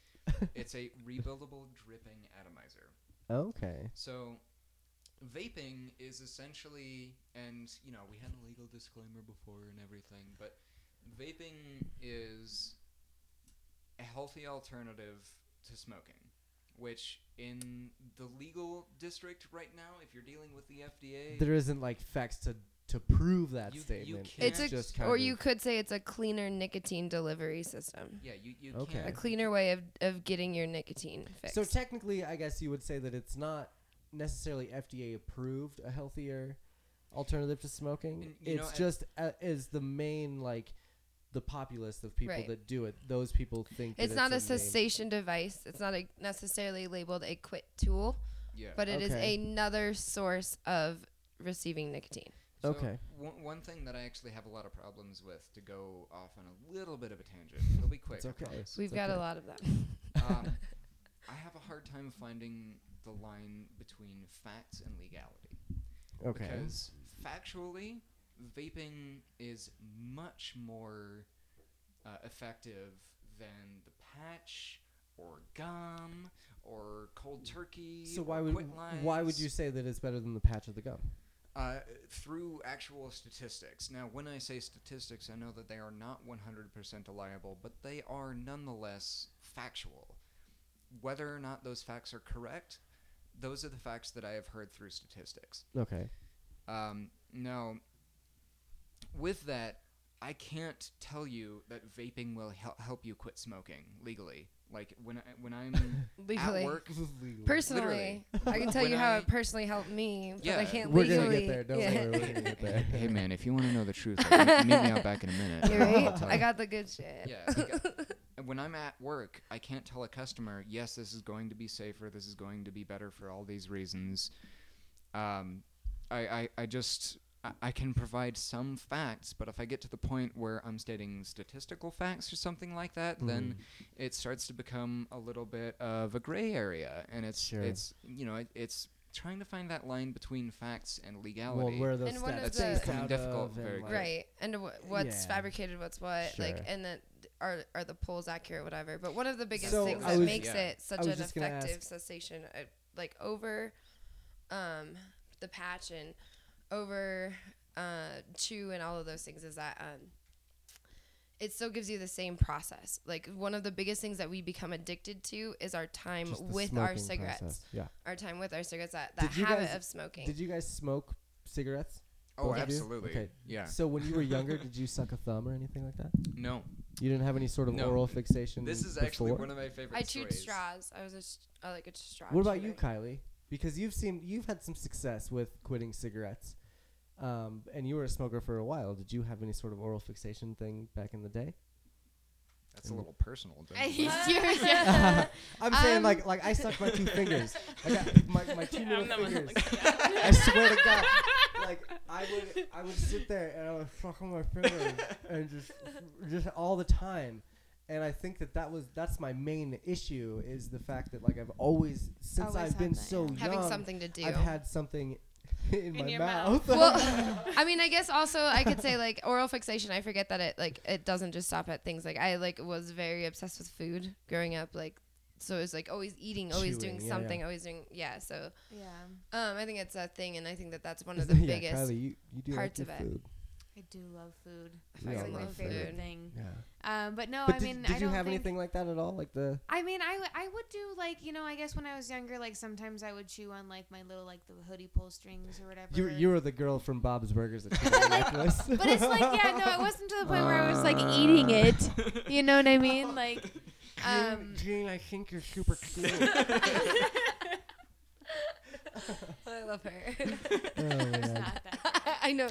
it's a rebuildable dripping atomizer. Okay. So vaping is essentially, and you know, we had a legal disclaimer before and everything, but vaping is a healthy alternative to smoking. Which in the legal district right now, if you're dealing with the FDA, There isn't like facts to to prove that You- you statement. can't- It's a- just kind or of- you could say it's a cleaner nicotine delivery system. Yeah, you, you Okay. can't. A cleaner way of, of getting your nicotine fixed. So technically, I guess you would say that it's not necessarily FDA approved a healthier alternative to smoking. And, you know, it's and- just uh, is the main like the populace of people Right. that do it. Those people think that it's not a main- cessation device. It's not a necessarily labeled a quit tool, Yeah. but it is Okay. another source of receiving nicotine. So Okay. One, one thing that I actually have a lot of problems with to go off on a little bit of a tangent. [laughs] It'll be quick. It's I okay. promise. We've It's got a okay. lot of that. [laughs] um, I have a hard time finding the line between facts and legality. Okay. Because factually, vaping is much more uh, effective than the patch or gum or cold turkey. So or why would quit why would lines. you say that it's better than the patch of the gum? uh, through actual statistics. Now, when I say statistics, I know that they are not 100% reliable, but they are nonetheless factual. Whether or not those facts are correct, those are the facts that I have heard through statistics. Okay. Um, now, with that, I can't tell you that vaping will hel- help you quit smoking legally. Like when I, when I'm Legally. at work, Personally, I can [laughs] tell When you how I- it personally helped me, but I Yeah. can't We're legally. gonna get there. Don't Yeah. worry. We're gonna [laughs] get there. [laughs] Hey man, if you want to know the [laughs] truth, like, m- meet me out back in a minute. You're I'll right. tell I you. got the good shit. Yeah. like, uh, when I'm at work, I can't tell a customer, yes, this is going to be safer. This is going to be better for all these reasons. Um, I, I, I just, I, I can provide some facts, but if I get to the point where I'm stating statistical facts or something like that, then Mm-hmm. it starts to become a little bit of a gray area. And it's, Sure. it's, you know, it, it's trying to find that line between facts and legality. Well, where are those And one stats of the- based Becoming out difficult, of very and, like, good. right and wh- what's Yeah. fabricated what's what like Sure. and then d- are are the polls accurate whatever but one of the biggest So things I that was- makes Yeah. it such was an just gonna effective ask- cessation uh, like over um the patch and over uh chew and all of those things is that um it still gives you the same process. Like one of the biggest things that we become addicted to is our time just the with our smoking cigarettes. process. Yeah. Our time with our cigarettes. That, that Did you habit guys- of smoking. Did you guys smoke cigarettes? Oh, Both of you? absolutely. Okay. Yeah. So when you were younger, did you suck a thumb or anything like that? No. You didn't have any sort of No. oral fixation. This is actually before? one of my favorite I stories. chewed straws. I was a s- I like a straw. What about you, chewer. Kylie? Because you've seen you've had some success with quitting cigarettes, um, and you were a smoker for a while. Did you have any sort of oral fixation thing back in the day? [laughs] That's a little personal. don't you think? [laughs] I'm saying Um, like like I sucked my two fingers. I got my, [laughs] my two Yeah, middle I'm the one that fingers. [laughs] looks at I swear to [laughs] God, like I would I would sit there and I would suck on my fingers and just just all the time. And I think that that was that's my main issue is the fact that like I've always since Always I've had been that, so young yeah. having something to do. I've had something in, my your mouth. [laughs] well, [laughs] I mean, I guess also I could say like oral fixation. I forget that it like it doesn't just stop at things. Like I like was very obsessed with food growing up. Like so it was like always eating, always Chewing, doing yeah, yeah. something, always doing yeah. So Yeah, um, I think it's a thing, and I think that that's [laughs] one of the biggest. Kylie, you, you do parts like of your it. food. I do love food. Yeah, it's I like my love favorite food. thing. Yeah. Um, but no, but I did, mean, did I you don't have think anything like that at all? Like the I mean, I, w- I would do like you know I guess when I was younger, like sometimes I would chew on like my little like the hoodie pull strings or whatever. you you were the girl from Bob's Burgers [laughs] that came like this. but it's like [laughs] yeah, no, it wasn't to the point where I was like eating Ah. it. You know what I [laughs] mean? Like, um, Gene, I think you're super cute. [laughs] I love her. [laughs] Oh, man. [laughs] not that. I know.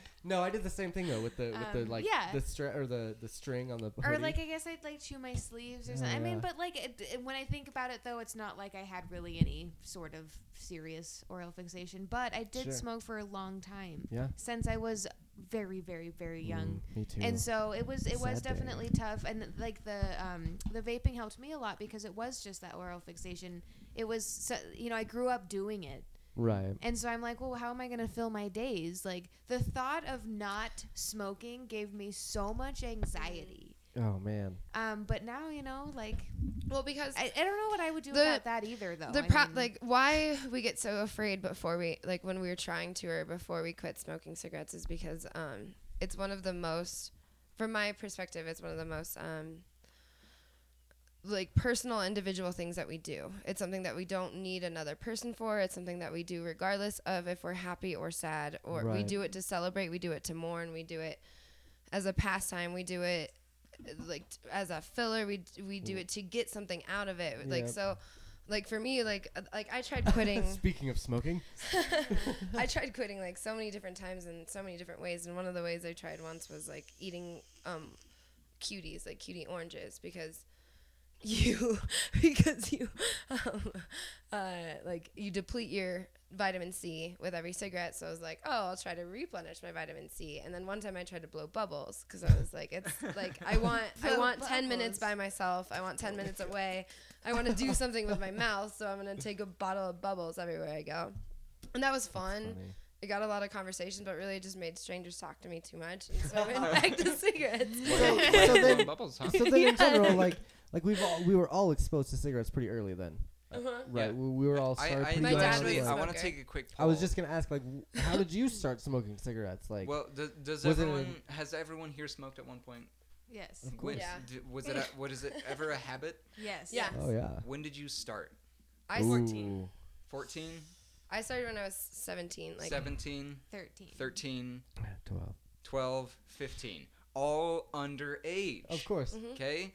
[laughs] no, I did the same thing though with the with the Um, like yeah. the stra- or the the string on the Or hoodie. like I guess I'd like chew my sleeves or something. I yeah. mean, but like it, it- when I think about it though, it's not like I had really any sort of serious oral fixation. But I did Sure. smoke for a long time yeah. since I was very, very, very young. Mm, me too. and so it was it was Sad day. definitely tough and like the um the vaping helped me a lot because it was just that oral fixation it was so, you know i grew up doing it right. and so i'm like well how am i going to fill my days like the thought of not smoking gave me so much anxiety Oh man. um but now you know like Well, because i, I don't know what i would do The- about that either though the I pro- mean, like why we get so afraid before we like when we were trying to or before we quit smoking cigarettes is because um it's one of the most from my perspective it's one of the most um like personal individual things that we do. It's something that we don't need another person for. It's something that we do regardless of if we're happy or sad or we Right. do it to celebrate, we do it to mourn, we do it as a pastime, we do it uh, like t- as a filler, we d- we do it to get something out of it. Like Yep. so like for me like uh, like I tried [laughs] quitting Speaking of smoking, I tried quitting like so many different times in so many different ways, and one of the ways I tried once was like eating um, cuties, like cutie oranges, because you [laughs] because you [laughs] um, uh, like you deplete your vitamin C with every cigarette. So I was like, oh, I'll try to replenish my vitamin C. And then one time I tried to blow bubbles because I was like, it's like [laughs] I want I Blow want ten minutes bubbles. by myself. I want ten minutes away. I want to [laughs] do something with my mouth, so I'm gonna take a bottle of bubbles everywhere I go. And that was fun. funny. It got a lot of conversations, but really it just made strangers talk to me too much. And so I went [laughs] back to cigarettes. So- Why- so why then- blow bubbles, huh? so [laughs] then in general, like like we've all we were all exposed to cigarettes pretty early then, [laughs] Uh-huh. right? Yeah. We, we were all I, started I pretty My do young, dad actually. was like- I a want to smoker. take a quick. I Oh. was poll. just gonna ask, like, w- how did you start smoking cigarettes? Like, Well, does, does Was it everyone an- has everyone here smoked at one point? Yes. of course. When, Yeah. d- was it a, what is it [laughs] ever a habit? Yes. Yeah. Oh yeah. When did you start? I, s- 14. Ooh. 14, I started when I was 17. Like 17, 13. 13, Twelve. 12, 15. All underage. Of course. Mm-hmm. Mm-hmm. Okay?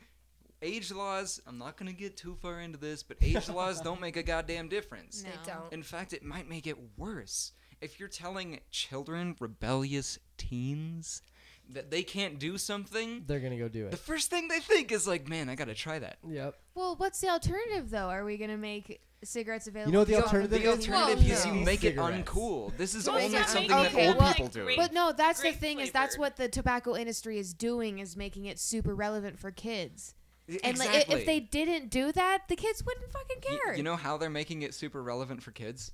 Age laws, I'm not going to get too far into this, but [laughs] age laws don't make a goddamn difference. they No. don't. In fact, it might make it worse. If you're telling children, rebellious teens, that they can't do something, They're gonna go do the it. first thing they think is like, man, I got to try that. Yep. Well, what's the alternative though? Are we gonna make cigarettes available? know the to all alternative The Well, alternative no. is you make it Cigarettes. uncool. This is Well, only yeah, something make that it old like people do. grape But no, that's the Grape thing is that's flavored. what the tobacco industry is doing is making it super relevant for kids. And exactly. like, i- if they didn't do that, the kids wouldn't fucking Y- care. You know how they're making it super relevant for kids?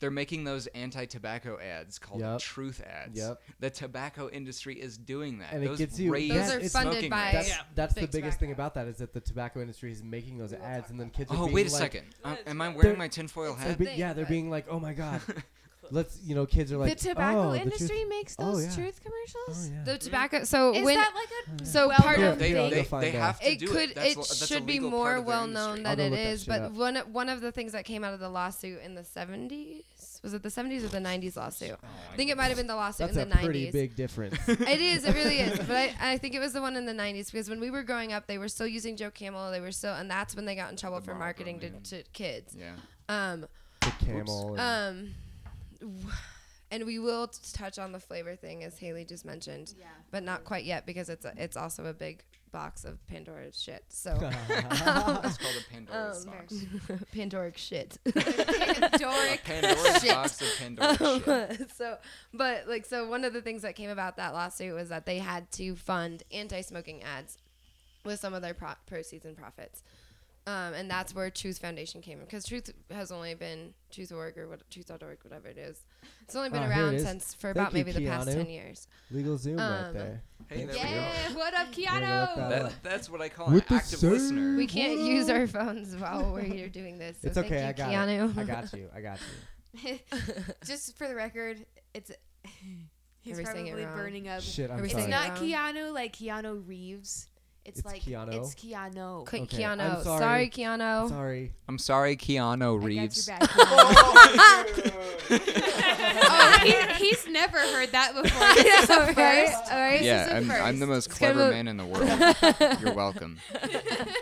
They're making those anti-tobacco ads called Yep. truth ads. Yep. The tobacco industry is doing that. And it Those gets you- raise Those are smoking funded by- rates. That's Yeah. that's the Big biggest thing tobacco. about that is that the tobacco industry is making those ads, and then kids. are Oh being wait a like- second! Um, That's am I right. wearing my tinfoil they're hat? be- thing, yeah, they're but- being like, oh my [laughs] god, let's you know, kids are like the tobacco "Oh, the truth- industry makes oh, those yeah. truth Oh commercials. yeah. Hmm? The tobacco. So Is when that like a so well part Yeah, of they, I'll the go they, find they out. have to it do could it. That's it l- that's a should be legal part of more their well known industry. I'll than go it look that is shit but up. one one of the things that came out of the lawsuit in the 70s was it the 70s or the 90s lawsuit Oh, i think it might have been the lawsuit That's a in the 90s pretty big [laughs] difference. it is it [laughs] really [laughs] is but I, I think it was the one in the 90s because when we were growing up they were still using joe camel they were still and that's when they got in trouble The for Marlboro marketing to, Man. to kids Yeah. um the camel. and- um [sighs] w- and we will t- touch on the flavor thing as haley just mentioned [laughs] Yeah. but not quite yet because it's a, it's also a big box of pandora's shit so [laughs] [laughs] um, It's called a Pandora's Um, box. Pandoric [laughs] shit. A Pandoric Pandora's box of [laughs] [laughs] Pandora's shit. Oh, so, but like, so one of the things that came about that lawsuit was that they had to fund anti-smoking ads with some of their pro- proceeds and profits, um, and that's where Truth Foundation came in because Truth has only been Truth.org or what Truth.org, whatever it is. It's only been Ah, here it around is. since for Thank about you, maybe the past Keanu. ten years. Legal Zoom right um, there. Hey, there we go. Yeah, what up, We're gonna look Keanu? that up. That, that's what I call With the an active same- listener. We can't use our phones while we're here doing this. So it's okay. I thank you, got Keanu. it. I [laughs] got you. I got you. [laughs] Just for the record, it's [laughs] he's Are we saying it probably wrong? burning up. Shit, I'm Um, Are we sorry. It's saying not wrong? Keanu like Keanu Reeves. It's, It's like Keanu. it's Keanu. Ke- Okay, I'm Keanu. sorry. Sorry. Keanu. sorry. I'm sorry, Keanu Reeves. I got [laughs] your back, Keanu. [laughs] oh, he, he's never heard that before. [laughs] This [laughs] is a right? first. All right, Yeah, this is a I'm, I'm the first. most It's kind of clever a- man [laughs] in the world. You're welcome. [laughs]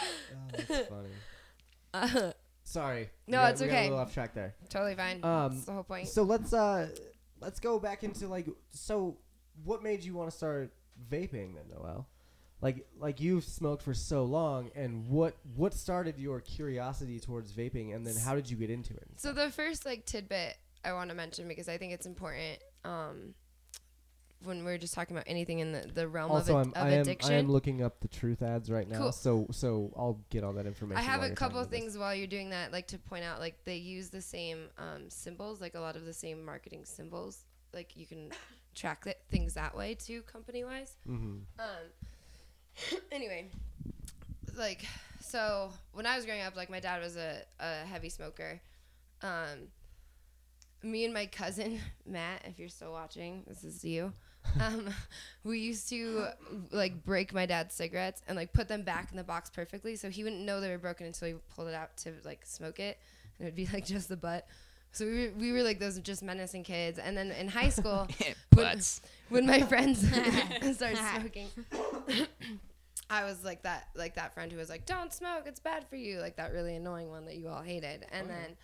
Oh, [laughs] that's funny. [laughs] Uh, Sorry. We No, got- it's we got okay. a little off track there. totally fine. Um, That's the whole point. So let's uh let's go back into like so what made you want to start vaping then, Noel? Like like you've smoked for so long and what what started your curiosity towards vaping and then how did you get into it? So the first like tidbit I want to mention because I think it's important um, when we're just talking about anything in the, the realm also of, I'm ad- I of am addiction. I am looking up the truth ads right now. Cool. So so I'll get all that information. I have while a you're couple talking about things while you're doing that, like to point out, like they use the same um, symbols, like a lot of the same marketing symbols. Like you can track that, things that way too, company wise. this. Mhm. Um, [laughs] anyway, like, so when I was growing up, like, my dad was a, a heavy smoker. [laughs] Um, me and my cousin, Matt, if you're still watching, this is you. um, we used to like break my dad's cigarettes and like put them back in the box perfectly, so he wouldn't know they were broken until he pulled it out to like smoke it, and it would be like [laughs] just the butt. So we were, we were like those just menacing kids. And then in high school, when, Butts. when my [laughs] friends started smoking, [coughs] I was like that like that friend who was like, "Don't smoke, it's bad for you." Like that really annoying one that you all hated. And then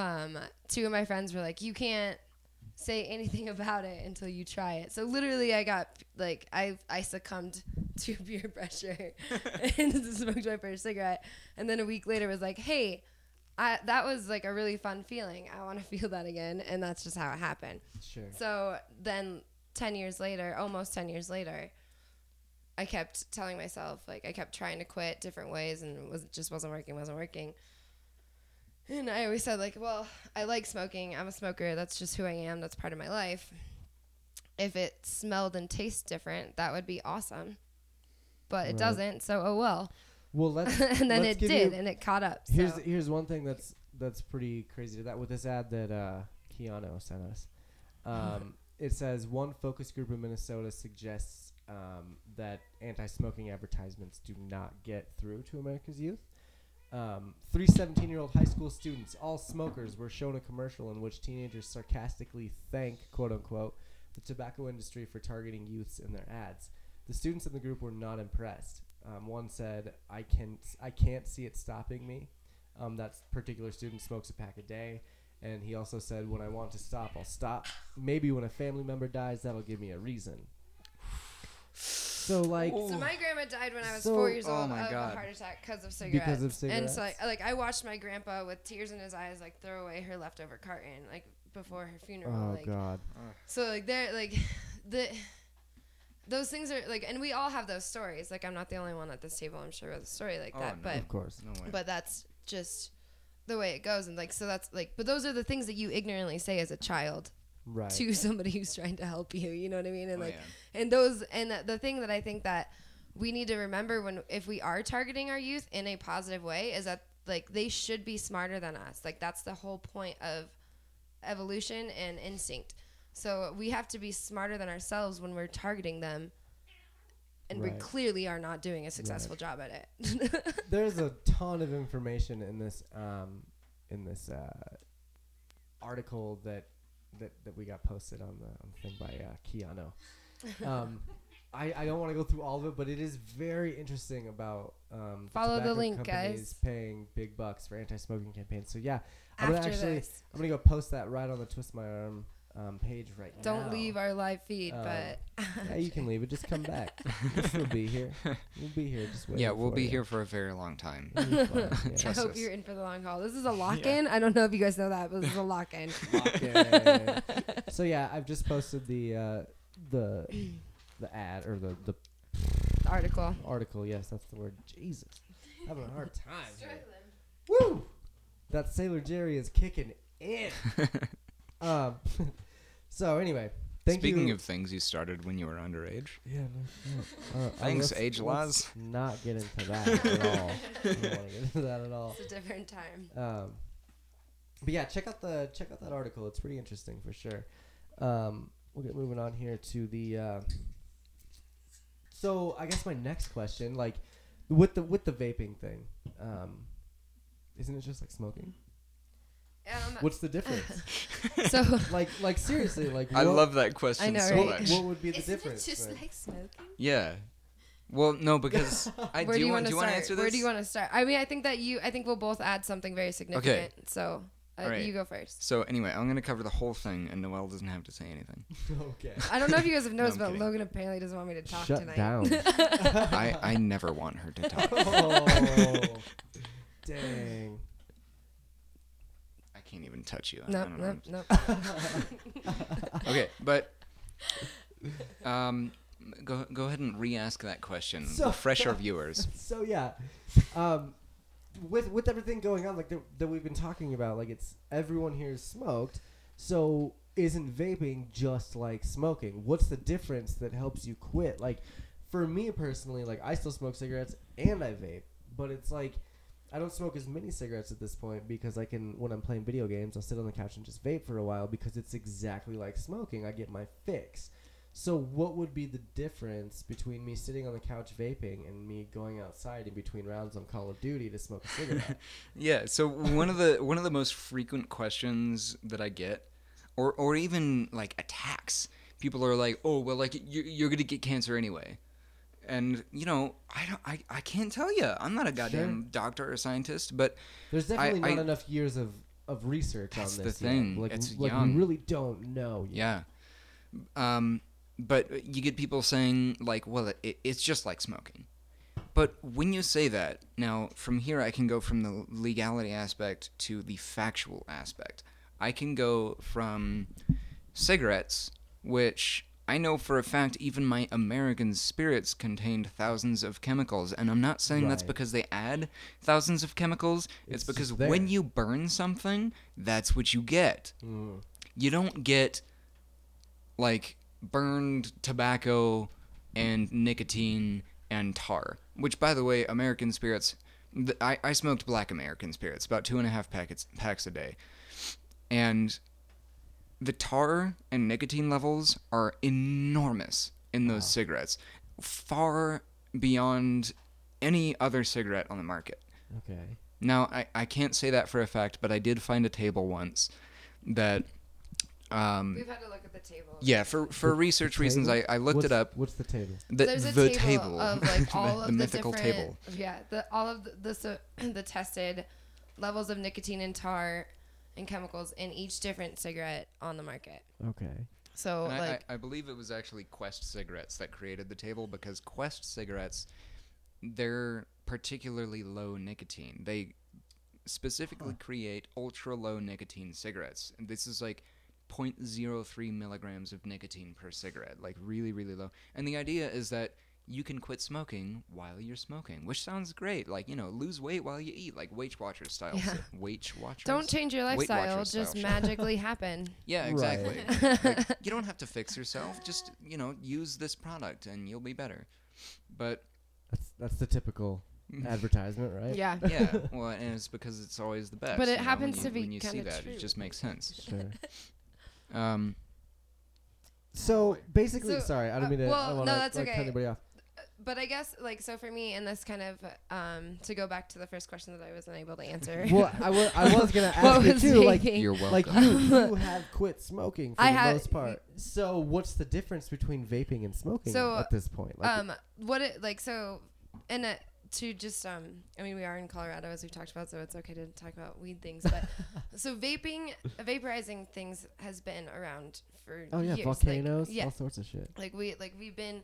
um, two of my friends were like, "You can't say anything [laughs] about it until you try it." So literally, I got like I I succumbed [laughs] to peer [laughs] pressure and smoked my first cigarette. And then a week later, was like, "Hey." I, that was like a really fun feeling. I want to [laughs] feel that again, and that's just how it happened. [laughs] Sure. So then 10 years later, almost 10 years later, I kept telling myself, like, I kept trying to quit different ways and was just wasn't working, wasn't working. And I always said, like, well, I like smoking. I'm a smoker. That's just who I am. That's part of my life. If it smelled and tastes different, that would be awesome. But Right. it doesn't, so oh well. [laughs] Well, let's and then let's it give did, you- and it caught up. So. Here's here's one thing that's that's pretty crazy to that with this ad that uh, Keanu sent us. [laughs] Um, it says one focus group in Minnesota suggests um, that anti-smoking advertisements do not get through to America's youth. Um, three 17-year-old high school students, all smokers, were shown a commercial in which teenagers sarcastically thank "quote unquote" the tobacco industry for targeting youths in their ads. The students in the group were not impressed. Um, one said, "I can I can't see it stopping me." Um, that particular student smokes a pack a day, and he also said, "When I want to stop, I'll stop. Maybe when a family member dies, that'll give me a reason." So like, So my grandma died when I was So- four years Oh old my of God. a heart attack because of cigarettes. Because of And so cigarettes. I, like I watched my grandpa with tears in his eyes like throw away her leftover carton like before her funeral. oh like god, so like they're like [laughs] the those things are like and we all have those stories. Like I'm not the only one at this table I'm sure with a story like Oh, that. no. But of course. No way. but that's just the way it goes and like so that's like but those are the things that you ignorantly say as a child Right. to [laughs] somebody who's trying to help you you know what i mean and Oh, like and those and the, the thing that i think that we need to remember when if we are targeting our youth in a positive way is that like they should be smarter than us like that's the whole point of evolution and instinct so we have to be smarter than ourselves when we're targeting them and we Right. clearly are not doing a successful job at it there's a ton of information in this um, in this uh, article that, that that we got posted on the on the thing by uh, Keanu. [laughs] Um, I, I don't want to go through all of it, but it is very interesting about um, Follow the tobacco link, companies guys. Paying big bucks for anti-smoking campaigns. So yeah, I'm after gonna actually this I'm gonna go post that right on the Twist My Arm um, page right now. don't leave our live feed Um, but yeah, you can leave it. Just come [laughs] back. we'll be here. We'll be here. Just waiting yeah, we'll for be you. here for a very long time. It'll be fun, [laughs] yeah. I Trust hope us. you're in for the long haul. This is a lock in. I don't know if you guys know that, but this is a lock in. [laughs] Okay. so yeah, I've just posted the uh, the the ad or the the [laughs] Article. article. Yes, that's the word. Jesus, having a hard time. here. Woo! That Sailor Jerry is kicking [laughs] in. um. [laughs] so anyway, thank Speaking you. of things you started when you were underage, yeah, no, no. Uh, uh, Thanks, let's- let's age laws. Not get into that at all. I don't want to get into that at all. It's a different time. Um, but yeah, check out the check out that article. It's pretty interesting for sure. Um, we'll get moving on here to the. Uh, so I guess my next question, like, with the with the vaping thing, um, isn't it just like smoking? Um, What's the [laughs] difference? so like like seriously, like I what- love that question I know, so right? much. What would be the Isn't difference? it just then? like smoking? Yeah. Well, no, [laughs] because I where do you want to Do you want start? to answer this? Where do you want to start? I mean, I think that you. I think we'll both add something very significant. So uh, All right. you go first. So anyway, I'm gonna cover the whole thing, and Noelle doesn't have to say [laughs] anything. [laughs] okay. I don't know if you [laughs] guys have noticed, I'm but kidding. Logan apparently doesn't want me to talk Shut tonight. [laughs] down. [laughs] [laughs] I, I never want her to talk. [laughs] oh, dang. I can't even touch you. I Nope, don't know. nope, nope. Okay, but um, go go ahead and re-ask that question. So- Refresh our viewers. [laughs] so yeah um with with everything going on like that, that we've been talking about like it's everyone here is smoked so isn't vaping just like smoking what's the difference that helps you quit like for me personally like i still smoke cigarettes and i vape but it's like i don't smoke as many cigarettes at this point because i can when i'm playing video games i'll sit on the couch and just vape for a while because it's exactly like smoking i get my fix So what would be the difference between me sitting on the couch vaping and me going outside in between rounds on Call of Duty to [laughs] smoke a cigarette? Yeah. So one of the [laughs] one of the most frequent questions that I get, or or even like attacks, people are like, "Oh, well, like you're, you're gonna get cancer anyway," and you know, I don't, I, I can't tell you. I'm not a goddamn doctor or scientist, but There's definitely I- not enough years of, of research on That's the this. thing. Yet. Like, It's like young. we really don't know. Yet. yeah. Um, but you get people saying like, "Well, it, it's just like smoking." But when you say that, now from here I can go from the legality aspect to the factual aspect. I can go from cigarettes, which I know for a fact even my American spirits contained thousands of chemicals, and I'm not saying that's Right. because they add thousands of chemicals. It's, It's because just when there. you burn something, that's what you get Mm. you don't get like burned tobacco and nicotine and tar which by the way american spirits th- I, I smoked black american spirits about two and a half packets packs a day and the tar and nicotine levels are enormous in those cigarettes far beyond any other cigarette on the market Okay. now, I, I can't say that for a fact, but I did find a table once that, um, We've had to look at the table. yeah, for, for research reasons, I, Table? I looked What's- it up. What's the table? The, There's a the table, [laughs] of like all of the, different, Yeah, the, all of the the, so, [clears throat] the tested levels of nicotine and tar and chemicals in each different cigarette on the market. Okay. So And I, like I, I believe it was actually Quest cigarettes that created the table because Quest cigarettes, they're particularly low nicotine. They specifically create ultra low nicotine cigarettes. And this is like 0.03 milligrams of nicotine per cigarette, like really, really low. And the idea is that you can quit smoking while you're smoking, which sounds great. Like, you know, lose weight while you eat, like Weight Watchers style. Yeah. Weight Watchers. don't change your Weight lifestyle; it'll Watchers style just shit. [laughs] magically happen. Yeah, Right. exactly. Like, you don't have to fix yourself. Just you know, use this product and you'll be better. But That's that's the typical [laughs] advertisement, right? Yeah. yeah, well, and it's because it's always the best. But it you know, when happens you- to be when you see kinda that, true. it just makes sense. [laughs] Sure. Um, So basically, So, sorry, I don't uh, mean to. I well, don't wanna, no, that's like, cut okay. anybody [laughs] off. Uh, But I guess like so for me, and this kind of um, to go back to the first question that I wasn't able to answer. [laughs] Well, I wa- I was gonna [laughs] What ask you was too, like vaping? you're welcome. like you, [laughs] you have quit smoking for I the have- most part. So what's the difference between vaping and smoking So, at this point? Like, um what it like so and uh, to just um i mean we are in colorado as we've talked about so it's okay to talk about weed [laughs] things but so vaping vaporizing things has been around for oh yeah, years. Like, volcanoes, yeah all sorts of shit. like we like we've been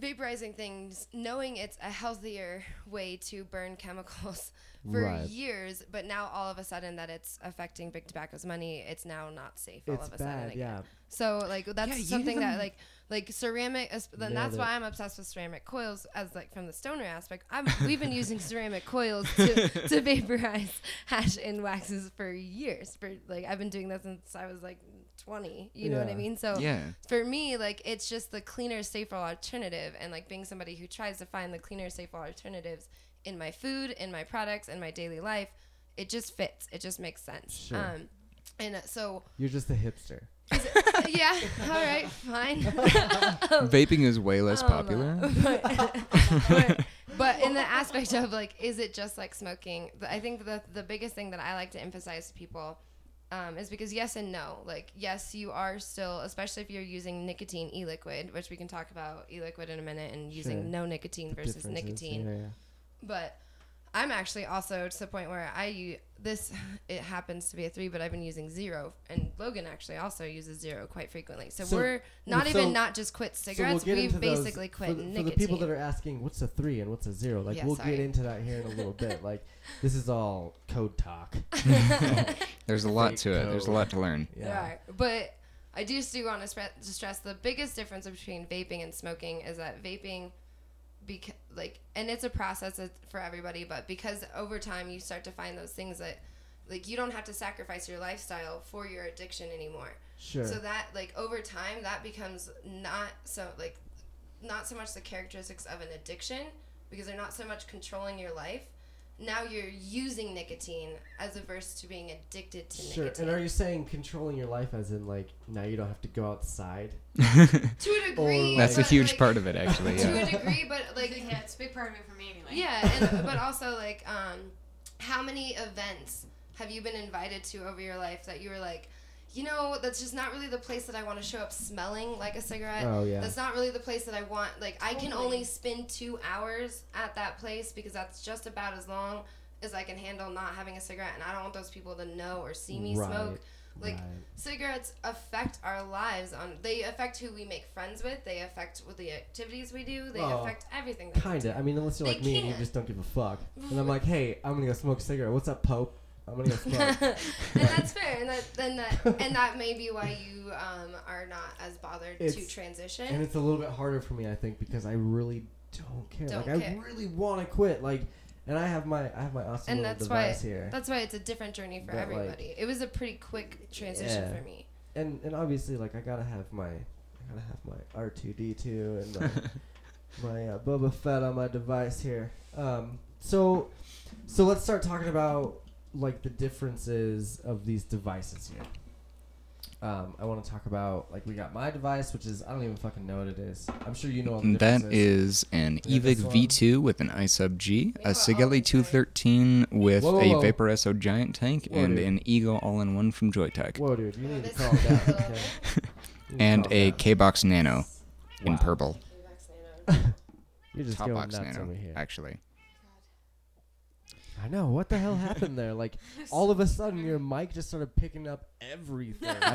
vaporizing things knowing it's a healthier way to burn [laughs] chemicals for Right. years but now all of a sudden that it's affecting big tobacco's money it's now not safe all It's of a sudden uh, bad, again. yeah. So like that's you something that even- like like ceramic. as- Then Nailed that's why I'm obsessed with ceramic coils as like from the stoner aspect. [laughs] I'm we've been using ceramic coils to, to vaporize [laughs] hash and waxes for years. For like I've been doing that since I was like 20. You know what I Yeah. mean? So yeah, for me, like it's just the cleaner, safer alternative, and like being somebody who tries to find the cleaner, safer alternatives in my food, in my products, in my daily life, it just fits. It just makes sense. Sure. Um, and uh, so [laughs] You're just a hipster. yeah. [laughs] All right. Fine. [laughs] Oh. vaping is way less Um, popular. [laughs] [laughs] [laughs] but, but in the aspect of like, is it just like smoking? The- I think the the biggest thing that I like to emphasize to people um, is because yes and no. Like yes, you are still, especially if you're using nicotine e-liquid, which we can talk about e-liquid in a minute, and using Sure. no nicotine [laughs] versus Differences, nicotine Yeah, yeah. but I'm actually also to the point where I u- this [sighs] it happens to be a three, but I've been using zero, and Logan actually also uses zero quite frequently. So, So- we're not even so- not just quit So cigarettes; we'll get we've into those- basically quit for the, nicotine. For the people that are asking, what's a three and what's a zero? Like Yeah, we'll sorry. get into that here in a little bit. Like [laughs] this is all code talk. There's a lot to it. There's a lot to [laughs] learn. Yeah. Right. But I just do want to stre- to stress the biggest difference between vaping and smoking is that vaping, bec- like, and it's a process it's for everybody, but because over time you start to find those things that, like, you don't have to sacrifice your lifestyle for your addiction anymore. Sure. So that, like, over time, that becomes not so, like, not so much the characteristics of an addiction because they're not so much controlling your life now you're using nicotine as averse to being addicted to Sure. nicotine. And are you saying controlling your life as in like now you don't have to go outside? to a degree. Or- That's a but, huge like, part of it, [laughs] actually. To Yeah. a degree, but like yeah, it's a big part of it for me anyway. yeah, and, uh, but also like um, how many events have you been invited to over your life that you were like, you know, that's just not really the place that I want to show up smelling like a cigarette. Oh yeah. That's not really the place that I want. Like, I can Totally. only spend two hours at that place because that's just about as long as I can handle not having a cigarette, and I don't want those people to know or see me Right, smoke. Like, right. cigarettes affect our lives. On they affect who we make friends with. They affect what the activities we do. They Well, affect [laughs] everything. that we do. Kinda. I mean, unless you're They like me and you can't. just don't give a fuck. And I'm like, hey, I'm gonna go smoke a cigarette. What's up, Pope? I'm [laughs] gonna go smoke. and that's fair, and that then that and that may be why you um, are not as bothered to It's- transition. and it's a little bit harder for me, I think, because I really don't care. Don't like care. I really want to quit. Like, and I have my I have my awesome And little that's why- device here. That's why it's a different journey for But, like- everybody. it was a pretty quick transition Yeah. for me. and and obviously like I gotta have my I gotta have my R two D two and my my uh, Boba Fett on my device here. Um, so so let's start talking about like the differences of these devices here. Um, I want to talk about like we got my device, which is I don't even fucking know what it is. I'm sure you know what the That difference is an Yeah, EVIC this one. V2 with an I sub G, Yeah, a but Sigelli all inside. 213 with Whoa, whoa, whoa. a Vapor Esso giant tank, Whoa, and dude. an Eagle all in one from Joytech, Whoa, dude, you Oh, need to this calm is down. a little okay? You need to and calm a down. K Box Nano in Oh, Wow. purple. You're just Top going Box nuts Nano, over here. actually. I know what the hell happened there. [laughs] Like all of a sudden, your mic just started picking up [laughs] everything. I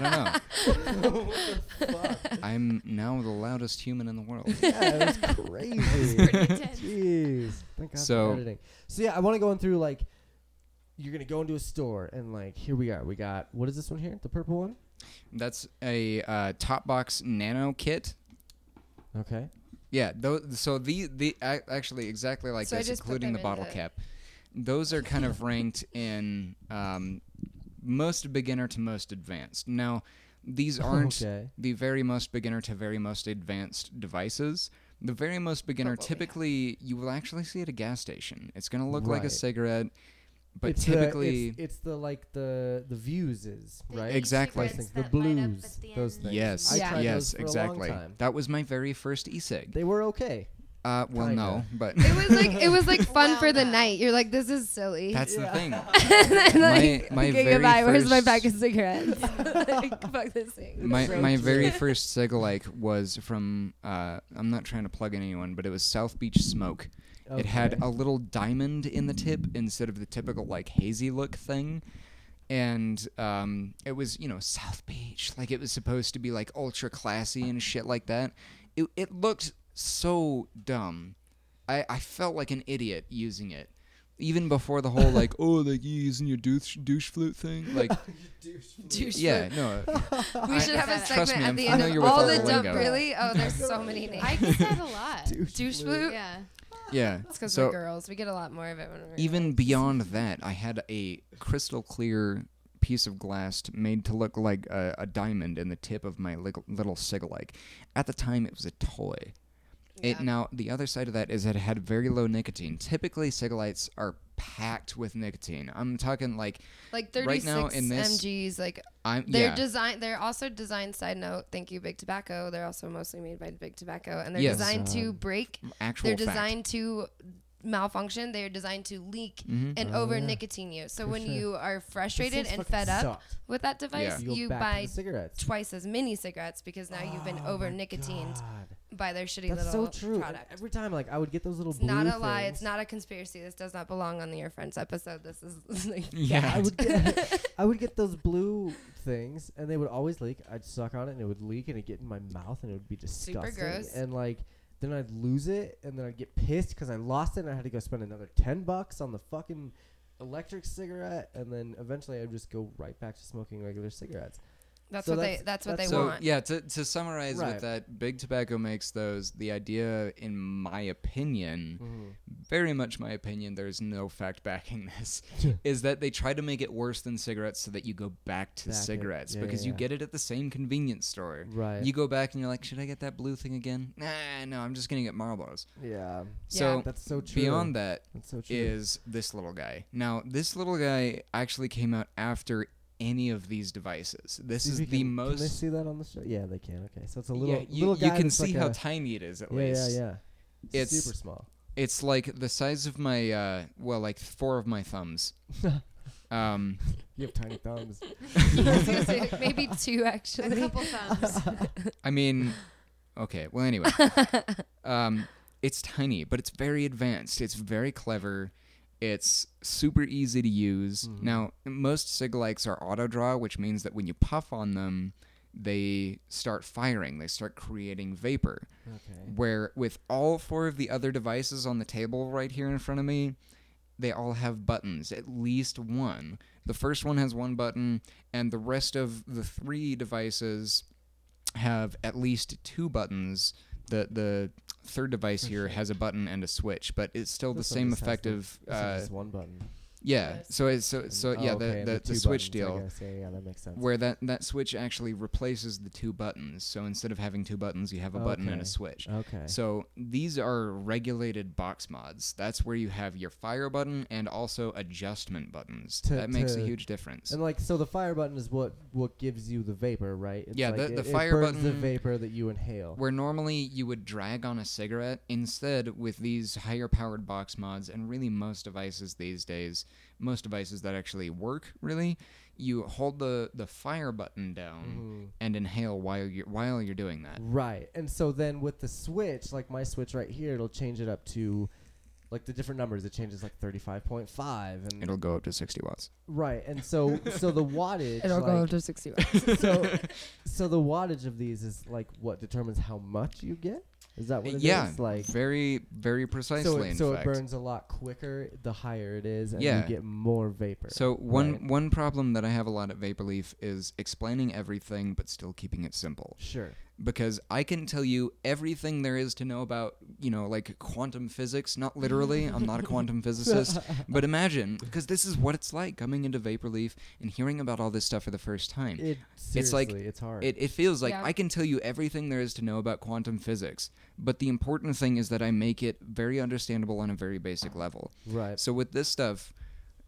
[laughs] don't know. what the fuck? I'm now the loudest human in [laughs] the world. Yeah, it was crazy. [laughs] Jeez. Thank God So- for editing. So yeah, I want to go in through like you're gonna go into a store and like here we are. We got what is this one here? The purple one. That's a uh, Top Box Nano kit. Okay. [laughs] Yeah, those, so the the ac- actually exactly like So I this, just put including them the in bottle the- cap. Those are kind of ranked in um, most beginner to most advanced. Now, [laughs] these aren't okay. the very most beginner to very most advanced devices. The very most beginner, what we have. typically, you will actually see at a gas station. It's going to look like a Right. cigarette, but It's the- it's- typically, it's, the like the the views is right. Ex- Exactly. The blues, those things. yes, I Yeah. tried yes, those for a long exactly. time. That was my very first e cig. They were okay. Uh, well, Kinda. no, but It was like it was like fun Well for the done. night. You're like, this is silly. [laughs] [laughs] that's the Yeah. [laughs] thing. and then, My- [laughs] like, my okay, very goodbye. Where's my first- pack of [laughs] cigarettes? [laughs] like, fuck this thing. my So my true. very first Segalike was from uh, I'm not trying to plug in anyone, but it was South Beach Smoke. It had Okay. a little diamond in the tip instead of the typical like hazy look thing, and um, it was you know South Beach like it was supposed to be like ultra classy and shit like that. It it looked so dumb. I I felt like an idiot using it. Even before the whole like oh like you using your douche douche flute thing [laughs] like yeah no We I- should have a segment Trust me, at I'm- the I end know of you're with all all the the dumb. lingo. Really? [laughs] Oh, there's so many names. I use that a lot. douche flute. yeah. yeah It's because So- we're girls. We get a lot more of it when we're even beyond that, I had a crystal clear piece of glass t- made to look like a, a diamond in the tip of my lig- little cigarette. At the time, it was a toy. It now the other side of that is it had very low nicotine. Typically, cigarettes are packed with nicotine. I'm talking like like right 36 now in this- mgs. Like I'm they're yeah. designed. They're also designed. Side note, thank you, Big Tobacco. They're also mostly made by Big Tobacco, and they're Yes. Uh, designed to Um, break. actual They're fact. designed to malfunction. They're designed to leak Mhm. and Oh, over yeah. nicotine use. So For when sure. you are Those frustrated things and fucking fed up sucked. with that device, Yeah. go you back to buy the cigarettes. twice as many cigarettes because now you've been Oh over my nicotined God. by their shitty That's so little true. And product. Every time, like I would get those little It's blue not a lie. It's things. [laughs] not a conspiracy. This does not belong on the Your Friends episode. This is [laughs] like, Yeah. I would get, [laughs] I would get those blue things, and they would always leak. I'd suck on it, and it would leak, and it'd get in my mouth, and it would be disgusting. Super gross. And like, then I'd lose it, and then I'd get pissed because I lost it, and I had to go spend another ten bucks on the fucking electric cigarette, and then eventually I'd just go right back to smoking regular cigarettes. That's So what that's- they. That's what they that's- so want. [laughs] yeah, to to summarize Right. with that, big tobacco makes those. The idea, in my opinion, very much my opinion, there's no fact backing [laughs] this, is that they try to make it worse than cigarettes so that you go back to Back it. cigarettes Yeah, because yeah, you yeah. get it at the same convenience store. Right. You go back and you're like, should I get that blue thing again? Nah, no, I'm just gonna get Marlboros. yeah. So That's so true. beyond that, That's so true. is this little guy. Now, this little guy actually came out after any of these devices. This See if is you the can- Can they most. see that on the show? Yeah, they can. Okay, so it's a yeah, little you, little guy. you can that's see like how a- tiny it is at Yeah, yeah, least. yeah. It's- super small. It's like the size of my uh, well, like four of my thumbs. um, You have tiny [laughs] thumbs. [laughs] Maybe two A actually. couple [laughs] thumbs. I mean, okay. Well, anyway, um, it's tiny, but it's very advanced. It's very clever. It's super easy to use. Now, most sig lights are auto draw, which means that when you puff on them, they start firing. They start creating vapor. Okay. Where with all four of the other devices on the table right here in front of me, they all have buttons, at least one. The first one has one button, and the rest of the three devices have at least two buttons. The the third device here has a button and a switch, but it's still This the one same just has the- effective. This is Uh, just one button. yeah. So it's so so Oh, yeah. okay, and The the, the two switch buttons, I deal guess. Yeah, yeah, that makes sense. where that that switch actually replaces the two buttons. So instead of having two buttons, you have a button Okay. and a switch. okay. So these are regulated box mods. That's where you have your fire button and also adjustment buttons. To- that makes to- a huge difference. and like, so the fire button is what what gives you the vapor, right? It's Yeah, like the- it, the it fire burns the button- vapor that you inhale. Where normally you would drag on a cigarette, instead with these higher powered box mods and really most devices these days, most devices that actually work really, you hold the the fire button down Mm-hmm. and inhale while you are while you're doing that. Right. And so then with the switch, like my switch right here, it'll change it up to like the different numbers. It changes like 35.5 and It'll go up to 60 watts. right. And so so the wattage It'll like, go up to sixty. so so the wattage of these is like what determines how much you get? Is that what it is? yeah, Like very very precisely so in it, so fact. it burns a lot quicker the higher it is and Yeah. you get more vapor. So one Right. one problem that I have a lot at Vaporleaf is explaining everything but still keeping it simple. sure. Because I can tell you everything there is to know about, you know, like quantum physics, not literally, I'm not a quantum physicist, but imagine because this is what it's like coming into Vaporleaf and hearing about all this stuff for the first time. It It's like- seriously, it's hard. It, it feels like Yeah. I can tell you everything there is to know about quantum physics, but the important thing is that I make it very understandable on a very basic level. right. So with this stuff,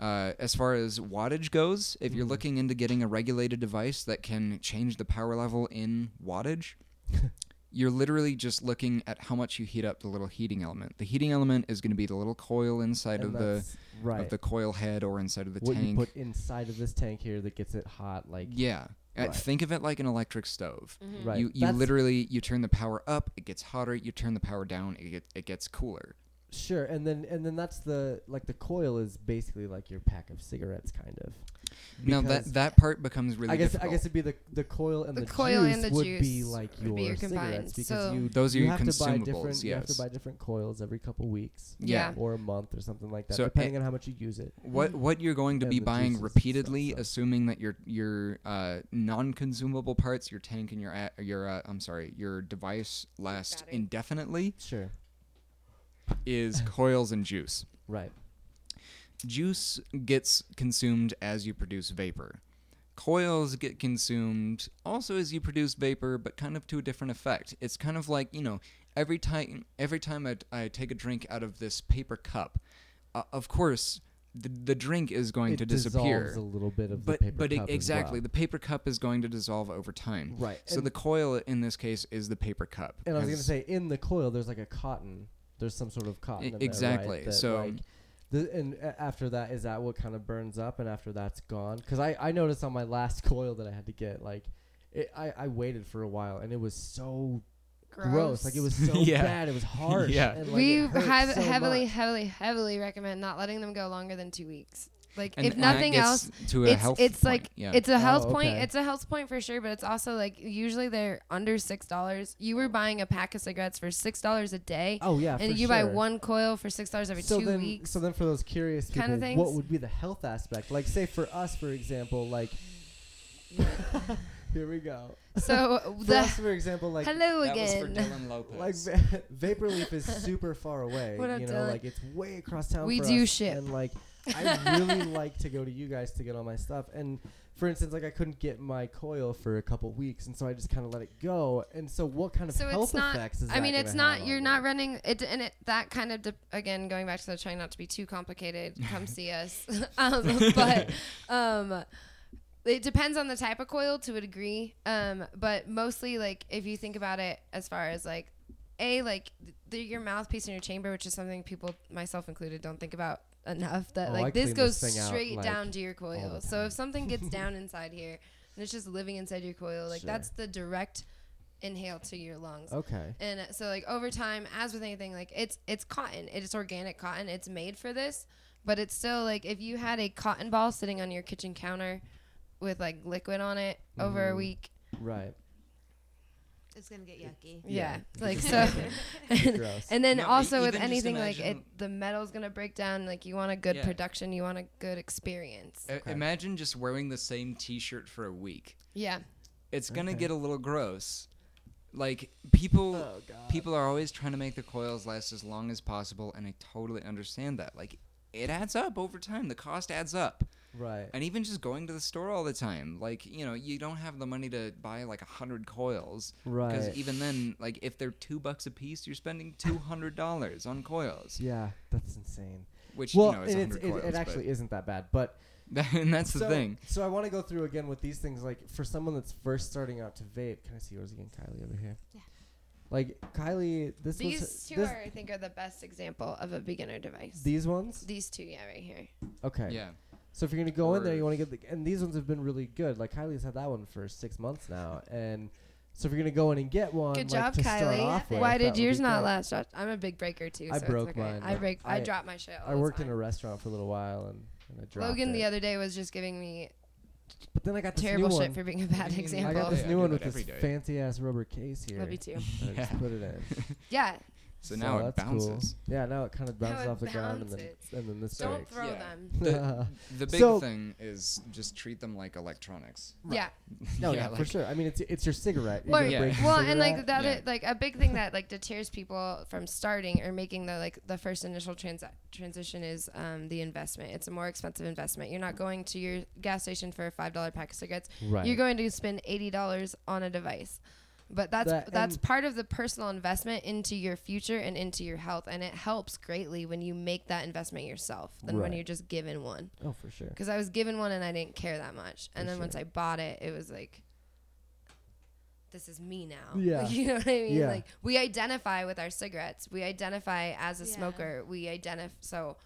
uh, as far as wattage goes, if Hmm. you're looking into getting a regulated device that can change the power level in [laughs] wattage, you're literally just looking at how much you heat up the little heating element. The heating element is going to be the little coil inside And of the that's right. of the coil head or inside of the what tank. you put inside of this tank here that gets it hot like yeah. Uh, Right. Think of it like an electric stove. right. You you That's- literally you turn the power up, it gets hotter. You turn the power down, it gets it gets cooler. Sure, and then and then that's the like the coil is basically like your pack of cigarettes, kind of. now Because- that that part becomes really I guess difficult. I guess it'd be the the coil and the, The coil juice and the would be juice like your, would be your cigarettes combined, because so- you Those are you your have to buy consumables, different you have to yes. buy different coils every couple weeks Yeah. or a month or something like that So, eh, depending on how much you use it. What what you're going to And be Mm-hmm. the buying juices and stuff, repeatedly, so. assuming that your your uh, non-consumable parts, your tank and your a- your uh, I'm sorry, your device last Battery. indefinitely, Sure, [laughs] is coils and juice. right. Juice gets consumed as you produce vapor. Coils get consumed also as you produce vapor, but kind of to a different effect. It's kind of like you know every time every time I, I take a drink out of this paper cup, uh, of course. The, the drink is going it to dissolves disappear a little bit of but the paper but it- cup as exactly well. the paper cup is going to dissolve over time Right, so and- the coil in this case is the paper cup And I was gonna as- say in the coil, there's like a cotton. There's some sort of cotton. E- in there, right, exactly, that, so- like, the, and a- after that, is that what kind of burns up? And after that's gone? Because I I noticed on my last [laughs] coil that I had to get like, it, I I waited for a while and it was so gross. Like [laughs] it was so Yeah. bad. It was harsh. Yeah. And, like, we it hurt have so heavily, much. heavily, heavily recommend not letting them go longer than two weeks. Like and- if and that nothing gets else, to a it's health it's point, like yeah. it's a health Oh, point. okay. It's a health point for sure, but it's also like usually they're under six dollars. You were buying a pack of cigarettes for six dollars a day, Oh yeah. and for you buy sure. one coil for six dollars every so two then, [laughs] weeks. So then, for those curious people, Kinda what things. [laughs] would be the health aspect? Like, say for us, for example, like [laughs] Here we go. So For the us, for example, like [laughs] hello that was for again. Dylan Lopez. like va- [laughs] Vaporleaf is super far away. What up, you know, Dylan? like it's way across town. We for do us, ship. And like, I really [laughs] like to go to you guys to get all my stuff. And for instance, like I couldn't get my coil for a couple weeks, and so I just kind of let it go. And so, what kind of So it's health not- effects is I that mean, gonna it's not. have on You're me? not running it, and it that kind of de- again going back to the trying not to be too complicated. Come see us, [laughs] um, but [laughs] um, it depends on the type of coil to a degree. Um, but mostly, like if you think about it, as far as like a like the, your mouthpiece in your chamber, which is something people, myself included, don't think about enough. That Oh, I like this clean goes this thing out, straight like, down to your coil. the So if [laughs] something gets down inside here and it's just living inside your coil, like Sure. that's the direct inhale to your lungs Okay. and uh, so like over time as with anything like it's it's cotton it's organic cotton it's made for this but it's still like if you had a cotton ball sitting on your kitchen counter with like liquid on it over a Mhm. week Right. It's gonna get yucky. yeah, like It's so [laughs] [laughs] and, Gross. and then No, but also with even just anything like it imagine- the metal's gonna break down like you want a good Yeah. production you want a good experience I- Okay. Imagine just wearing the same T-shirt for a week. yeah It's gonna Okay. get a little gross. Like people, Oh, God. people are always trying to make the coils last as long as possible, and I totally understand that. Like it adds up over time. The cost adds up, Right. and even just going to the store all the time. Like you know, you don't have the money to buy like a hundred coils. Because Right. even then, like if they're two bucks a piece, you're spending two hundred dollars on coils, Yeah, that's insane. which Well, you know is and it's, hundred it, coils. it actually isn't that bad, but but [laughs] and that's the so, thing. So I want to go through again with these things. Like for someone that's first starting out to vape, can I see yours again, Kylie, over here? Yeah. Like Kylie, this these was two this- are i think are the best example of a beginner device these ones. these two yeah right here Okay. Yeah. So if you're gonna go in there, Or- you want to get the and these ones have been really good. Like Kylie's had that one for six months now, and so if you're gonna go in and get one, Good like, job, to start Kylie. off with, Why that did would be yours not great. last? Josh? I'm a big breaker too. I so broke it's okay. mine, I but break. I, I- dropped my shit. all I the worked in time. a restaurant for a little while, and, and I dropped Logan it. the other day was just giving me But then I got this terrible new shit one. for being a bad mean, [laughs] I I got example. Apple. [laughs] this Yeah, I new do one that with every this day. fancy ass rubber case here. Love you too. [laughs] I just put it in. Yeah, So now So it that's cool. bounces. Yeah, now it kind of bounces it off the ground and then bounces. and then this don't breaks. throw Yeah. them. The- The big So- thing is just treat them like electronics. [laughs] Yeah. [laughs] [laughs] no, yeah, like, for sure. I mean, it's it's your cigarette. You're Or- gonna yeah. break your Well, and like cigarette. that, Yeah. it- like a big thing that like deters people from starting or making the like the first initial transa- transition is um, the investment. It's a more expensive investment. You're not going to your gas station for a five dollar pack of cigarettes. right. you're going to spend eighty dollars on a device. But that's That- that's and- part of the personal investment into your future and into your health, and it helps greatly when you make that investment yourself than when Right. you're just given one. oh, for sure. Because I was given one and I didn't care that much, and For then once sure. I bought it, it was like, this is me now. Yeah. Like, [laughs] you know what I mean. Yeah. Like we identify with our cigarettes, we identify as a Yeah. smoker, we identify. So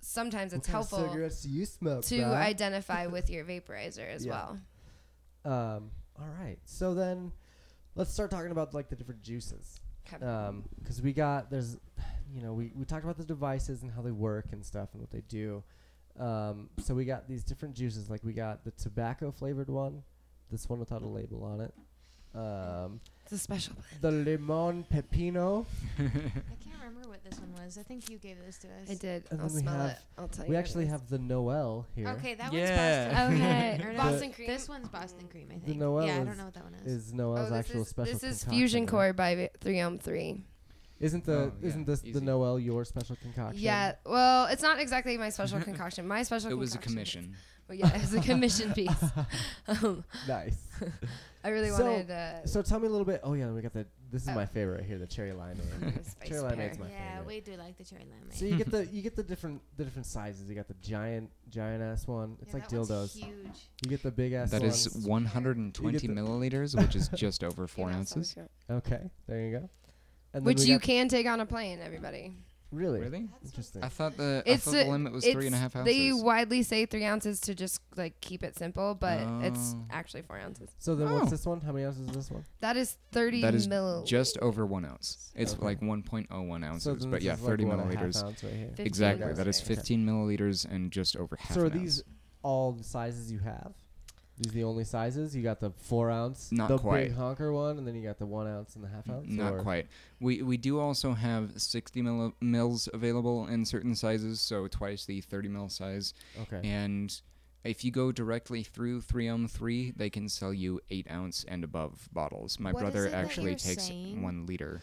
sometimes What it's kind of helpful cigarettes do you smoke? to bruh? identify with your vaporizer as Yeah. well. Um, all right. So then, let's start talking about like the different juices. 'Kay. Um, because we got there's, you know, we we talked about the devices and how they work and stuff and what they do. Um, so we got these different juices. Like we got the tobacco flavored one, this one without a label on it. Um, It's a special. the limon Oh pepino. I can't remember what this one was. I think you gave this to us. I did. And I'll then we smell have- it. I'll tell you. We what it actually is. have the Noel here. Okay, that Yeah. one's Boston. Okay. [laughs] Cream. Or no, Boston cream. This one's Boston cream, I The think. Noel yeah, I is- don't know what that one is. Is Noel's actual is, special? Oh, This is concoction, Fusion right? Core by oh Vi- 3M3. Isn't the Oh, yeah, isn't this the easy. Noel your special concoction? Yeah. Well, it's not exactly [laughs] my special concoction. My special It was a concoction commission. is- well, yeah, it's a commission piece. um, Nice. I really [laughs] So- wanted uh, So tell me a little bit. Oh yeah, we got the. This is Oh. my favorite right here, the cherry [laughs] lime. a spice cherry pear. limeade's my yeah, favorite. we do like the cherry limeade. So you get [laughs] the you get the different the different sizes. You got the giant giant ass one. It's yeah, like that one's dildos. Huge. You get the big ass That one. is 120 You get the- milliliters, [laughs] which is just over four You know, ounces. so- okay. There you go. And then Which we you got- can take on a plane, everybody. really Really? interesting. I thought the It's I thought a- the limit was three and a half It's- ounces. They widely say three ounces to just like keep it simple, but it's Oh. actually four ounces. So then what's Oh. this one? How many ounces is this one? That is 30 That is milliliters. just over one ounce. It's Okay. like 1.01 so ounces, then but this yeah, is 30 like one and a half milliliters. ounce right here. 15 Exactly. milliliters. That is Okay. 15 milliliters and just over half. So are an ounce. these all the sizes you have? These the only sizes you got the four ounce, Not the quite. big honker one, and then you got the one ounce and the half ounce. Not or- quite. We we do also have 60 mil- mils available in certain sizes, so twice the 30 mil size. Okay. And If you go directly through 3OM3, they can sell you 8 ounce and above bottles. My What is brother it that actually you're takes saying? 1 liter.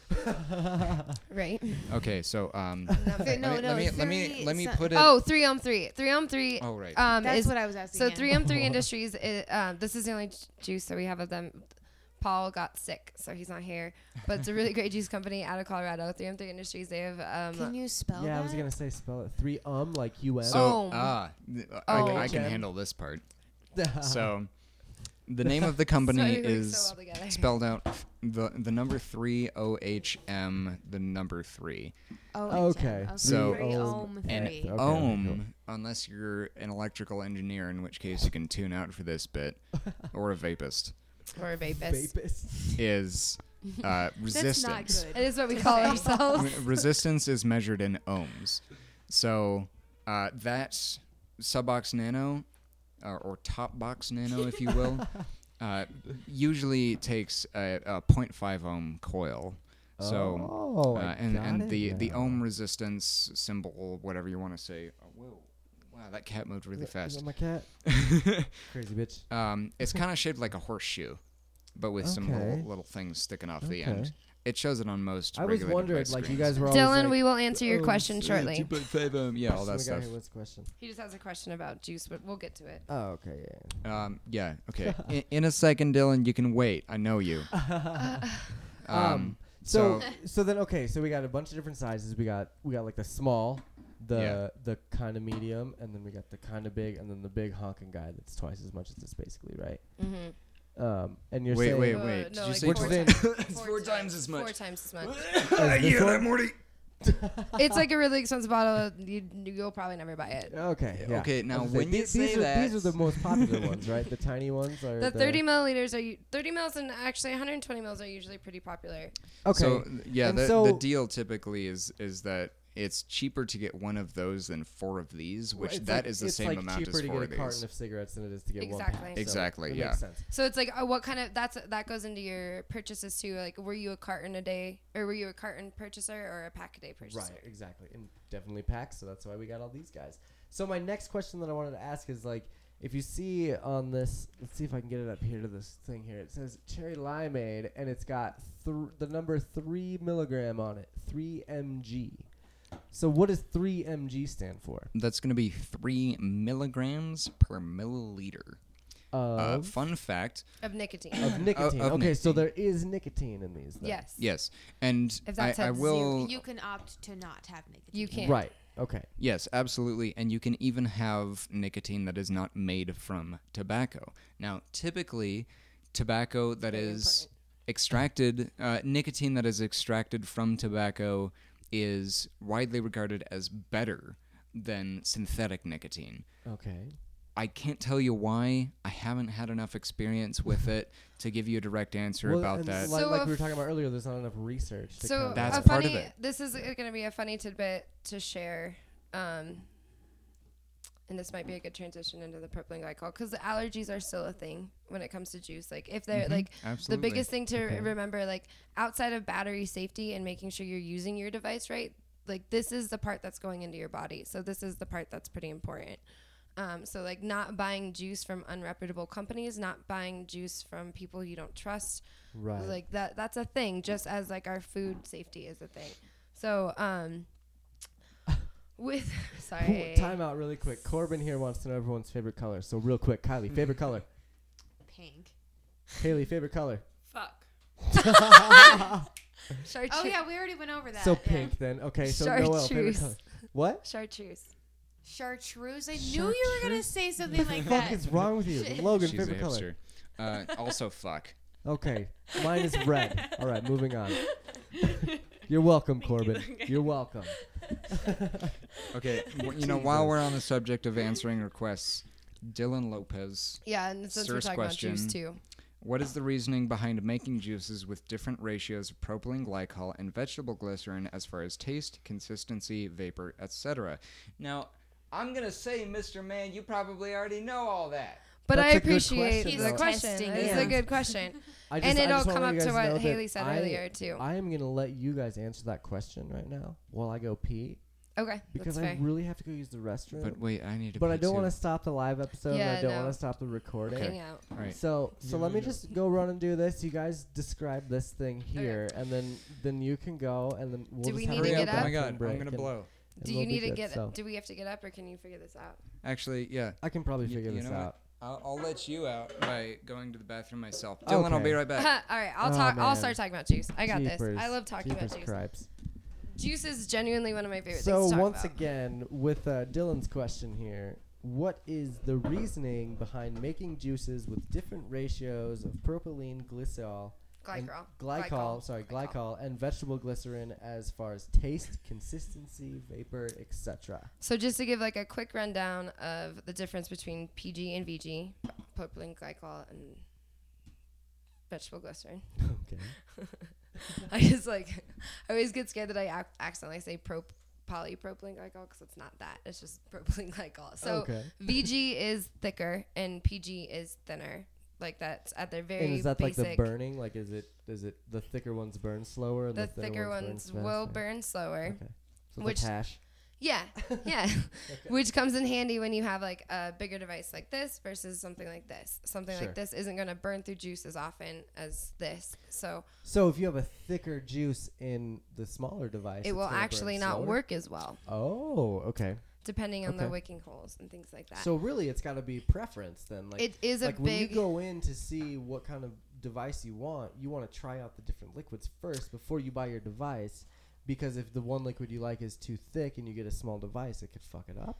right? Okay, so um Not let very- no, me- no, let me let me three let me some- put it oh, three on three, three on three. Oh, right. Um, That's is what I was asking. So yeah. [laughs] 3M3 Industries, i uh, this is the only ju- juice that we have of them. Paul got sick, so he's not here. But it's a really great juice company out of Colorado. 3M3 Industries, they have. Can Um, you spell yeah, that? I was gonna say spell it three um like um. So [laughs] Oh. ah, th- I, Oh. I can Jen. handle this part. [laughs] So the name of the company [laughs] Sorry, we work so is well together. [laughs] spelled out f- the the number 3 O H M the number 3. Oh, it's, um, Okay. So- three ohm And um. three. Okay, okay, ohm, unless you're an electrical engineer, in which case you can tune out for this bit, or a vapist, or a vapist. Vapist. is That's uh, [laughs] not resistance. good. It is what we call [laughs] ourselves. Re- resistance is measured in ohms. So uh, that subbox nano, uh, or top box nano, if you [laughs] will, uh, usually takes a, a 0.5 ohm coil. So oh, I uh, and got and it the, the now. ohm resistance symbol, whatever you want to say. Oh, whoa. Wow, that cat moved really Is that- Is fast. that my [laughs] cat? Crazy bitch. um, [laughs] it's kind of shaped like a horseshoe, but with some little, Okay. little things sticking off the Okay. end. It shows it on most. I was regulated by wondering, like you screens. guys were. always Dylan, like, we will answer your "Oh, question Uh, shortly. 2.5 ohm, yeah, so all that we got stuff. here, what's the question? He just has a question about juice, but we'll get [laughs] to it. Oh, okay, yeah. Um, yeah, okay. [laughs] in, in a second, Dylan, you can wait. I know you. um, Um, So [laughs] so- so then okay, so we got a bunch of different sizes. We got we got like the small, the Yeah. the kind of medium, and then we got the kind of big, and then the big honking guy that's twice as much as this, basically, right? Mm-hmm. Um, and you're wait, saying wait, Uh, wait. no, Did you like say Which [laughs] [laughs] four, then- times, It's four times as much. Four times [laughs] as much. Is this one? Morty. it's like a really expensive bottle. You, you'll probably never buy it. okay, yeah. Okay, I was now gonna say, when you these, these say are, that- these are the most popular ones, right? The tiny ones are The 30 milliliters are u- 30 mils and actually 120 mils are usually pretty popular. Okay, So yeah, And the, the so- deal typically is is that it's cheaper to get one of those than four of these, which that it's is like- the it's same like amount cheaper as to four get a of these. carton of cigarettes than it is to get one. Exactly. pack, so Exactly, it yeah. Makes sense. So it's like uh, what kind of that's that goes into your purchases too. Like were you a carton a day or were you a carton purchaser or a pack a day purchaser? Right, exactly. And definitely packs, so that's why we got all these guys. So my next question that I wanted to ask is like if you see on this, let's see if I can get it up here to this thing here. It says cherry limeade, and it's got thr the number three milligram on it, three mg. So what does three mg stand for? That's going to be three milligrams per milliliter. Uh, Of, fun fact, Of nicotine. of nicotine. of okay, so nicotine. there is nicotine in these. Then. yes. yes, and If I, that's I at will. You can opt to not have nicotine. You can't. Right. Okay. Yes, absolutely. And you can even have nicotine that is not made from tobacco. Now, typically, tobacco that is extracted, uh, nicotine that is extracted from tobacco is widely regarded as better than synthetic nicotine. Okay. I can't tell you why. I haven't had enough experience with it to give you a direct answer Well, about and that. Like, So like a we were f- talking about earlier, there's not enough research. To So kinda- That's a part of funny, it. This is going to be a funny tidbit to share. Um, and this might be a good transition into the propylene glycol because allergies are still a thing when it comes to juice. Like if Mm-hmm. they're like absolutely. the biggest thing to remember, like outside of battery safety and making sure you're using your device right, like this is the part that's going into your body. So this is the part that's pretty important. Um, so like not buying juice from unreputable companies, not buying juice from people you don't trust, right. like that that's a thing just as like our food safety is a thing so [laughs] um with [laughs] sorry Ooh, Time out really quick. Corbin here wants to know everyone's favorite color. So real quick, Kylie, favorite [laughs] color. [laughs] Pink. Haley, favorite color. Fuck. chartreuse Oh yeah, we already went over [laughs] that. so yeah. pink then. Okay, so Noel, favorite Chartreuse. color. [laughs] What? chartreuse Chartreuse. I knew you were gonna say something [laughs] like What that. is wrong with you? Logan, She's a favorite color. hipster. Uh, also, fuck. Okay, mine is red. [laughs] All right, moving on. You're welcome, you, Corbin. Logan. You are [laughs] welcome. Okay, w- you know, while we're on the subject of answering requests, Dylan Lopez, yeah and since we're Sir's talking about juice too what is the reasoning behind making juices with different ratios of propylene glycol and vegetable glycerin as far as taste, consistency, vapor, etc.? Now, I'm going to say, Mr. Man, you probably already know all that. but That's I a good appreciate question, the though. question. It's Testing a it. good [laughs] question, I and I it'll wanna come let up you to guys know that what Haley said I- earlier too. I am gonna let you guys answer that question right now while I go pee, Okay, because that's I fair. really have to go use the restroom. But wait, I need to. But I pee don't too. want to stop the live episode. and I Yeah, don't no. want to stop the recording. Okay. Hang out. All right. So, so Yeah, let me yeah. just go run and do this. You guys describe this thing here, and then then you can go, and then we'll Do just we have need a to little get up? Oh my bathroom god, break I'm gonna and- blow. and Do we'll you be need to good, get? so. Do we have to get up, or can you figure [laughs] this out? Actually, yeah. I can probably You- figure you this know what? out. I'll, I'll let you out by going to the bathroom myself. Dylan, I'll be Okay. right back. [laughs] All right, I'll Oh, talk. I'll man. start talking about juice. I got this. I Jeepers. love talking about Jeepers juice. cripes. Juice is genuinely one of my favorite So things to talk once about. again, with uh, Dylan's question here, what is the reasoning behind making juices with different ratios of propylene glycol, and Glycol. glycol, Glycol. sorry, Glycol. glycol. and vegetable glycerin as far as taste, consistency, vapor, etc. So just to give like a quick rundown of the difference between PG and VG, propylene glycol and vegetable glycerin. [laughs] Okay. [laughs] I just like I always get scared that I ac- accidentally say prop polypropylene glycol because it's not that. It's just propylene [laughs] glycol. So okay. [laughs] VG is thicker and PG is thinner. Like that's at their very And is that like basic. the burning? Like, is it is it the thicker ones burn slower? And the thicker ones will burn slower. Okay. So which- it's like hash. Yeah, [laughs] yeah. Which comes in handy when you have like a bigger device like this versus something like this. Something Sure. like this isn't going to burn through juice as often as this. So So if you have a thicker juice in the smaller device, it it's will gonna burn actually not slower? work as well, Oh, okay. depending on the Okay. wicking holes and things like that. So really, it's got to be preference then. Like it is a like when you big. go in to see what kind of device you want, you want to try out the different liquids first before you buy your device, because if the one liquid you like is too thick and you get a small device, it could fuck it [laughs] up. and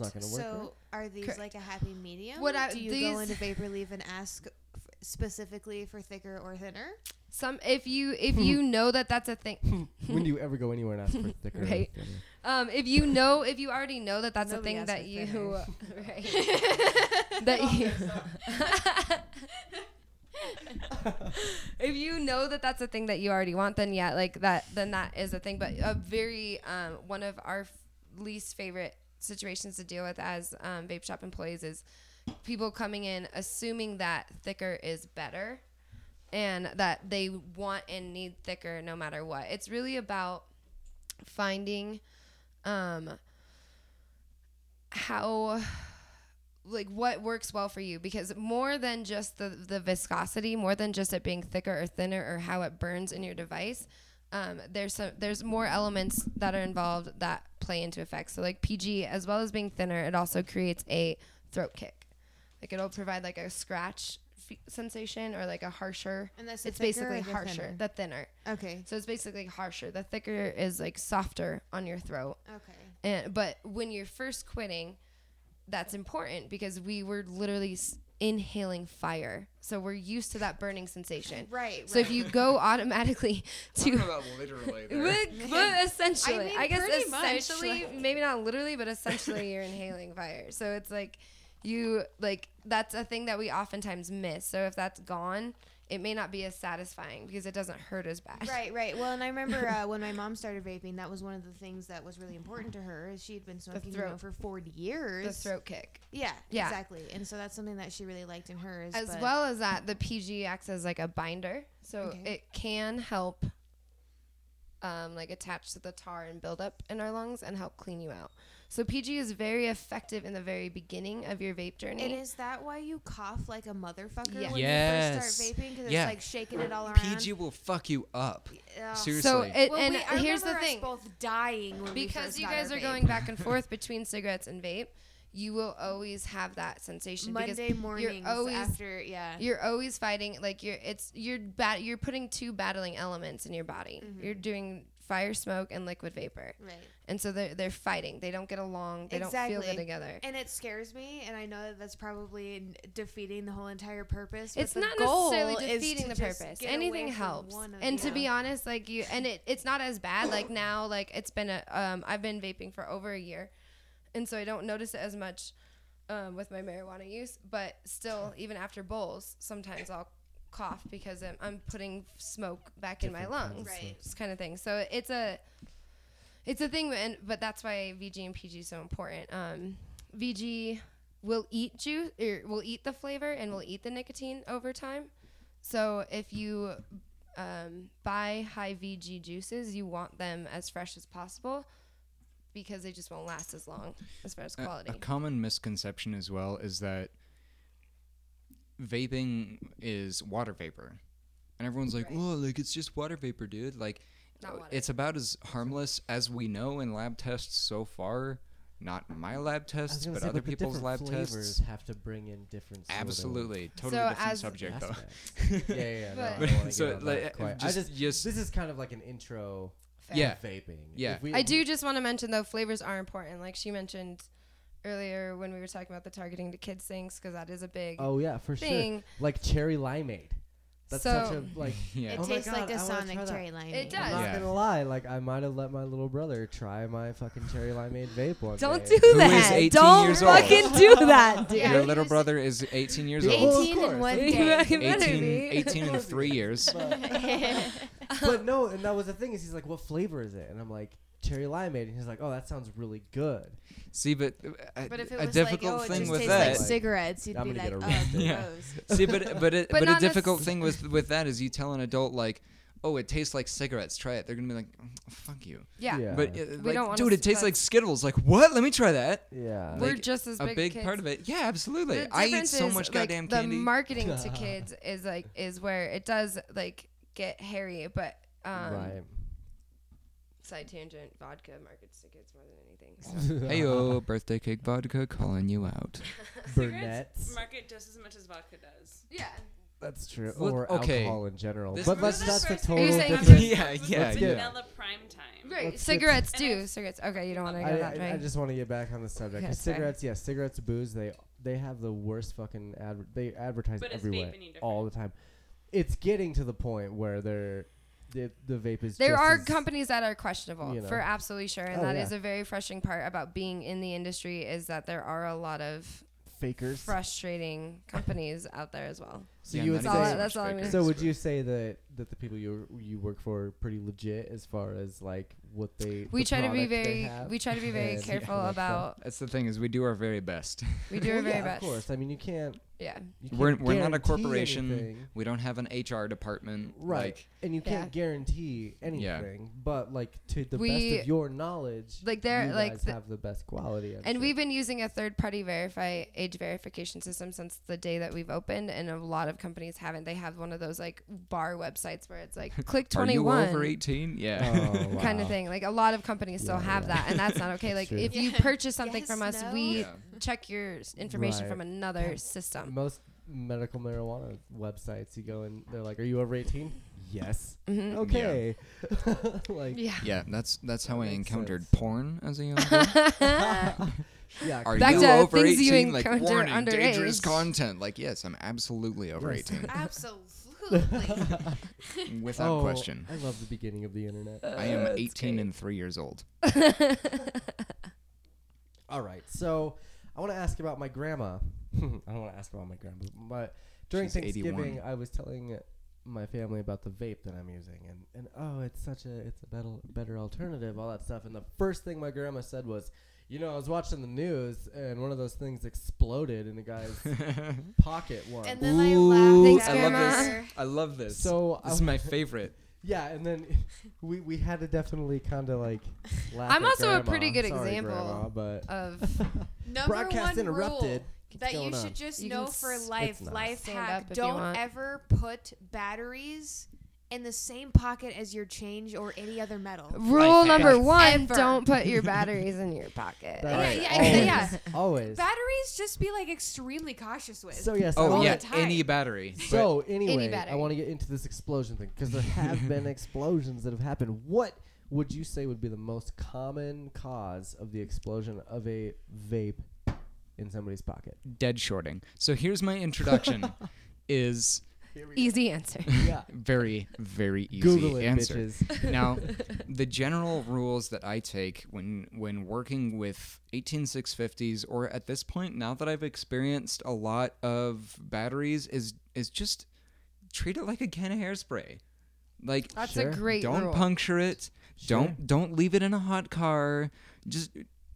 It's not gonna work. right? So are these Correct. like a happy medium? What I- Do you go these- into Vapor Leaf and ask f- specifically for thicker or thinner? Some if you if [laughs] you know that that's a thing. when do you ever go anywhere and ask [laughs] for thicker? or Right. thinner? Um, if you know, if you already know that that's Nobody a thing asked that [laughs] for you, thinner. [laughs] right, that you, [laughs] if you know that that's a thing that you already want, then yeah, like that, then that is a thing. But a very um, one of our f- least favorite situations to deal with as um, vape shop employees is people coming in assuming that thicker is better and that they want and need thicker no matter what. It's really about finding um how like what works well for you because more than just the the viscosity, more than just it being thicker or thinner or how it burns in your device, um, there's some there's more elements that are involved that play into effect. So like PG, as well as being thinner, it also creates a throat kick. Like it'll provide like a scratch f- sensation or like a harsher. And that's the It's thicker basically or the harsher, thinner? the thinner. okay. So it's basically harsher. The thicker is like softer on your throat. Okay. And but when you're first quitting, that's important because we were literally s- inhaling fire, so we're used to that burning sensation. Right. So if you go automatically [laughs] Talking [laughs] to about literally there. Well, well, essentially, I, mean, guess pretty much, essentially, like- [laughs] maybe not literally, but essentially, you're inhaling fire. So it's like you like that's a thing that we oftentimes miss. So if that's gone, it may not be as satisfying because it doesn't hurt as bad. Right, right. Well, and [laughs] I remember uh, when my mom started vaping, that was one of the things that was really important to her. Is she had been smoking you know, throat. for forty years. The throat kick. Yeah, Yeah. exactly. And so that's something that she really liked in hers. as but- well as that the pg acts as like a binder so Okay. it can help um, like attach to the tar and build up in our lungs and help clean you out so pg is very effective in the very beginning of your vape journey And is that why you cough like a motherfucker Yeah. when Yes. you first start vaping? Because Yeah. it's like shaking it all around. PG will fuck you up. Ugh. Seriously. so it, Well, and we- I here's the remember us thing both dying when we because first you got guys our are vape. going back and forth between cigarettes and vape you will always have that sensation because Monday mornings always- after, yeah. you're always fighting like you're it's you're bat you're putting two battling elements in your body Mm-hmm. you're doing fire smoke and liquid vapor Right. and so they're, they're fighting they don't get along they don't feel Exactly. good together And it scares me, and I know that that's probably n- defeating the whole entire purpose. but it's the not goal necessarily is defeating to the just purpose get away anything from helps one of and to them. be honest like you and it, it's not as bad like now like it's been a um, i've been vaping for over a year and so i don't notice it as much um, with my marijuana use but still even after bowls sometimes i'll cough because i'm, I'm putting smoke back in my Different kinds lungs of Right. this kind of thing so it's a it's a thing and but that's why vg and pg is so important um, vg will eat juice or will eat the flavor and will eat the nicotine over time so if you um, buy high vg juices you want them as fresh as possible because they just won't last as long as far as Uh, Uh, A- quality. A, common misconception as well is that vaping is water vapor. And everyone's like, Right. oh, like it's just water vapor, dude. Like, Not uh, water it's about as harmless as we know in lab tests so far. Not my lab I was tests, gonna but say, other the people's different lab flavors tests. have to bring in different. sort of Absolutely, totally So different as- subject though. [laughs] aspects. yeah, yeah, yeah. No, I But- don't wanna So, get on like, that quite. just- I just, just- this is kind of like an intro. Fair. Yeah. to vaping. Yeah. If we- I do just want to mention though, flavors are important. Like she mentioned earlier when we were talking about the targeting to kids things, because that is a big Oh yeah, for sure. thing. Like cherry limeade. That's such So- a like. [laughs] yeah. It Oh my tastes like God, a I wanna try Sonic that. cherry lime. I'm It does. not Yeah. gonna lie. Like I might have let my little brother try my fucking cherry limeade vape one Don't day. do is that. 18 Don't years old. fucking do [laughs] that, dude. [laughs] Yeah. Your little [laughs] brother is 18 years Yeah. old. Well, of 18 in course. one You day. fucking better 18, be. 18 [laughs] in three years. but no, and that was the thing is he's like, what flavor is it? And I'm like, cherry limeade. And he's like, oh, that sounds really good. See, but, uh, But if it a was like, difficult oh, it thing just with tastes that, like cigarettes, you'd I'm be gonna like, get oh, arrested. Yeah. [laughs] gross. See, but but it, But but, not a necess- difficult thing with with that is you tell an adult like, oh, it tastes like cigarettes. Try it. They're gonna be like, "Mm, fuck you. Yeah. But uh, like, don't wanna dude, it s- tastes but- like Skittles. Like what? Let me try that. yeah. We're Like, just as A big, big, kids. part of it. Yeah, absolutely. The I eat difference so is, much like, goddamn the candy. marketing [laughs] to kids is like is where it does like get hairy, but um right. side tangent, vodka markets to kids more than anything. [laughs] So. [laughs] hey yo, birthday cake vodka calling you out. Burnett's. Market just as much as vodka does. yeah. That's true. Well, or okay. alcohol in general. This- but One of that's the that's a first total You're things different. saying- I difference. remember Yeah, was yeah, the [laughs] yeah. Vanilla prime time. Right. Let's get- cigarettes And do. I- Cigarettes. Okay, you don't want to I, go that I, I way. just want to get back on the subject. 'cause Okay, [laughs] sorry. cigarettes, yes, cigarettes, booze. They they have the worst fucking ad. They advertise But is everywhere, vape any different? all the time. It's getting to the point where they're the, the vape is. there just are as- companies that are questionable you know. for absolutely sure, and Oh, that is yeah. a very frustrating part about being in the industry is that there are a lot of fakers. frustrating companies out there [laughs] as well. so Yeah, you not would even That's all I- say. so that's much all I mean. bigger. so would you say that that the people you you work for are pretty legit as far as like what they We the try to be product they very have? we try to be very and- careful [laughs] Yeah. about That's the thing is we do our very best. [laughs] we do Well, [laughs] our very yeah, best. Of course, I mean you can't. Yeah. You can't We're we're not a guarantee corporation. anything. We don't have an HR department. Right. Like, and you Yeah. can't guarantee anything, but like to the We- best of your knowledge, like, they're- you like guys the- have the best quality. I'm And sure. we've been using a third party verify age verification system since the day that we've opened and a lot of companies haven't. They have one of those like bar websites where [laughs] it's like click are twenty you one. over 18? Yeah. [laughs] Oh, kind wow. of thing. Like a lot of companies still Yeah, have yeah. that, and that's not [laughs] okay. That's Like true. if you [laughs] Yeah. purchase something Yes, from us, no. we Yeah. check your s- information Right. from another system. Most medical marijuana websites, you go and they're like, "Are you over 18?" Yes. Mhm. Okay. [laughs] like Yeah. Yeah, that's that's how That I makes encountered sense. porn as a young boy. yeah. Are Back you to over things 18? you like, encounter warning, underage. dangerous content. Like, yes, I'm absolutely over Yes. 18. Absolutely. Without Oh, uh, question. I love the beginning of the internet. I am 18 and 3 years old. All right. So I want to ask about my grandma. [laughs] I don't want to ask about my grandma, but during She's 81. Thanksgiving, I was telling my family about the vape that I'm using, and, and oh, it's such a it's a better better alternative, all that stuff. And the first thing my grandma said was, you know, I was watching the news, and one of those things exploded in the guy's [laughs] pocket once. and then I laughed. Thanks, at I love her. this. I love this. so I [laughs] w- favorite. yeah, and then we we had to definitely kind of like. Laugh I'm at also a grandma. pretty good Sorry, example grandma, but [laughs] Of Number broadcast one interrupted. Rule. What's that you going on? should just You know can for s- life, It's not. life Stand up hack. if you Don't want. ever put batteries in the same pocket as your change or any other metal. rule Life number hacks. one: Ever. don't put [laughs] your batteries in your pocket. That's yeah, always, yeah, yeah. Always. Batteries, just be like extremely cautious with. So yes. I Oh, wanna- yeah, the time. any battery. So anyway, I battery. want to get into this explosion thing because there have [laughs] been explosions that have happened. What would you say would be the most common cause of the explosion of a vape in somebody's [laughs] pocket? But dead shorting. So here's my introduction is Easy answer. Yeah. [laughs] very, very easy Google it, answer. bitches. [laughs] [laughs] now the general rules that i take when when working with 18650s or at this point now that i've experienced a lot of batteries is is just treat it like a can of hairspray like That's Sure. a great don't rule. puncture it don't don't leave it in a hot car just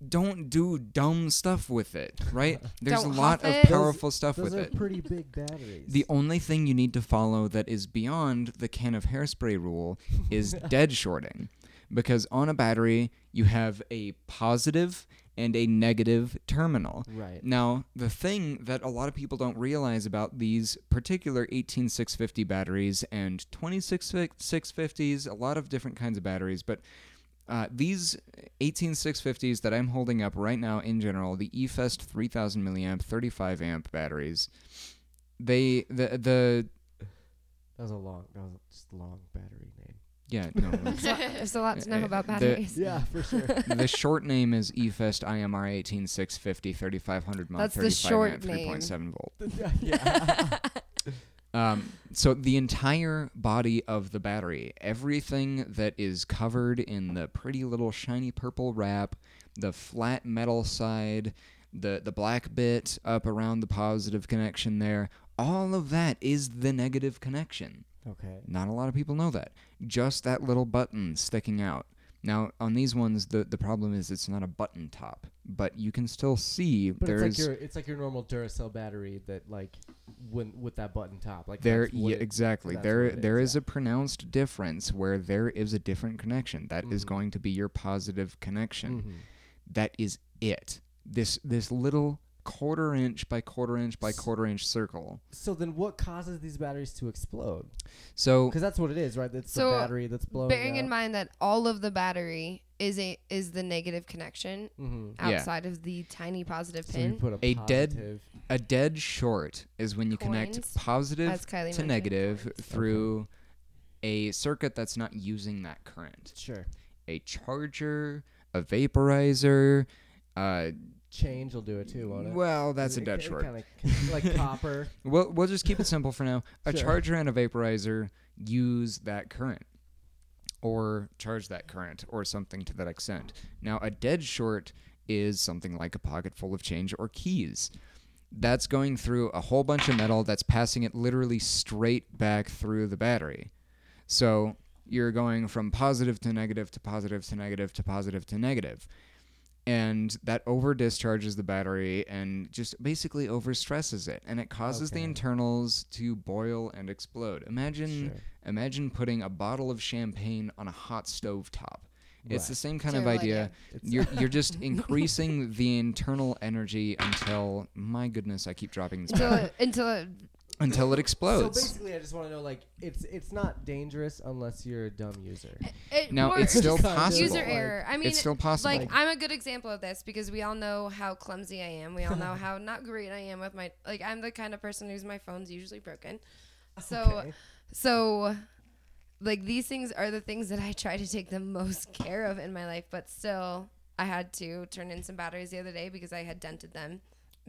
don't do dumb stuff with it [laughs] right there's Don't a lot huff of it. Those- powerful stuff Those with are it [laughs] pretty big batteries. the only thing you need to follow that is beyond the can of hairspray rule is dead shorting. because on a battery you have a positive and a negative terminal. Right. Now, the thing that a lot of people don't realize about these particular 18650 batteries and 26650s, a lot of different kinds of batteries, but uh, these 18650s that I'm holding up right now in general, the E eFest 3000 milliamp 35 amp batteries, they the the That was a long, that was just a long battery name. yeah, [laughs] no. There's a lot to know Uh, about the- batteries. Yeah, for sure. [laughs] [laughs] the short name is E eFest IMR 18650 3500 mod That's the 35 short amp name. 3.7 volt. yeah. Um, so the entire body of the battery, everything that is covered in the pretty little shiny purple wrap, the flat metal side, the the black bit up around the positive connection there, all of that is the negative connection. Okay. Not a lot of people know that. Just that little button sticking out. Now on these ones, the the problem is it's not a button top, but you can still see But there's it's like your it's like your normal Duracell battery that like when with that button top like there that's what yeah, it- exactly that's there what it there is, is a pronounced difference where there is a different connection That is Mhm. going to be your positive connection Mhm. That is it this this little quarter inch by quarter inch by S- quarter inch circle So then, what causes these batteries to explode? so Because that's what it is, right? It's So, the battery that's blowing. Bearing in mind that all of the battery is a is the negative connection hmm Yeah. outside of the tiny positive So you pin. put a, A dead- positive- a dead short is when you connect Coins, positive as Kylie to mentioned, negative coins. through a circuit that's not using that current Sure. a charger a vaporizer uh, Change will do it too, won't it? well that's a It dead ca- it short kinda- like [laughs] copper. We'll, we'll just keep it simple for now. A Sure. charger and a vaporizer use that current or charge that current or something to that extent. Now, a dead short is something like a pocket full of change or keys. That's going through a whole bunch of metal that's passing it literally straight back through the battery. So you're going from positive to negative to positive to negative to positive to negative. And that over discharges the battery and just basically overstresses it. And it causes the Okay. internals to boil and explode. Imagine Sure. imagine putting a bottle of champagne on a hot stove top. It's the Right. same kind of Terrible idea. idea. It's- You're, [laughs] you're just increasing the internal energy until, my goodness, I keep dropping this Until battery. it, until it, until it So explodes. basically, I just want to know like it's it's not dangerous unless you're a dumb user. it now, more it's still Kind of possible. user like- error. I mean, it's still possible. like I'm a good example of this because we all know how clumsy I am. We [laughs] all know how not great I am with my like I'm the kind of person whose my phone's usually broken. So Okay. so like these things are the things that I try to take the most [laughs] care of in my life, but still I had to turn in some batteries the other day because I had dented them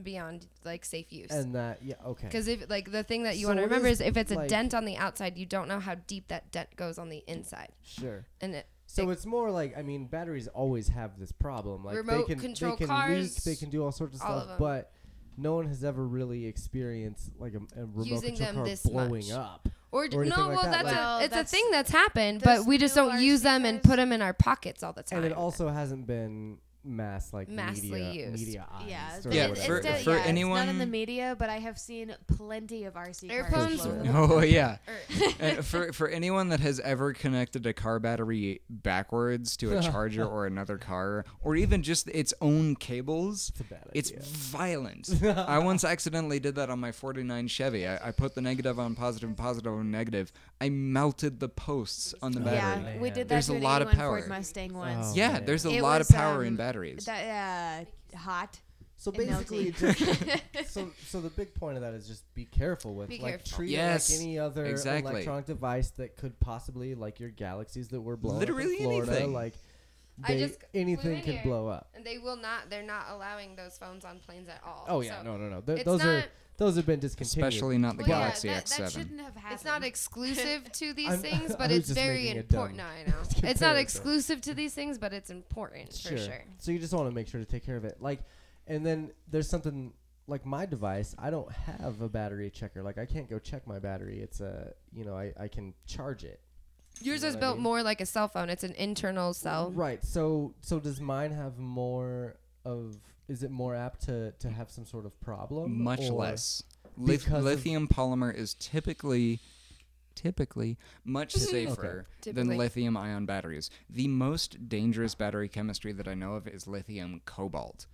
beyond like safe use. And that yeah okay. Because if like the thing that you So want to what remember is, is, if it's like- a dent on the outside, you don't know how deep that dent goes on the inside, Sure. and it So it's more like I mean, batteries always have this problem. Like Remote they can control they can cars, leak, they can do all sorts of all of stuff, them. but no one has ever really experienced like a, a remote Using control them car this blowing much. up. Or, or no, anything well, like that. that's Like- a, Well, it's that's- a thing that's happened, those but we just new don't use them and RCs. put them in our pockets all the time. And it also hasn't been mass like Massively media, used. media Yeah, eyes. it's- or Yeah, it's, whatever. for- it's de- for yeah, it's not in the anyone- media, but I have seen plenty of RC cars. Airphones. blown [laughs] up. Oh yeah. Or- [laughs] and Uh, for for anyone that has ever connected a car battery backwards to a charger or another car or even just its own cables, It's a bad it's idea. violent. I once accidentally did that on my 49 Chevy. I, I put the negative on positive and positive on negative. I melted the posts on the battery. Yeah, Man. we did that There's to a an lot of 81 power. Ford Mustang once. Oh, yeah, man. there's a It lot was, of power in um, batteries. That uh, hot. So And now basically, it's [laughs] just, [laughs] [laughs] so so the big point of that is just be careful with Be like careful. treat Yes, it like any other exactly. electronic device that could possibly like your galaxies that were blown up Literally in Florida, anything. like I they- just flew anything in could here. blow up. [laughs] and they will not. They're not allowing those phones on planes at all. Oh yeah, So no, no, no. Th- it's those are not- those have been discontinued. Especially not the Well, yeah, Galaxy that, X7. That shouldn't have happened. It's not [laughs] exclusive to these I'm- things, I but was it's just very making a important. No, dumb [laughs] I know it's not comparison. exclusive to these things, but it's important for sure. So you just want to make sure to take care of it. Like, and then there's something like my device. I don't have a battery checker. Like I can't go check my battery. It's a you know I I can charge it. Yours know is what I built mean? more like a cell phone. It's an [laughs] internal cell. Right. So so does mine have more of? Is it more apt to to have some sort of problem? much or- less. Lith- because of- lithium polymer is typically typically [laughs] much safer than Typically. lithium ion batteries. The most dangerous battery chemistry that I know of is lithium cobalt.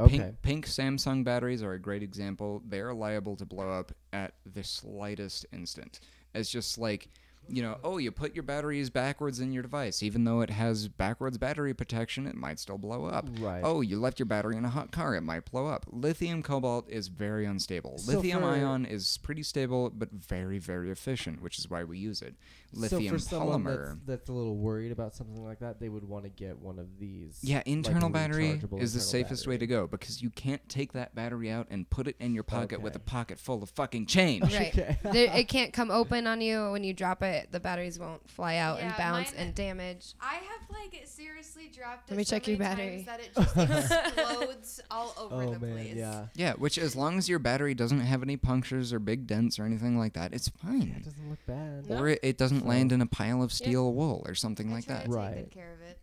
Okay. Pink, pink Samsung batteries are a great example. They are liable to blow up at the slightest instant. It's just like, you know, oh, you put your batteries backwards in your device. Even though it has backwards battery protection, it might still blow up. Right. Oh, you left your battery in a hot car, it might blow up. Lithium cobalt is very unstable. So lithium for- ion is pretty stable, but very, very efficient, which is why we use it. Lithium so for someone polymer. that's, that's a little worried about something like that, they would want to get one of these. Yeah, like, internal battery is rechargeable the internal safest way battery. to go because you can't take that battery out and put it in your pocket with a Okay. pocket full of fucking change. Right. Okay. [laughs] There, it can't come open on you when you drop it. The batteries won't fly out and Yeah, bounce mine- and damage. I have like seriously dropped. Let it me so check your many battery. times That it [laughs] just explodes all over Oh the man, place. yeah. Yeah, which as long as your battery doesn't have any punctures or big dents or anything like that, it's That fine. doesn't look bad. Or it, it doesn't So- land in a pile of steel wool or something I like try that, to Right. Take good [laughs] care of it.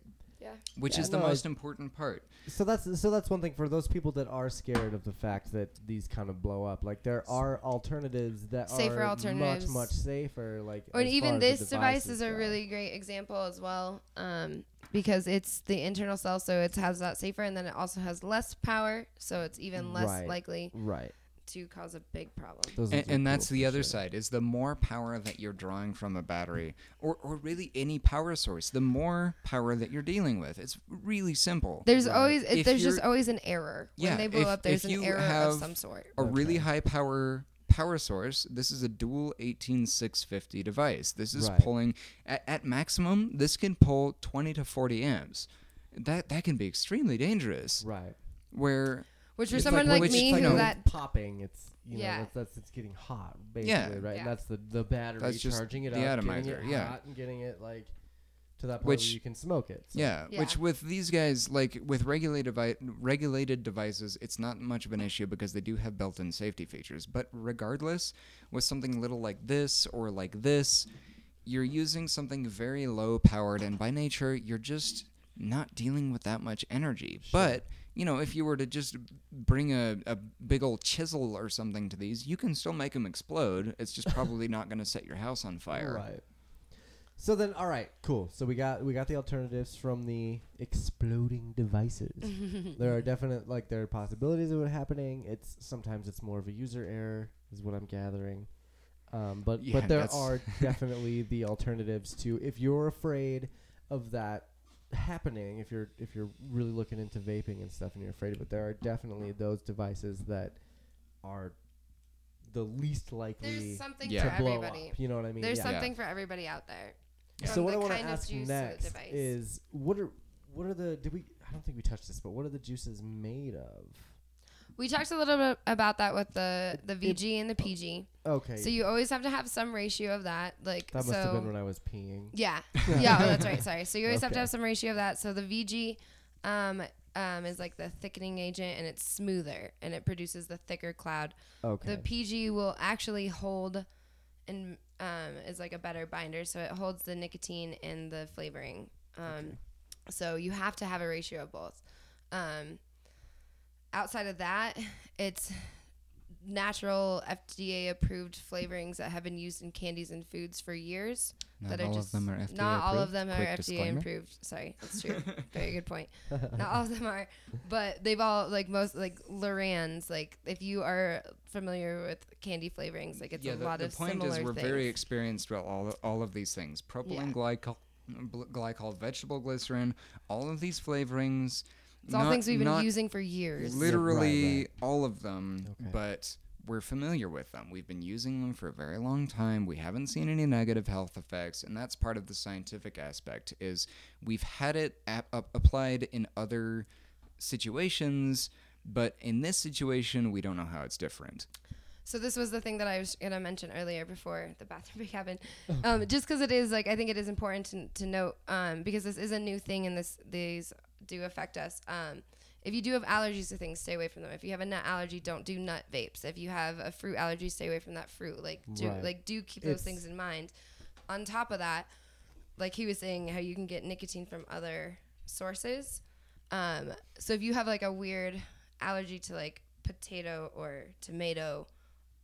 which Yeah, is the no, I- most important part. So that's so that's one thing for those people that are scared of the fact that these kind of blow up. Like there are alternatives that Safer are alternatives. much much safer. Like Or as far even as the this device devices is a go. really great example as well, um, because it's the internal cell, so it has that safer, and then it also has less power, so it's even less Right. likely right. to cause a big problem. Those and, ones are and that's cool the for other sure. side is the more power that you're drawing from a battery or, or really any power source the more power that you're dealing with it's really simple There's always it, If there's just you're- always an error Yeah, when they blow if- up. There's if an you error have- of some sort. a really Okay. high power power source this is a dual 18650 device this is Right. pulling at, at maximum this can pull 20 to 40 amps that that can be extremely dangerous Right. where Which for It's someone like, which- me like who when that it's popping, it's you Yeah. know that's, that's it's getting hot basically, Yeah. right? Yeah. And that's the the battery That's just charging it the up, getting atomizer, it yeah. hot, and getting it like to that point Which- where you can smoke it. So Yeah, Yeah. which with these guys, like with regulated, devi- regulated devices, it's not much of an issue because they do have built in safety features. But regardless, with something little like this or like this, you're using something very low powered, and by nature, you're just not dealing with that much energy. But, you know, if you were to just bring a, a big old chisel or something to these, you can still make them explode. It's just probably not going to set your house on fire. Right. So then, all right, cool. So we got we got the alternatives from the exploding [laughs] devices. there are definite like there are possibilities of it happening. It's sometimes it's more of a user error, is what I'm gathering. Um, but Yeah, but there that's- [laughs] are definitely the alternatives to if you're afraid of that happening. If you're if you're really looking into vaping and stuff and you're afraid of it, there are definitely those devices that are the least likely E. there's something Yeah. for to blow everybody. up. You know what I mean? There's yeah. something for everybody out there. Yeah. So From what the I want to kind of ask juice to the next device. is what are what are the did we I don't think we touched this, but what are the juices made of? We talked a little bit about that with the the VG and the PG. Okay. So you always have to have some ratio of that. Like that must so. have been when I was peeing. Yeah. [laughs] yeah, [laughs] oh, that's right. Sorry. So you always have to Okay. have some ratio of that. So the VG um, um, is like the thickening agent and it's smoother and it produces the thicker cloud. Okay. The PG will actually hold and um, is like a better binder. So it holds the nicotine and the flavoring. Um, So you have to have a ratio of both. Um, outside of that, it's natural FDA approved flavorings that have been used in candies and foods for years that are just not all of them are FDA improved. Sorry, that's [laughs] true. Very good point. Not all of them are, but they've all like most like Lorans. Like if you are familiar with candy flavorings, like it's a the, lot the of point similar is we're things. very experienced with all all of these things: propylene glycol, bl- glycol, vegetable glycerin, all of these flavorings. it's all not- things we've been not using for years. Literally Right, right. all of them, Okay. but we're familiar with them. We've been using them for a very long time. We haven't seen any negative health effects, and that's part of the scientific aspect. Is we've had it ap- up- applied in other situations, but in this situation, we don't know how it's different. So this was the thing that I was gonna mention earlier before the bathroom [laughs] break happened. Um, just because it is like I think it is important to, to note um, because this is a new thing and this these do affect us. Um, if you do have allergies to things, stay away from them. If you have a nut allergy, don't do nut vapes. If you have a fruit allergy, stay away from that fruit. Like do Right. like do keep those It's- things in mind. On top of that, like he was saying, how you can get nicotine from other sources. Um, so if you have like a weird allergy to like potato or tomato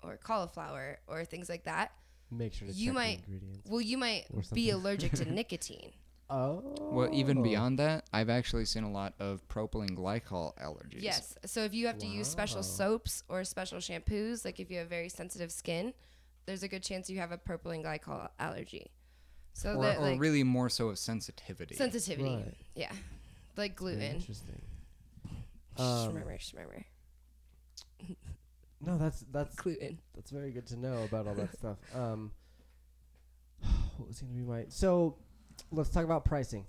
or cauliflower or things like that, Make sure to You check might- the ingredients. Well, you might Or be something. [laughs] allergic to nicotine. Oh. Well, even beyond that, I've actually seen a lot of propylene glycol allergies. Yes. So if you have to use Wow. special soaps or special shampoos, like if you have very sensitive skin, there's a good chance you have a propylene glycol allergy. So Or, that or like really more so of sensitivity. sensitivity. Right. Yeah. Like Very gluten. Interesting. Um, Shmurmur, shmurmur. No, that's that's Gluten. that's very good to know about all that stuff. Um, [sighs] what was going to be my so? Let's talk about pricing.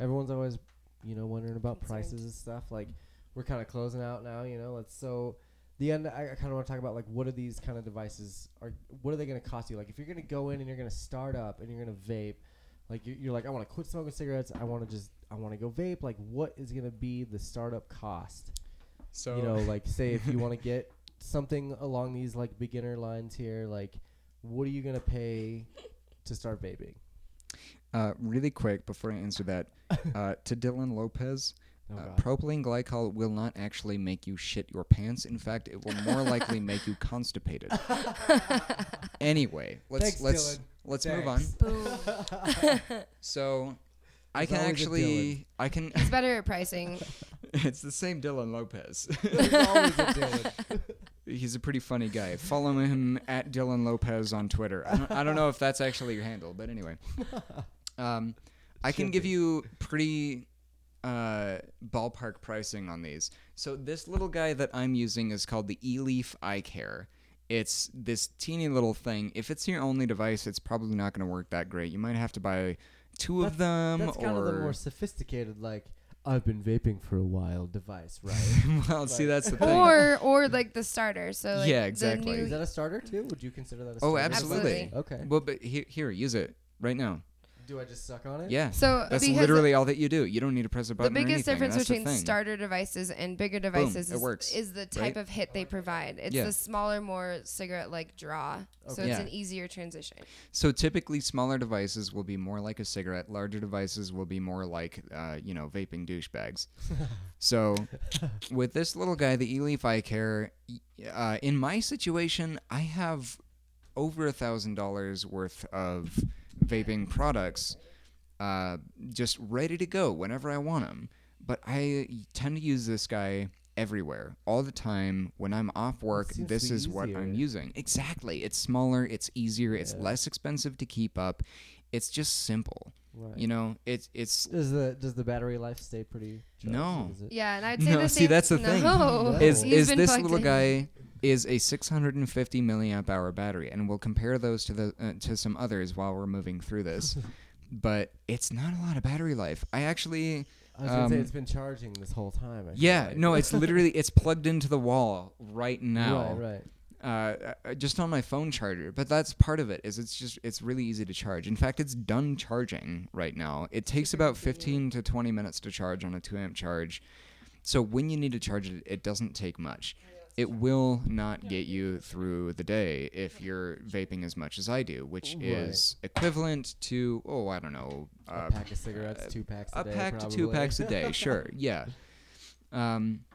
Everyone's always, you know, wondering about Concerned. prices and stuff. Like we're kind of closing out now, you know. Let's so the end. I kind of want to talk about like what are these kind of devices are? What are they going to cost you? Like if you're going to go in and you're going to start up and you're going to vape, like you're, you're like I want to quit smoking cigarettes. I want to just I want to go vape. Like what is going to be the startup cost? So you know, like say if you want to get something along these like beginner lines here, like what are you gonna pay to start vaping? uh, really quick before I [laughs] answer that, uh, to Dylan Lopez, Oh uh, god. [laughs] propylene glycol will not actually make you shit your pants. In fact, it will more [laughs] likely make you constipated. anyway, let's Thanks, let's Dylan. let's move on. So, I There's can always a actually I can. [laughs] It's better at pricing. [laughs] it's the same Dylan Lopez. There's always a [laughs] Dylan. He's a pretty funny guy. Follow him at Dylan Lopez on Twitter. I don't, I don't know if that's actually your handle, but anyway, um, I can Should give be. you pretty uh, ballpark pricing on these. So this little guy that I'm using is called the eLeaf Eye Care. It's this teeny little thing. If it's your only device, it's probably not going to work that great. You might have to buy two of them, That's or kind of the [laughs] more sophisticated, like I've been vaping for a while device, [laughs] right? well, see, that's the thing. or or like the starter. So like Yeah, the exactly. new- Is that a starter too? Would you consider that a oh, starter? absolutely. Absolutely. Okay. Well, but he- here, use it right now. Do I just suck on it? Yeah. so That's because literally all that you do. You don't need to press a the button. or biggest anything, difference That's the between thing. starter devices and bigger devices it is, works, is the type right? of hit they provide. It's Yeah. the smaller, more cigarette like draw. So Okay. it's Yeah. an easier transition. So typically, smaller devices will be more like a cigarette. Larger devices will be more like, uh, you know, vaping [laughs] douchebags. so, with this little guy, the eLeaf Eye Care, y- uh, in my situation, I have over a thousand dollars worth of vaping products, uh, just ready to go whenever I want them. But I tend to use this guy everywhere, all the time. When I'm off work, seems this the is what I'm easier. using. Exactly. It's smaller, it's easier, it's Yeah. less expensive to keep up. It's just simple. Right. You know, it's it's Does the does the battery life stay pretty? charged? No. Is it- Yeah, and I'd say No, the see, same. that's the thing. no. Oh. [laughs] is You've is been this plugged little in. guy is a 650 milliamp hour battery and we'll compare those to the uh, to some others while we're moving through [laughs] this. but it's not a lot of battery life. I actually I was gonna say Um, it's been charging this whole time. I feel yeah, like. [laughs] no, it's literally it's plugged into the wall right now. Right, right. uh, uh, just on my phone charger. But that's part of it. Is it's just it's really easy to charge. In fact, it's done charging right now. It takes about 15 to 20 minutes to charge on a two amp charge. So when you need to charge it, it doesn't take much. It will not get you through the day if you're vaping as much as I do, which Right. is equivalent to oh I don't know A uh, pack of cigarettes, two packs a, a day. pack to probably. two packs a [laughs] day. Sure, yeah. Um,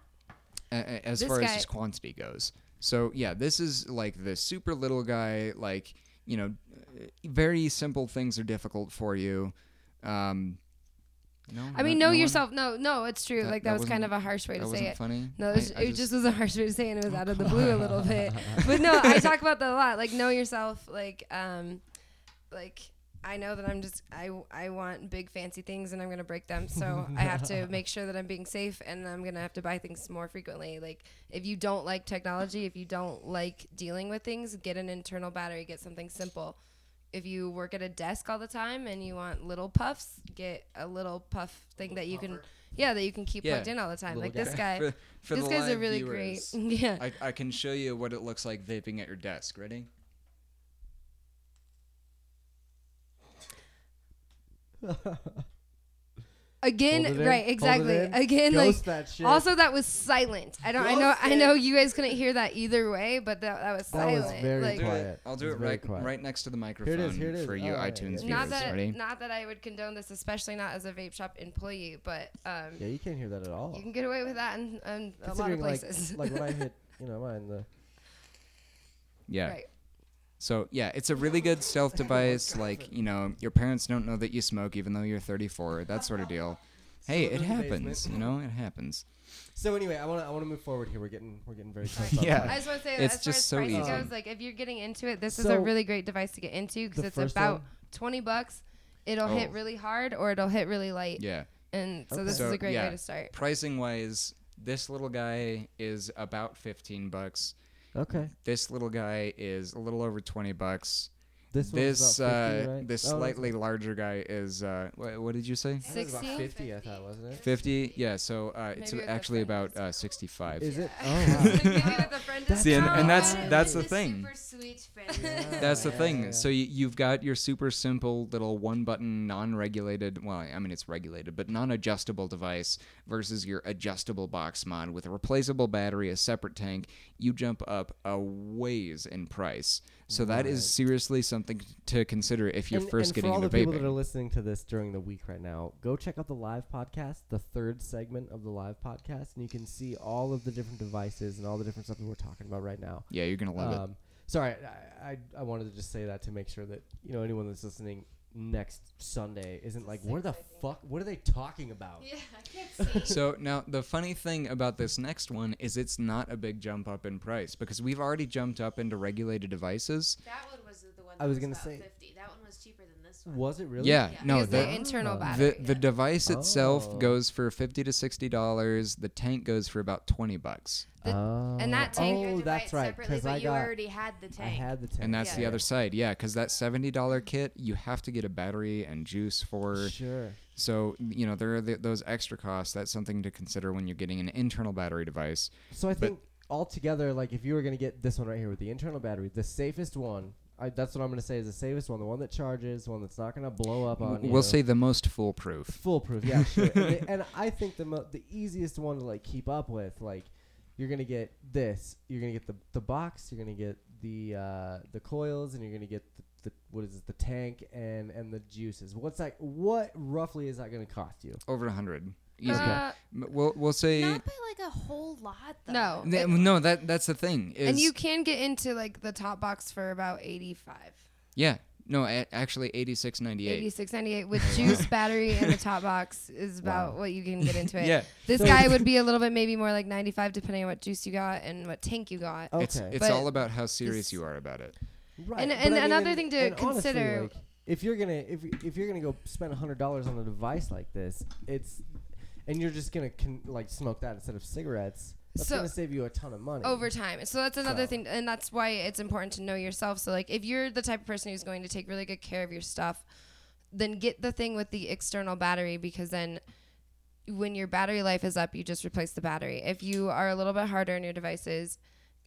a- a- as This far as guy- his quantity goes, so yeah, this is like the super little guy. Like you know, uh, very simple things are difficult for you. Um, no, I mean, no- know no one- yourself. No, no, it's true. That- like that that, was kind wasn't- of a harsh way That to wasn't say it. funny. Mm-hmm. I- No, it was, I it just- just was a harsh way to say, it, and it was [laughs] out of the blue a little bit. But no, I talk about that a lot. Like know yourself. Like um, like I know that I'm just I I want big fancy things, and I'm gonna break them. So I [laughs] have to make sure that I'm being safe, and I'm gonna have to buy things more frequently. Like if you don't like technology, if you don't like dealing with things, get an internal battery. Get something simple. If you work at a desk all the time and you want little puffs, get a little puff thing that you can, yeah, that you can keep Yeah, plugged in all the time. little Like this guy. guy, [laughs] For- for this the guy's a live really viewers, [laughs] great. Yeah. I, I can show you what it looks like vaping at your desk. Ready? Hold Again, it in, hold right? it Exactly. in, Again, Ghost like that shit. also that was silent. I don't. I know. Ghost I it. know you guys couldn't hear that either way, but that that was That was silent. very like, Do it. Quiet. I'll do It's it very right quiet. right next to the microphone it is, here it is. for you All right, iTunes yeah. viewers. Not that Ready? not that I would condone this, especially not as a vape shop employee, but um, Yeah, you can't hear that at all. you can get away with that in, in a lot of [laughs] Considering like, places. like when I hit, you know, mine the yeah. right. So yeah, it's a really good stealth device. Like you know, your parents don't know that you smoke, even though you're 34. That sort of deal. Hey, Smoke it in the happens. basement. You know, it happens. So anyway, I want to I want to move forward here. We're getting we're getting very close. [laughs] Yeah. I just want to say that It's as just so far as pricing easy. goes, like if you're getting into it, this is So- a really great device to get into because The it's first about one? 20 bucks. It'll Oh. hit really hard or it'll hit really light. Yeah. And so Okay. this is So, a great yeah. way to start. Pricing wise, this little guy is about 15 bucks. Okay. This little guy is a little over 20 bucks. This one's This about 50, uh, right? this Oh, that's- slightly larger guy is uh, what, what did you say? I thought it was about 60? 50, I thought, wasn't it? 50. Yeah. So uh, it's Maybe with the actually friends. about uh, 65. Is it? Oh, [laughs] wow. See, and, and that's Oh, that's the The thing. Super sweet friend. [laughs] That's the Yeah, thing. Oh, yeah. So you, you've got your super simple little one button, non regulated, well, I mean, it's regulated, but non adjustable device versus your adjustable box mod with a replaceable battery, a separate tank. You jump up a ways in price. So Right. that is seriously something to consider if you're and, first and getting for all into the people that are vaping. listening to this during the week right now, go check out the live podcast, the third segment of the live podcast, and you can see all of the different devices and all the different stuff that we're talking about right now. Yeah, you're going to love it. um, Sorry, I, I I wanted to just say that to make sure that you know anyone that's listening next Sunday isn't like, where the fuck? What are they talking about? [laughs] yeah, I [laughs] can't see. So now the funny thing about this next one is it's not a big jump up in price because we've already jumped up into regulated devices. That one was the one. I That was was, gonna about say- fifty. That one was cheaper than this one. Was it really? Yeah, Yeah. no, Because the, the internal Oh. battery. the the device itself Oh. goes for fifty to sixty dollars. The tank goes for about twenty bucks, The- and that tank- Oh, You had to buy that's it right. separately, Because but I you got. already had the I tank. had the tank. and that's the yeah. other side. Yeah, because that seventy dollar kit you have to get a battery and juice for. Sure. So you know there are th those extra costs. That's something to consider when you're getting an internal battery device. So I But- think altogether, like if you were gonna get this one right here with the internal battery, the safest one. I, that's what I'm gonna say is the safest one, the one that charges, the one that's not gonna blow up on. you. We'll say the most foolproof. foolproof. [laughs] Yeah, sure. and, the- and I think the mo- the easiest one to like keep up with, like you're gonna get this, you're gonna get the the box, you're gonna get the uh, the coils, and you're gonna get the, the what is it, the tank and and the juices. What's that? What roughly is that gonna cost you? Over a hundred. Easy. Okay. Uh, M- we'll we'll say Not by like a whole lot though. No. [laughs] Th- It- no. That that's the thing. Is and you can get into like the top box for about 85, yeah. No, a- actually eighty six ninety eight. 86, 98 with juice battery [laughs] and the top box is about what you can get into it. Yeah. This So- [laughs] guy would be a little bit maybe more like 95 depending on what juice you got and what tank you got. Okay, It's it's But all about how serious this- you are about it. right. and- but and I mean, another thing to and honestly, consider- like, if you're gonna if y- if you're gonna go spend hundred dollars on a device like this, it's and you're just gonna con- like smoke that instead of cigarettes. That's So- gonna save you a ton of money. over time. So that's another So- thing, and that's why it's important to know yourself. So like, if you're the type of person who's going to take really good care of your stuff, then get the thing with the external battery because then when your battery life is up, you just replace the battery. If you are a little bit harder on your devices,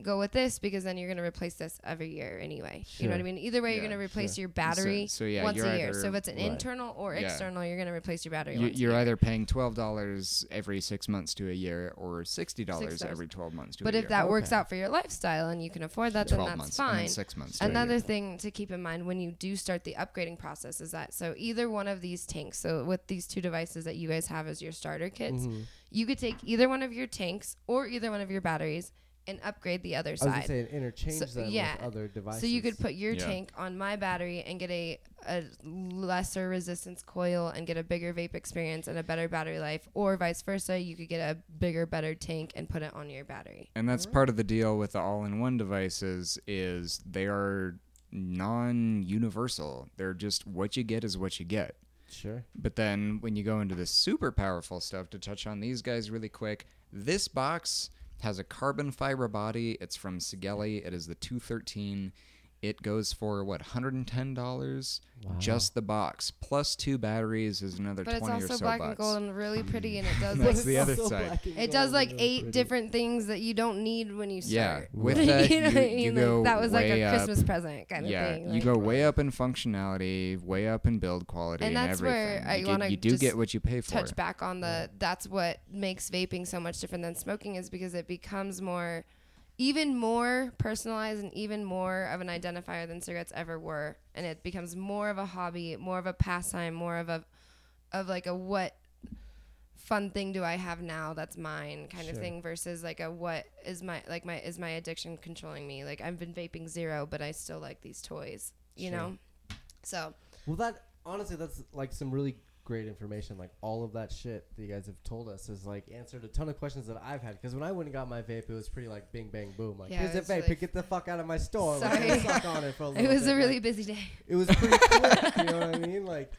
go with this because then you're going to replace this every year anyway. You know what I Sure. mean? Either way, Yeah, you're going to replace your So- battery So, yeah, once you're a year. either- So if it's an Right. internal or Yeah. external, you're going to replace your battery. you, once a you're year. either paying twelve dollars every six months to a year, or sixty dollars $6. every twelve months to But a if year. that works Okay. out for your lifestyle and you can afford that, then twelve that's months, fine. and then six months. To a Another year. thing to keep in mind when you do start the upgrading process is that so either one of these tanks, so with these two devices that you guys have as your starter kits, Mhm. you could take either one of your tanks or either one of your batteries and upgrade the other I was gonna side. say interchange So- them yeah. with other devices. So you could put your Yeah. tank on my battery and get a, a lesser resistance coil and get a bigger vape experience and a better battery life, or vice versa. You could get a bigger, better tank and put it on your battery. and that's part of the deal with the all-in-one devices is they are non-universal. They're just what you get is what you get. [laughs] sure. But then when you go into the super powerful stuff, to touch on these guys really quick, this box has a carbon fiber body. It's from Sigelli. It is the 213. It goes for what $110 just the box plus two batteries is another But it's 20 also or so black bucks. and gold and really pretty, and it [laughs] does That's like the [laughs] other So side. black and It gold does and like really eight pretty. different things that you don't need when you start. Yeah, [laughs] with Right. that You know you, what I you mean? Like, go that was like way a up. Christmas present kind yeah, of thing. you like- go way up in functionality, way up in build quality, And that's where everything. I you, wanna get, you do just get what you pay for. touch back on the that's what makes vaping so much different than smoking is because it becomes more even more personalized and even more of an identifier than cigarettes ever were and it becomes more of a hobby more of a pastime more of a of like a what fun thing do I have now that's mine kind of Sure. thing versus like a what is my like my is my addiction controlling me? Like I've been vaping zero, but I still like these toys, you Sure. know? So Well, that honestly, that's like some really great information. Like all of that shit that you guys have told us has like answered a ton of questions that I've had. Because when I went and got my vape, it was pretty like bing bang boom. Like Yeah, it here's a was vape, like- get the fuck out of my store. Like, Sorry. let me suck on it for a [laughs] it little was bit. a really Like, busy day. it was pretty quick. you know what I mean? Like,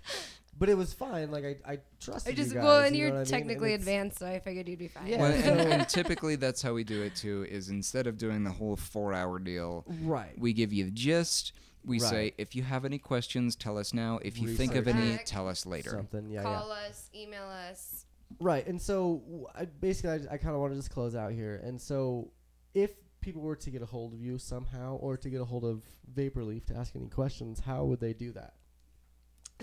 but it was fine. Like I I trusted I just you guys. well, and you you're know what I mean? And technically it's- advanced, so I figured you'd be fine. Yeah. Well, and, so- [laughs] and typically that's how we do it too. Is instead of doing the whole four-hour deal, Right. we give you the gist. We Right. say if you have any questions, tell us now. If you think of Research. any, Back. tell us later. Something. Yeah. yeah. Call us, email us. Right, and so w- I, basically, I, j- I kind of want to just close out here. And so, if people were to get a hold of you somehow, or to get a hold of Vaporleaf to ask any questions, how would they do that?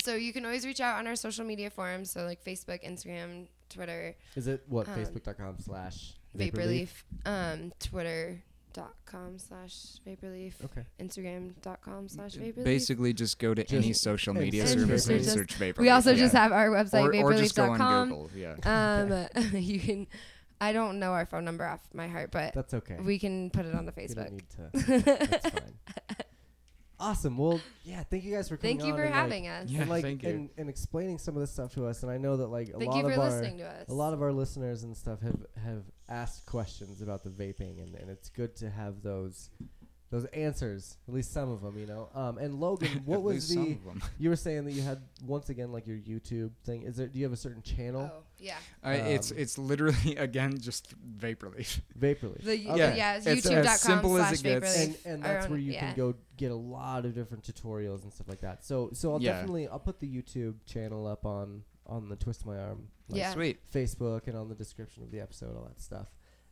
So you can always reach out on our social media forums, so like Facebook, Instagram, Twitter, Is it what Um, Facebook.com slash Vaporleaf, um, Twitter.com slash Vaporleaf, Okay, Instagram.com slash Vaporleaf. Basically, just go to Just- any social and media search service Vaporwave. and search vapor. we also yeah. just have our or, website, or just go on vaporleaf.com. Google. Yeah. [laughs] Um, [laughs] you can, I don't know our phone number off my heart, but that's okay. we can put it on the You don't Facebook. need to. [laughs] That's fine. Awesome. Well, yeah. Thank you guys for coming. Thank you on for and, like- having us. Yeah, and like thank you. and, and explaining some of this stuff to us. And I know that like a Thank lot you for of our listening to us. A lot of our listeners and stuff have, have asked questions about the vaping, and, and it's good to have those those answers, at least some of them, you know. Um, and Logan, what [laughs] At was least some the of 'em. you were saying that you had once again like your YouTube thing? Is there do you have a certain channel? Oh, yeah. Uh, it's Um, it's literally [laughs] again just vaporleaf. Vaporly. Oh. The, y- Okay. yeah, Yeah, yeah it's it's as youtube.com simple as slash it gets. Vaporwave. and and Our that's own- where you yeah. can go get a lot of different tutorials and stuff like that. So so I'll Yeah. definitely I'll put the YouTube channel up on on the Twist My Arm like, Yeah. Sweet. Facebook and on the description of the episode, all that stuff.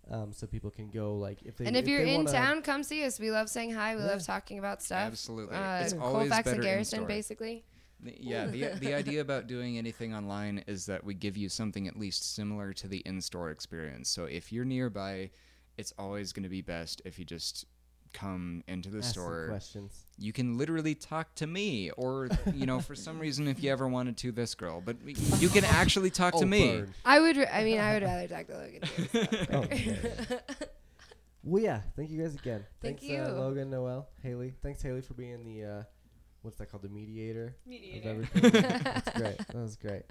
Um, so people can go like if they And if you're they in wanna- town, come see us. We love saying hi. We Yeah. love talking about stuff. Absolutely. Uh, it's always Colfax better and in Garrison, store. basically. The- [laughs] Yeah, the, the idea about doing anything online is that we give you something at least similar to the in store experience. So if you're nearby, it's always going to be best if you just come into the ask some store. questions. You can literally talk to me, or, you know, for some reason, if you ever wanted to, this girl, but we- you [laughs] can actually talk to me. [laughs] I would. r- I mean, I would rather talk to Logan. Here, so [laughs] [laughs] Oh, whatever. yeah. Well, yeah. Thank you guys again. Thank thanks, Uh, you. Logan, Noel, Haley. Thanks, Haley, for being the uh, what's that called? The mediator of Mediator. everything. That's great. That was great.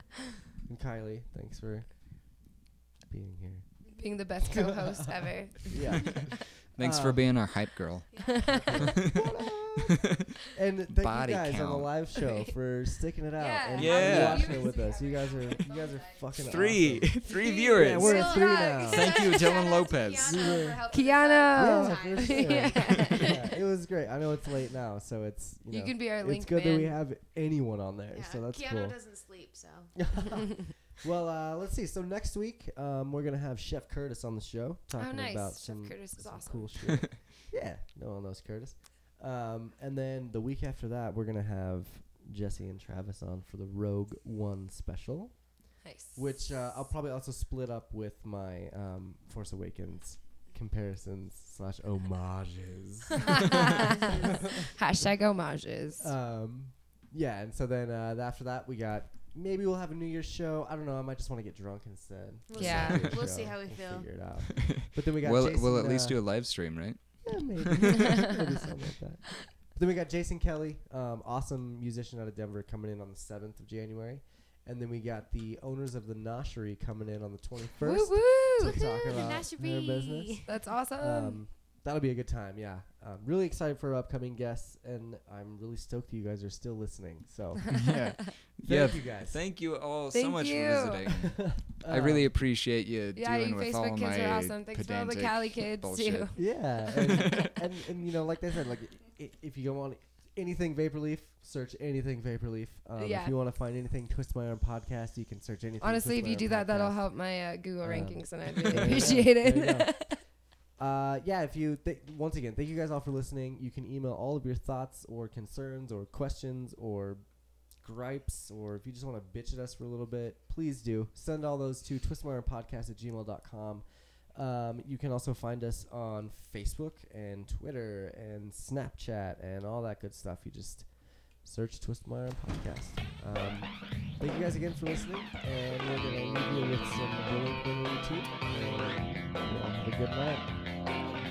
And Kylie, thanks for being here. Being the best co-host ever. [laughs] Yeah. Thanks for Uh, being our hype girl. [laughs] And thank Body you guys on the count. live show for sticking it out Yeah. and Yeah. watching it Viewers with we us. have You guys are right you now. guys are fucking Three, awesome. three Yeah, [laughs] viewers. we're at Still three not. [laughs] now. Thank [laughs] you, Dylan Lopez. We were- Kiana. Oh. Yeah, for [laughs] sure. Yeah. Yeah, it was great. I know it's late now, so it's you, You know, can be our link it's good man. that [laughs] we have [laughs] anyone on there, so that's Keanu cool. doesn't sleep, so [laughs] [laughs] well, uh, let's see. So next week, um, we're gonna have Chef Curtis on the show talking oh, nice. about Chef some, Curtis is some awesome. [laughs] cool shit. yeah, no one knows Curtis. Um, and then the week after that, we're gonna have Jesse and Travis on for the Rogue One special, Nice. which uh, I'll probably also split up with my um, Force Awakens comparisons slash homages. [laughs] Hashtag homages. Um, yeah, and so then uh, after that, we got maybe we'll have a New Year's show. I don't know. I might just want to get drunk instead. We'll Yeah. New Year's We'll see show. how we feel. Figure it out. But then we got We'll, Jason, we'll at uh, least do a live [laughs] stream, right? yeah, maybe. Maybe something like that. But then we got Jason Kelly, um, awesome musician out of Denver, coming in on the seventh of January, and then we got the owners of the Noshery coming in on the twenty Woo first. woo. Talk Woohoo, the about their Noshery. business. That's awesome. Um, that'll be a good time. Yeah, um, really excited for upcoming guests, and I'm really stoked that you guys are still listening. So yeah. thank you guys. Thank you all so Thank much you. Uh, for visiting. I [laughs] [laughs] Um, really appreciate you yeah, doing you with all Facebook kids my are awesome. Thanks for all the pedantic Cali [laughs] kids bullshit. too. Yeah, [laughs] and, and, and you know, like they said, like i- if you want anything Vaporleaf, search anything Vaporleaf. Um, Yeah. If you want to find anything Twist My Arm podcast, you can search anything. Honestly, Twist if My you do Arm that, that'll podcast. help my uh, Google Um, rankings, and [laughs] [laughs] I there really you go. appreciate There you it. go. [laughs] Uh, yeah, if you th- once again, thank you guys all for listening. You can email all of your thoughts or concerns or questions or gripes or if you just want to bitch at us for a little bit, please do. Send all those to twistmyarmpodcast at gmail.com. Um, you can also find us on Facebook and Twitter and Snapchat and all that good stuff. You just Search Twist My Arm podcast. Um, thank you guys again for listening, and we're gonna leave you with some Willow Quinn too. And yeah, have a good night.